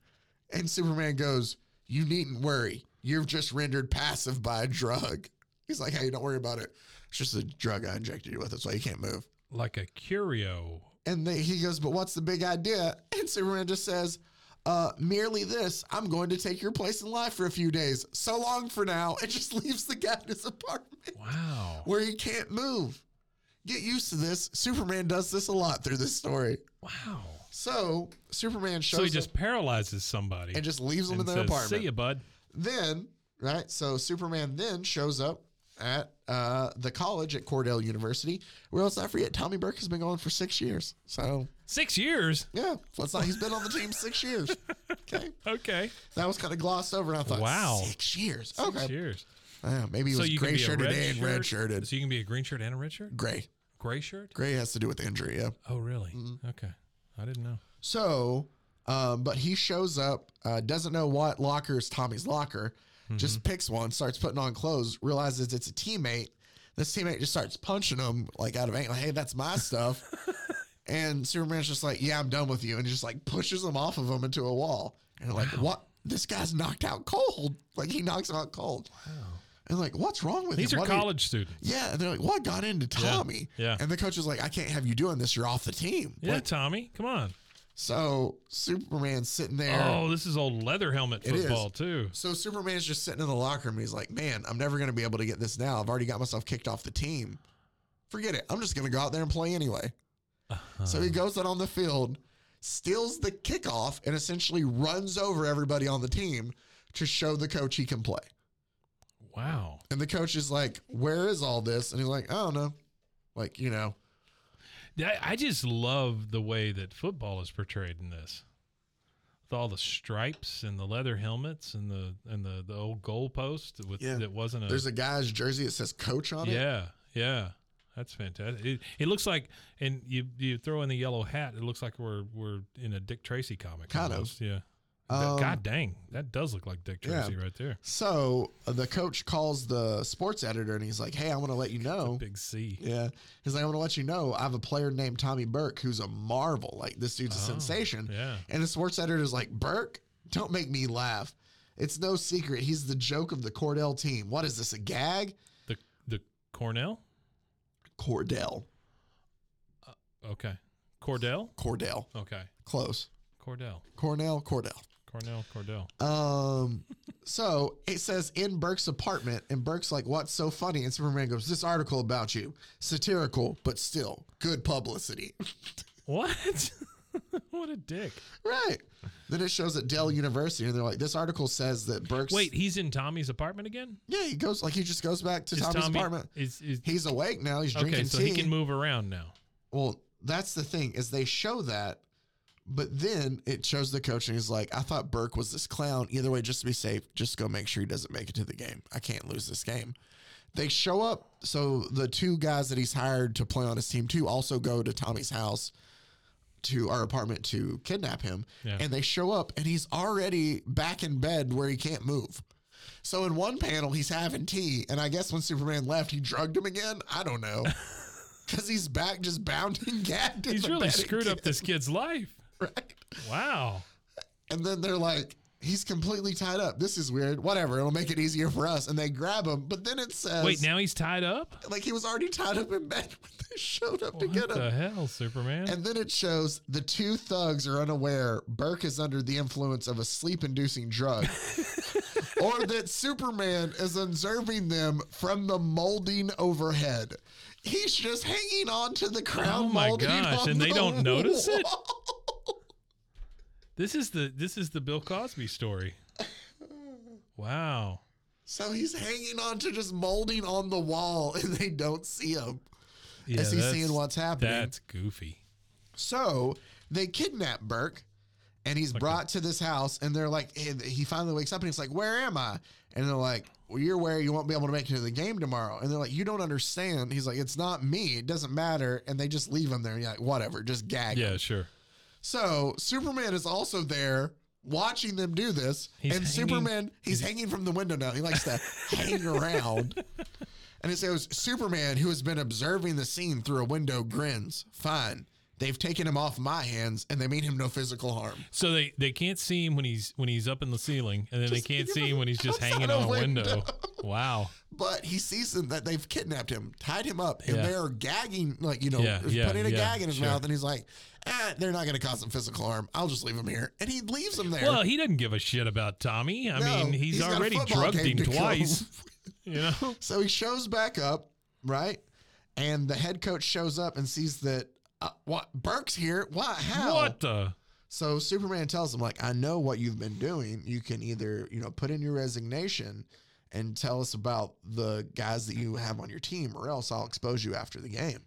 [SPEAKER 2] And Superman goes, You needn't worry. You've just rendered passive by a drug. He's like, Hey, don't worry about it. It's just a drug I injected you with. That's why you can't move.
[SPEAKER 3] Like a curio.
[SPEAKER 2] And they, he goes, But what's the big idea? And Superman just says, uh, merely this, I'm going to take your place in life for a few days. So long for now. And just leaves the guy in his apartment
[SPEAKER 3] Wow.
[SPEAKER 2] where he can't move. Get used to this. Superman does this a lot through this story.
[SPEAKER 3] Wow.
[SPEAKER 2] So Superman shows
[SPEAKER 3] So he
[SPEAKER 2] up
[SPEAKER 3] just paralyzes somebody
[SPEAKER 2] and just leaves them
[SPEAKER 3] and
[SPEAKER 2] in their
[SPEAKER 3] says,
[SPEAKER 2] apartment.
[SPEAKER 3] "See you, bud."
[SPEAKER 2] Then, right? So Superman then shows up at uh, the college at Cordell University. Well, let's not forget Tommy Burke has been going for six years. So
[SPEAKER 3] Six years.
[SPEAKER 2] yeah, let's not. He's been on the team six years. Okay,
[SPEAKER 3] Okay.
[SPEAKER 2] that was kind of glossed over. And I thought,
[SPEAKER 3] Wow.
[SPEAKER 2] six years.
[SPEAKER 3] Six
[SPEAKER 2] okay,
[SPEAKER 3] years.
[SPEAKER 2] Yeah, maybe he was
[SPEAKER 3] you can
[SPEAKER 2] gray
[SPEAKER 3] be a
[SPEAKER 2] shirted
[SPEAKER 3] red
[SPEAKER 2] and
[SPEAKER 3] shirt-
[SPEAKER 2] red shirted.
[SPEAKER 3] So you can be a green shirt and a red shirt.
[SPEAKER 2] Gray,
[SPEAKER 3] Gray shirt.
[SPEAKER 2] gray has to do with injury. Yeah.
[SPEAKER 3] Oh, really?
[SPEAKER 2] Mm-hmm.
[SPEAKER 3] Okay. I didn't know.
[SPEAKER 2] So, um, but he shows up, uh, doesn't know what locker is Tommy's locker, just
[SPEAKER 3] Mm-hmm.
[SPEAKER 2] picks one, starts putting on clothes, realizes it's a teammate. This teammate just starts punching him like out of anger. Like, hey, that's my stuff. and Superman's just like, yeah, I'm done with you, and just like pushes him off of him into a wall. And like, what? This guy's knocked out cold. Like he knocks him out cold. And like, what's wrong with
[SPEAKER 3] These
[SPEAKER 2] him?
[SPEAKER 3] are
[SPEAKER 2] What you-
[SPEAKER 3] college students.
[SPEAKER 2] yeah, and they're like, "What got into Tommy?"
[SPEAKER 3] yeah.
[SPEAKER 2] and the coach is like, "I can't have you doing this. You're off the team."
[SPEAKER 3] Yeah,
[SPEAKER 2] Like,
[SPEAKER 3] Tommy. Come on.
[SPEAKER 2] so Superman's sitting there.
[SPEAKER 3] Oh, this is old leather helmet
[SPEAKER 2] It is.
[SPEAKER 3] football too.
[SPEAKER 2] So Superman's just sitting in the locker room. He's like, man, I'm never going to be able to get this now. I've already got myself kicked off the team. Forget it. I'm just going to go out there and play anyway.
[SPEAKER 3] Uh-huh.
[SPEAKER 2] So he goes out on the field, steals the kickoff, and essentially runs over everybody on the team to show the coach he can play.
[SPEAKER 3] Wow.
[SPEAKER 2] And the coach is like, where is all this? And he's like, I don't know. Like, you know,
[SPEAKER 3] I, I just love the way that football is portrayed in this, with all the stripes and the leather helmets and the and the, the old goalpost with
[SPEAKER 2] Yeah.
[SPEAKER 3] that wasn't a
[SPEAKER 2] there's a guy's jersey that says coach on it.
[SPEAKER 3] Uh, yeah yeah that's fantastic. It, it looks like and you you throw in the yellow hat. It looks like we're we're in a Dick Tracy comic.
[SPEAKER 2] Kind of.
[SPEAKER 3] almost. yeah.
[SPEAKER 2] Um,
[SPEAKER 3] God dang, that does look like Dick
[SPEAKER 2] yeah.
[SPEAKER 3] Tracy right there.
[SPEAKER 2] So uh, the coach calls the sports editor and he's like, hey, I want to let you know.
[SPEAKER 3] Big C.
[SPEAKER 2] Yeah. He's like, I want to let you know I have a player named Tommy Burke who's a marvel. Like, this dude's a
[SPEAKER 3] Oh,
[SPEAKER 2] sensation.
[SPEAKER 3] yeah.
[SPEAKER 2] And the sports editor's like, Burke, don't make me laugh. It's no secret. He's the joke of the Cordell team. What is this, a gag?
[SPEAKER 3] The the Cornell.
[SPEAKER 2] Cordell.
[SPEAKER 3] Okay. Cordell?
[SPEAKER 2] Cordell.
[SPEAKER 3] Okay.
[SPEAKER 2] Close.
[SPEAKER 3] Cordell.
[SPEAKER 2] Cornell, Cordell.
[SPEAKER 3] Cornell, Cordell.
[SPEAKER 2] Um, so it says in Burke's apartment, and Burke's like, "What's so funny?" And Superman goes, "This article about you, satirical, but still good publicity."
[SPEAKER 3] What? what a dick.
[SPEAKER 2] right. Then it shows at Dell University, and they're like, "This article says that Burke's
[SPEAKER 3] Wait, he's in Tommy's apartment again?
[SPEAKER 2] Yeah, he goes like he just goes back to
[SPEAKER 3] Is
[SPEAKER 2] Tommy's
[SPEAKER 3] Tommy-
[SPEAKER 2] apartment.
[SPEAKER 3] Is, is,
[SPEAKER 2] He's awake now. He's drinking
[SPEAKER 3] okay, so
[SPEAKER 2] tea.
[SPEAKER 3] he can move around now.
[SPEAKER 2] Well, that's the thing is they show that, but then it shows the coach and he's like, "I thought Burke was this clown. Either way, just to be safe, just go make sure he doesn't make it to the game. I can't lose this game." They show up, so the two guys that he's hired to play on his team too also go to Tommy's house to our apartment to kidnap him,
[SPEAKER 3] Yeah.
[SPEAKER 2] and they show up and he's already back in bed where he can't move. So in one panel he's having tea, and I guess when Superman left, he drugged him again. I don't know. Because he's back just bounding gagged. in
[SPEAKER 3] He's
[SPEAKER 2] the
[SPEAKER 3] really
[SPEAKER 2] bed
[SPEAKER 3] screwed up
[SPEAKER 2] again,
[SPEAKER 3] this kid's life.
[SPEAKER 2] Right?
[SPEAKER 3] Wow.
[SPEAKER 2] And then they're like, he's completely tied up. This is weird. Whatever. It'll make it easier for us. And they grab him. But then it says,
[SPEAKER 3] Wait, now he's tied up?
[SPEAKER 2] like he was already tied up in bed when they showed up to
[SPEAKER 3] What
[SPEAKER 2] get him.
[SPEAKER 3] the hell, Superman?
[SPEAKER 2] And then it shows the two thugs are unaware Burke is under the influence of a sleep inducing drug, or that Superman is observing them from the molding overhead. He's just hanging on to the crown.
[SPEAKER 3] Oh my
[SPEAKER 2] molding
[SPEAKER 3] gosh,
[SPEAKER 2] on
[SPEAKER 3] and they
[SPEAKER 2] the
[SPEAKER 3] don't notice it?
[SPEAKER 2] wall.
[SPEAKER 3] this is the this is the Bill Cosby story. Wow.
[SPEAKER 2] So he's hanging on to just molding on the wall, and they don't see him.
[SPEAKER 3] Yeah,
[SPEAKER 2] Is he
[SPEAKER 3] that's-
[SPEAKER 2] seeing what's happening?
[SPEAKER 3] That's goofy.
[SPEAKER 2] So they kidnap Burke and he's brought to this house and they're like, and he finally wakes up and he's like, where am I? And they're like, well, you're where you won't be able to make it to the game tomorrow. And they're like, you don't understand. He's like, it's not me. It doesn't matter. And they just leave him there. You're like, whatever, just gag. him.
[SPEAKER 3] Yeah, sure.
[SPEAKER 2] So Superman is also there watching them do this.
[SPEAKER 3] He's
[SPEAKER 2] and
[SPEAKER 3] hanging-
[SPEAKER 2] Superman, he's hanging from the window now. He likes to hang around. And it says Superman, who has been observing the scene through a window, grins. Fine. They've taken him off my hands and they mean him no physical harm.
[SPEAKER 3] So they, they can't see him when he's when he's up in the ceiling, and then
[SPEAKER 2] Just
[SPEAKER 3] they can't
[SPEAKER 2] give
[SPEAKER 3] see
[SPEAKER 2] him
[SPEAKER 3] him when he's just
[SPEAKER 2] outside
[SPEAKER 3] hanging
[SPEAKER 2] a
[SPEAKER 3] on a window.
[SPEAKER 2] window.
[SPEAKER 3] Wow.
[SPEAKER 2] But he sees them that they've kidnapped him, tied him up, and
[SPEAKER 3] Yeah.
[SPEAKER 2] they're gagging, like, you know,
[SPEAKER 3] Yeah, yeah,
[SPEAKER 2] putting a
[SPEAKER 3] yeah,
[SPEAKER 2] gag in his
[SPEAKER 3] sure.
[SPEAKER 2] mouth. And he's like, eh, they're not going to cause him physical harm. I'll just leave him here. And he leaves him there.
[SPEAKER 3] Well, he doesn't give a shit about Tommy. I
[SPEAKER 2] No,
[SPEAKER 3] mean, he's,
[SPEAKER 2] he's got a
[SPEAKER 3] already
[SPEAKER 2] football
[SPEAKER 3] drugged
[SPEAKER 2] game
[SPEAKER 3] him
[SPEAKER 2] to go.
[SPEAKER 3] twice. you know.
[SPEAKER 2] So he shows back up, right? And the head coach shows up and sees that uh, what Burke's here. What? How?
[SPEAKER 3] What the?
[SPEAKER 2] So Superman tells him, like, I know what you've been doing. You can either, you know, put in your resignation and tell us about the guys that you have on your team, or else I'll expose you after the game.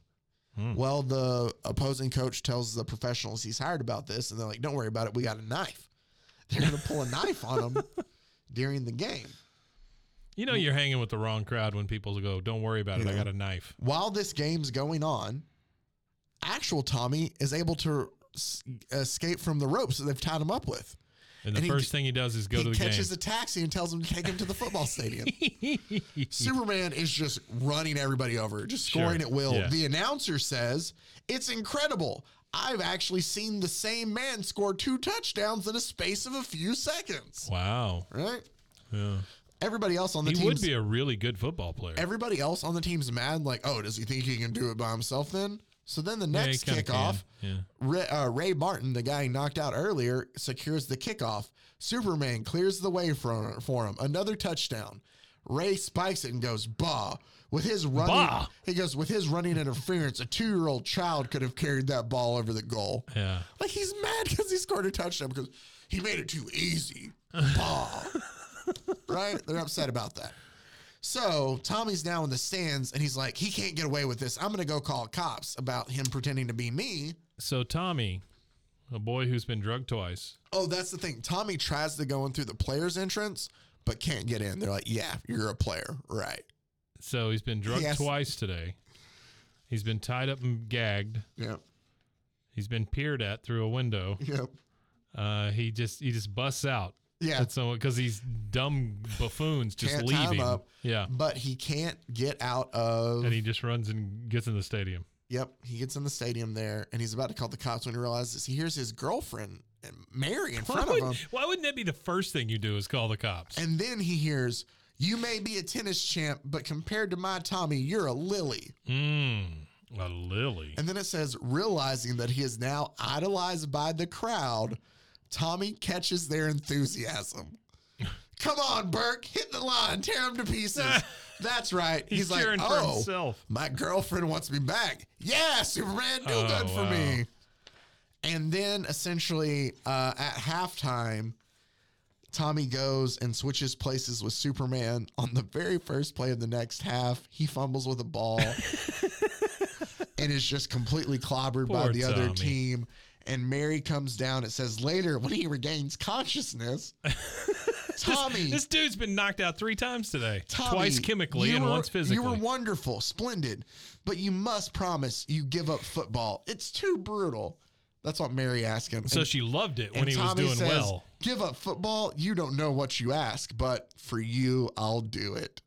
[SPEAKER 3] Hmm.
[SPEAKER 2] Well, the opposing coach tells the professionals he's hired about this, and they're like, Don't worry about it. We got a knife. They're going to pull a knife on him during the game.
[SPEAKER 3] You know you're hanging with the wrong crowd when people go, "Don't worry about it. I
[SPEAKER 2] Yeah.
[SPEAKER 3] got a knife."
[SPEAKER 2] while this game's going on, actual Tommy is able to s- escape from the ropes that they've tied him up with.
[SPEAKER 3] And the
[SPEAKER 2] And he
[SPEAKER 3] first
[SPEAKER 2] d-
[SPEAKER 3] thing he does is go
[SPEAKER 2] he
[SPEAKER 3] to the
[SPEAKER 2] catches
[SPEAKER 3] game.
[SPEAKER 2] a taxi and tells him to take him to the football stadium. Superman is just running everybody over, just
[SPEAKER 3] Sure,
[SPEAKER 2] scoring at will.
[SPEAKER 3] yeah.
[SPEAKER 2] The announcer says, It's incredible. I've actually seen the same man score two touchdowns in a space of a few seconds.
[SPEAKER 3] wow.
[SPEAKER 2] Right?
[SPEAKER 3] Yeah.
[SPEAKER 2] Everybody else on the
[SPEAKER 3] He would
[SPEAKER 2] team
[SPEAKER 3] be a really good football player.
[SPEAKER 2] everybody else on the team's mad. Like, oh, does he think he can do it by himself then? So then the
[SPEAKER 3] Yeah, he
[SPEAKER 2] next
[SPEAKER 3] kinda can.
[SPEAKER 2] kickoff,
[SPEAKER 3] Yeah.
[SPEAKER 2] Ray, uh, Ray Martin, the guy he knocked out earlier, secures the kickoff. Superman clears the way for, for him. Another touchdown. Ray spikes it and goes bah. With his running,
[SPEAKER 3] Bah.
[SPEAKER 2] he goes with his running interference. A two-year-old child could have carried that ball over the goal.
[SPEAKER 3] Yeah.
[SPEAKER 2] Like he's mad because he scored a touchdown because he made it too easy. Bah. right? They're upset about that. So Tommy's now in the stands and he's like, he can't get away with this. I'm going to go call cops about him pretending to be me.
[SPEAKER 3] So Tommy, a boy who's been drugged twice.
[SPEAKER 2] Oh, that's the thing. Tommy tries to go in through the player's entrance, but can't get in. They're like, yeah, you're a player. Right.
[SPEAKER 3] So he's been drugged
[SPEAKER 2] Yes.
[SPEAKER 3] twice today. He's been tied up and gagged.
[SPEAKER 2] Yep.
[SPEAKER 3] He's been peered at through a window.
[SPEAKER 2] Yep.
[SPEAKER 3] Uh, he just he just busts out
[SPEAKER 2] Yeah.
[SPEAKER 3] at someone because these dumb buffoons just
[SPEAKER 2] Can't
[SPEAKER 3] leave
[SPEAKER 2] tie him
[SPEAKER 3] him.
[SPEAKER 2] up.
[SPEAKER 3] Yeah,
[SPEAKER 2] But he can't get out of.
[SPEAKER 3] and he just runs and gets in the stadium.
[SPEAKER 2] Yep, he gets in the stadium there, and he's about to call the cops when he realizes he hears his girlfriend and Mary in
[SPEAKER 3] Why,
[SPEAKER 2] front
[SPEAKER 3] would,
[SPEAKER 2] of him,
[SPEAKER 3] not that be the first thing you do? Is call the cops?
[SPEAKER 2] and then he hears, "You may be a tennis champ, but compared to my Tommy, you're a lily."
[SPEAKER 3] Mm, a lily.
[SPEAKER 2] And then it says, realizing that he is now idolized by the crowd, Tommy catches their enthusiasm. Come on, Burke, hit the line, tear him to pieces. That's right.
[SPEAKER 3] He's
[SPEAKER 2] He's, like,
[SPEAKER 3] cheering for
[SPEAKER 2] oh,
[SPEAKER 3] himself."
[SPEAKER 2] my girlfriend wants me back. Yeah, Superman, do
[SPEAKER 3] Oh,
[SPEAKER 2] good for
[SPEAKER 3] wow.
[SPEAKER 2] me. And then essentially uh, at halftime, Tommy goes and switches places with Superman on the very first play of the next half. He fumbles with a ball and is just completely clobbered by
[SPEAKER 3] Poor
[SPEAKER 2] the other
[SPEAKER 3] Tommy.
[SPEAKER 2] team. And Mary comes down. It says later when he regains consciousness, Tommy,
[SPEAKER 3] This dude's been knocked out three times today.
[SPEAKER 2] Tommy,
[SPEAKER 3] Twice chemically
[SPEAKER 2] you
[SPEAKER 3] and
[SPEAKER 2] were-
[SPEAKER 3] once physically.
[SPEAKER 2] You were wonderful, splendid, but you must promise you give up football. It's too brutal. That's what Mary asked him.
[SPEAKER 3] so
[SPEAKER 2] And-
[SPEAKER 3] she loved it when
[SPEAKER 2] and
[SPEAKER 3] he was
[SPEAKER 2] Tommy
[SPEAKER 3] doing
[SPEAKER 2] says,
[SPEAKER 3] well.
[SPEAKER 2] Give up football. You don't know what you ask, but for you, I'll do it.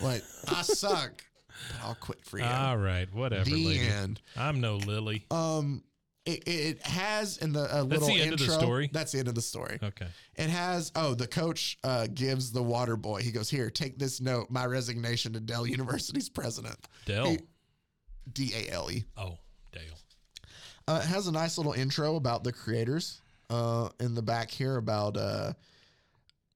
[SPEAKER 2] Like I suck, but I'll quit for you.
[SPEAKER 3] All right, Ah, whatever,
[SPEAKER 2] the
[SPEAKER 3] lady.
[SPEAKER 2] end.
[SPEAKER 3] I'm no lily.
[SPEAKER 2] Um, it, it has in the a
[SPEAKER 3] That's
[SPEAKER 2] little
[SPEAKER 3] the end of the
[SPEAKER 2] intro-
[SPEAKER 3] story?
[SPEAKER 2] That's the end of the story.
[SPEAKER 3] Okay.
[SPEAKER 2] It has oh the coach uh, gives the water boy. He goes here, take this note, my resignation to Dell University's president.
[SPEAKER 3] Dell.
[SPEAKER 2] Hey. D A L E.
[SPEAKER 3] Oh, Dale.
[SPEAKER 2] Uh, it has a nice little intro about the creators uh, in the back here about uh,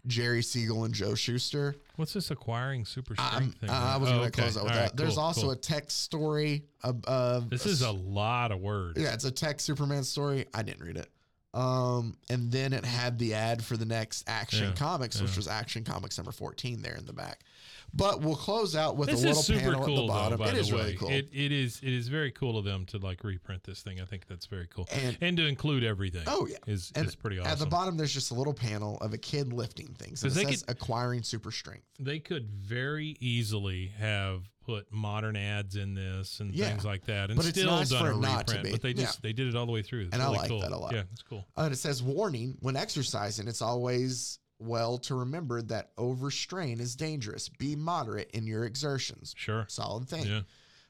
[SPEAKER 2] Jerry Siegel and Joe Schuster.
[SPEAKER 3] What's this acquiring super strength
[SPEAKER 2] I'm- uh,
[SPEAKER 3] thing?
[SPEAKER 2] I I was
[SPEAKER 3] Oh,
[SPEAKER 2] going to
[SPEAKER 3] okay.
[SPEAKER 2] close out with
[SPEAKER 3] All
[SPEAKER 2] that.
[SPEAKER 3] right,
[SPEAKER 2] There's
[SPEAKER 3] cool,
[SPEAKER 2] also
[SPEAKER 3] cool.
[SPEAKER 2] a text story. Of, of
[SPEAKER 3] This is a lot of words.
[SPEAKER 2] Yeah, it's a tech Superman story. I didn't read it. Um, and then it had the ad for the next Action
[SPEAKER 3] Yeah,
[SPEAKER 2] Comics, which
[SPEAKER 3] yeah.
[SPEAKER 2] was Action Comics number fourteen there in the back. But we'll close out with
[SPEAKER 3] This
[SPEAKER 2] a
[SPEAKER 3] is
[SPEAKER 2] little
[SPEAKER 3] super
[SPEAKER 2] panel
[SPEAKER 3] cool,
[SPEAKER 2] at the bottom.
[SPEAKER 3] though. By
[SPEAKER 2] it
[SPEAKER 3] the
[SPEAKER 2] is
[SPEAKER 3] way,
[SPEAKER 2] really cool.
[SPEAKER 3] It, it is. It is very cool of them to like reprint this thing. I think that's very cool, and,
[SPEAKER 2] And-
[SPEAKER 3] to include everything.
[SPEAKER 2] oh yeah,
[SPEAKER 3] is
[SPEAKER 2] And
[SPEAKER 3] is pretty
[SPEAKER 2] At the
[SPEAKER 3] awesome.
[SPEAKER 2] bottom, there's just a little panel of a kid lifting things. And
[SPEAKER 3] 'Cause
[SPEAKER 2] it
[SPEAKER 3] they
[SPEAKER 2] says acquiring super strength.
[SPEAKER 3] they could very easily have put modern ads in this and
[SPEAKER 2] Yeah.
[SPEAKER 3] things like that, and
[SPEAKER 2] But it's
[SPEAKER 3] still
[SPEAKER 2] nice
[SPEAKER 3] done
[SPEAKER 2] for
[SPEAKER 3] a
[SPEAKER 2] it not to
[SPEAKER 3] reprint.
[SPEAKER 2] be.
[SPEAKER 3] But they
[SPEAKER 2] Yeah.
[SPEAKER 3] just they did it all the way through. It's
[SPEAKER 2] And I
[SPEAKER 3] really
[SPEAKER 2] like
[SPEAKER 3] cool.
[SPEAKER 2] that a lot.
[SPEAKER 3] Yeah, it's cool.
[SPEAKER 2] Uh, and it says warning when exercising, it's always well to remember that overstrain is dangerous. Be moderate in your exertions.
[SPEAKER 3] Sure.
[SPEAKER 2] Solid thing.
[SPEAKER 3] Yeah.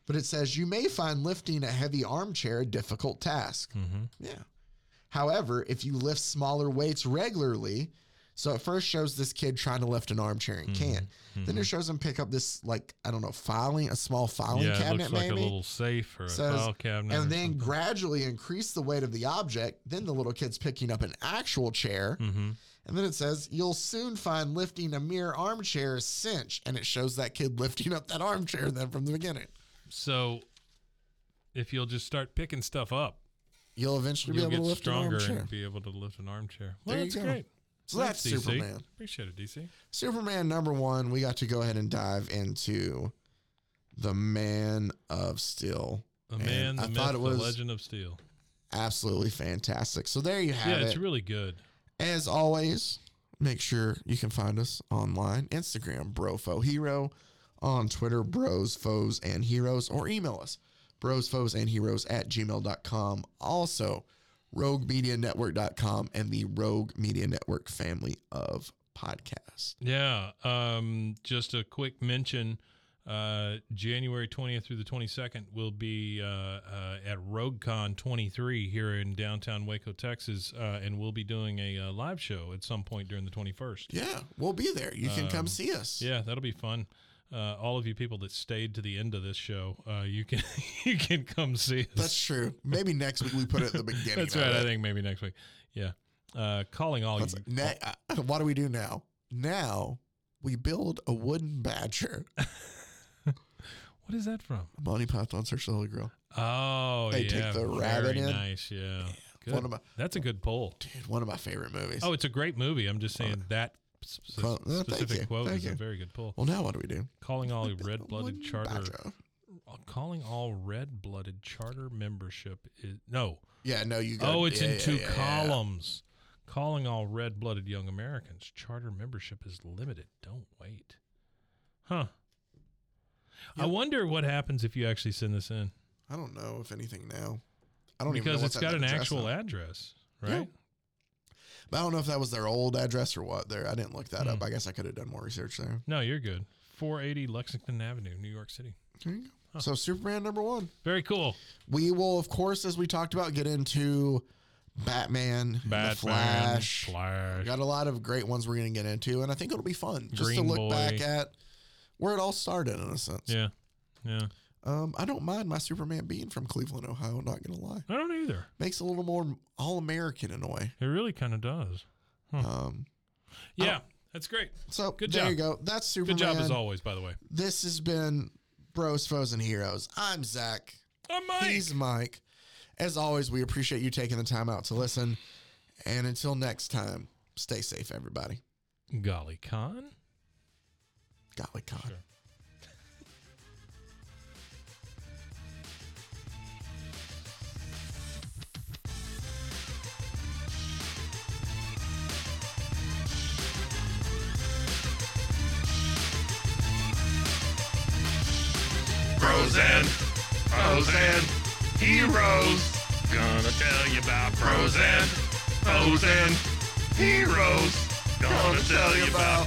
[SPEAKER 2] But it says you may find lifting a heavy armchair a difficult
[SPEAKER 3] Hmm.
[SPEAKER 2] task.
[SPEAKER 3] mm-hmm.
[SPEAKER 2] Yeah. However, if you lift smaller weights regularly, so it first shows this kid trying to lift an armchair
[SPEAKER 3] Hmm.
[SPEAKER 2] and can't. Then it shows him pick up this like I don't know filing a small filing
[SPEAKER 3] yeah, it
[SPEAKER 2] cabinet
[SPEAKER 3] looks like
[SPEAKER 2] maybe
[SPEAKER 3] a little safe or a
[SPEAKER 2] says,
[SPEAKER 3] file cabinet.
[SPEAKER 2] and then gradually increase the weight of the object. Then the little kid's picking up an actual chair.
[SPEAKER 3] Hmm. Mm-hmm.
[SPEAKER 2] And then it says, You'll soon find lifting a mere armchair is cinch. And it shows that kid lifting up that armchair then from the beginning.
[SPEAKER 3] so if you'll just start picking stuff up,
[SPEAKER 2] You'll eventually
[SPEAKER 3] you'll
[SPEAKER 2] be able
[SPEAKER 3] get
[SPEAKER 2] to lift an
[SPEAKER 3] stronger
[SPEAKER 2] armchair.
[SPEAKER 3] and be able to lift an armchair. Well,
[SPEAKER 2] There you
[SPEAKER 3] that's
[SPEAKER 2] go.
[SPEAKER 3] great.
[SPEAKER 2] so that's
[SPEAKER 3] Thanks, DC.
[SPEAKER 2] Superman.
[SPEAKER 3] Appreciate it, DC.
[SPEAKER 2] Superman number one, we got to go ahead and dive into the Man of Steel.
[SPEAKER 3] The
[SPEAKER 2] And
[SPEAKER 3] man, the
[SPEAKER 2] I
[SPEAKER 3] myth,
[SPEAKER 2] thought it was
[SPEAKER 3] the legend of steel.
[SPEAKER 2] absolutely fantastic. So there you
[SPEAKER 3] Yeah,
[SPEAKER 2] have
[SPEAKER 3] it's
[SPEAKER 2] it.
[SPEAKER 3] really good.
[SPEAKER 2] As always, make sure you can find us online Instagram, Brofo Hero, on Twitter, Bros, Foes, and Heroes, or email us, Bros, Foes, and Heroes at gmail.com. Also, RogueMediaNetwork.com and the Rogue Media Network family of podcasts.
[SPEAKER 3] Yeah. Um, just a quick mention. Uh, January 20th through the 22nd will be uh, uh, at RogueCon 23 here in downtown Waco, Texas, uh, and we'll be doing a uh, live show at some point during the 21st.
[SPEAKER 2] Yeah, we'll be there. You can come see us.
[SPEAKER 3] Um, Yeah, that'll be fun. Uh, all of you people that stayed to the end of this show, uh, you can you can come see us.
[SPEAKER 2] That's true. Maybe next week we put it at the beginning.
[SPEAKER 3] That's
[SPEAKER 2] of
[SPEAKER 3] right. I
[SPEAKER 2] it.
[SPEAKER 3] think maybe next week. Yeah. Uh, calling all
[SPEAKER 2] That's-
[SPEAKER 3] you.
[SPEAKER 2] ne- uh, what do we do now? Now we build a wooden badger.
[SPEAKER 3] What is that from?
[SPEAKER 2] Monty Python Search the Holy Grail.
[SPEAKER 3] Oh,
[SPEAKER 2] They take
[SPEAKER 3] yeah.
[SPEAKER 2] the
[SPEAKER 3] very
[SPEAKER 2] rabbit in.
[SPEAKER 3] Nice. Yeah. Good.
[SPEAKER 2] One of my-
[SPEAKER 3] That's a good poll.
[SPEAKER 2] Dude, one of my favorite movies.
[SPEAKER 3] Oh, it's a great movie. I'm just saying that spe-
[SPEAKER 2] Well, uh, thank
[SPEAKER 3] specific
[SPEAKER 2] you,
[SPEAKER 3] quote
[SPEAKER 2] thank
[SPEAKER 3] is a
[SPEAKER 2] you.
[SPEAKER 3] very good pull.
[SPEAKER 2] Well, now what do we do?
[SPEAKER 3] Calling all
[SPEAKER 2] We build a
[SPEAKER 3] red-blooded
[SPEAKER 2] wooden
[SPEAKER 3] charter,
[SPEAKER 2] badger.
[SPEAKER 3] uh, calling all red-blooded charter membership is no.
[SPEAKER 2] Yeah, no, you. Got,
[SPEAKER 3] Oh, it's
[SPEAKER 2] yeah,
[SPEAKER 3] in
[SPEAKER 2] yeah,
[SPEAKER 3] two
[SPEAKER 2] yeah, yeah.
[SPEAKER 3] columns. Calling all red-blooded young Americans, charter membership is limited. Don't wait. Huh. I
[SPEAKER 2] Yep.
[SPEAKER 3] wonder what happens if you actually send this in
[SPEAKER 2] I don't know if anything now. I don't even
[SPEAKER 3] because
[SPEAKER 2] know
[SPEAKER 3] it's
[SPEAKER 2] what's
[SPEAKER 3] got
[SPEAKER 2] at
[SPEAKER 3] an
[SPEAKER 2] that address
[SPEAKER 3] actual
[SPEAKER 2] now.
[SPEAKER 3] address,
[SPEAKER 2] Yeah.
[SPEAKER 3] right?
[SPEAKER 2] But I don't know if that was their old address or what. There, I didn't look that
[SPEAKER 3] Hmm.
[SPEAKER 2] up. I guess I could have done more research there.
[SPEAKER 3] No, you're good. 480 Lexington Avenue, New York City.
[SPEAKER 2] There you go. So Superman number one.
[SPEAKER 3] Very cool.
[SPEAKER 2] We will, of course, as we talked about, get into Batman, and
[SPEAKER 3] Batman,
[SPEAKER 2] the Flash.
[SPEAKER 3] Flash.
[SPEAKER 2] Got a lot of great ones we're going to get into, and I think it'll be fun just
[SPEAKER 3] Green
[SPEAKER 2] to look
[SPEAKER 3] Boy.
[SPEAKER 2] back at where it all started, in a sense.
[SPEAKER 3] Yeah. Yeah.
[SPEAKER 2] Um, I don't mind my Superman being from Cleveland, Ohio. Not going to lie,
[SPEAKER 3] I don't either.
[SPEAKER 2] makes it a little more all American in a way.
[SPEAKER 3] It really kind of does.
[SPEAKER 2] Um,
[SPEAKER 3] Yeah. That's great.
[SPEAKER 2] so
[SPEAKER 3] Hmm. Good
[SPEAKER 2] there
[SPEAKER 3] job.
[SPEAKER 2] you go. That's Superman.
[SPEAKER 3] Good job as always, by the way.
[SPEAKER 2] This has been Bros, Foes, and Heroes. I'm Zach.
[SPEAKER 3] I'm Mike.
[SPEAKER 2] He's Mike. As always, we appreciate you taking the time out to listen. And until next time, stay safe, everybody.
[SPEAKER 3] Golly Khan.
[SPEAKER 2] Golly God.
[SPEAKER 4] Bros and foes and heroes. Gonna tell you about bros and foes and heroes. Gonna tell you about.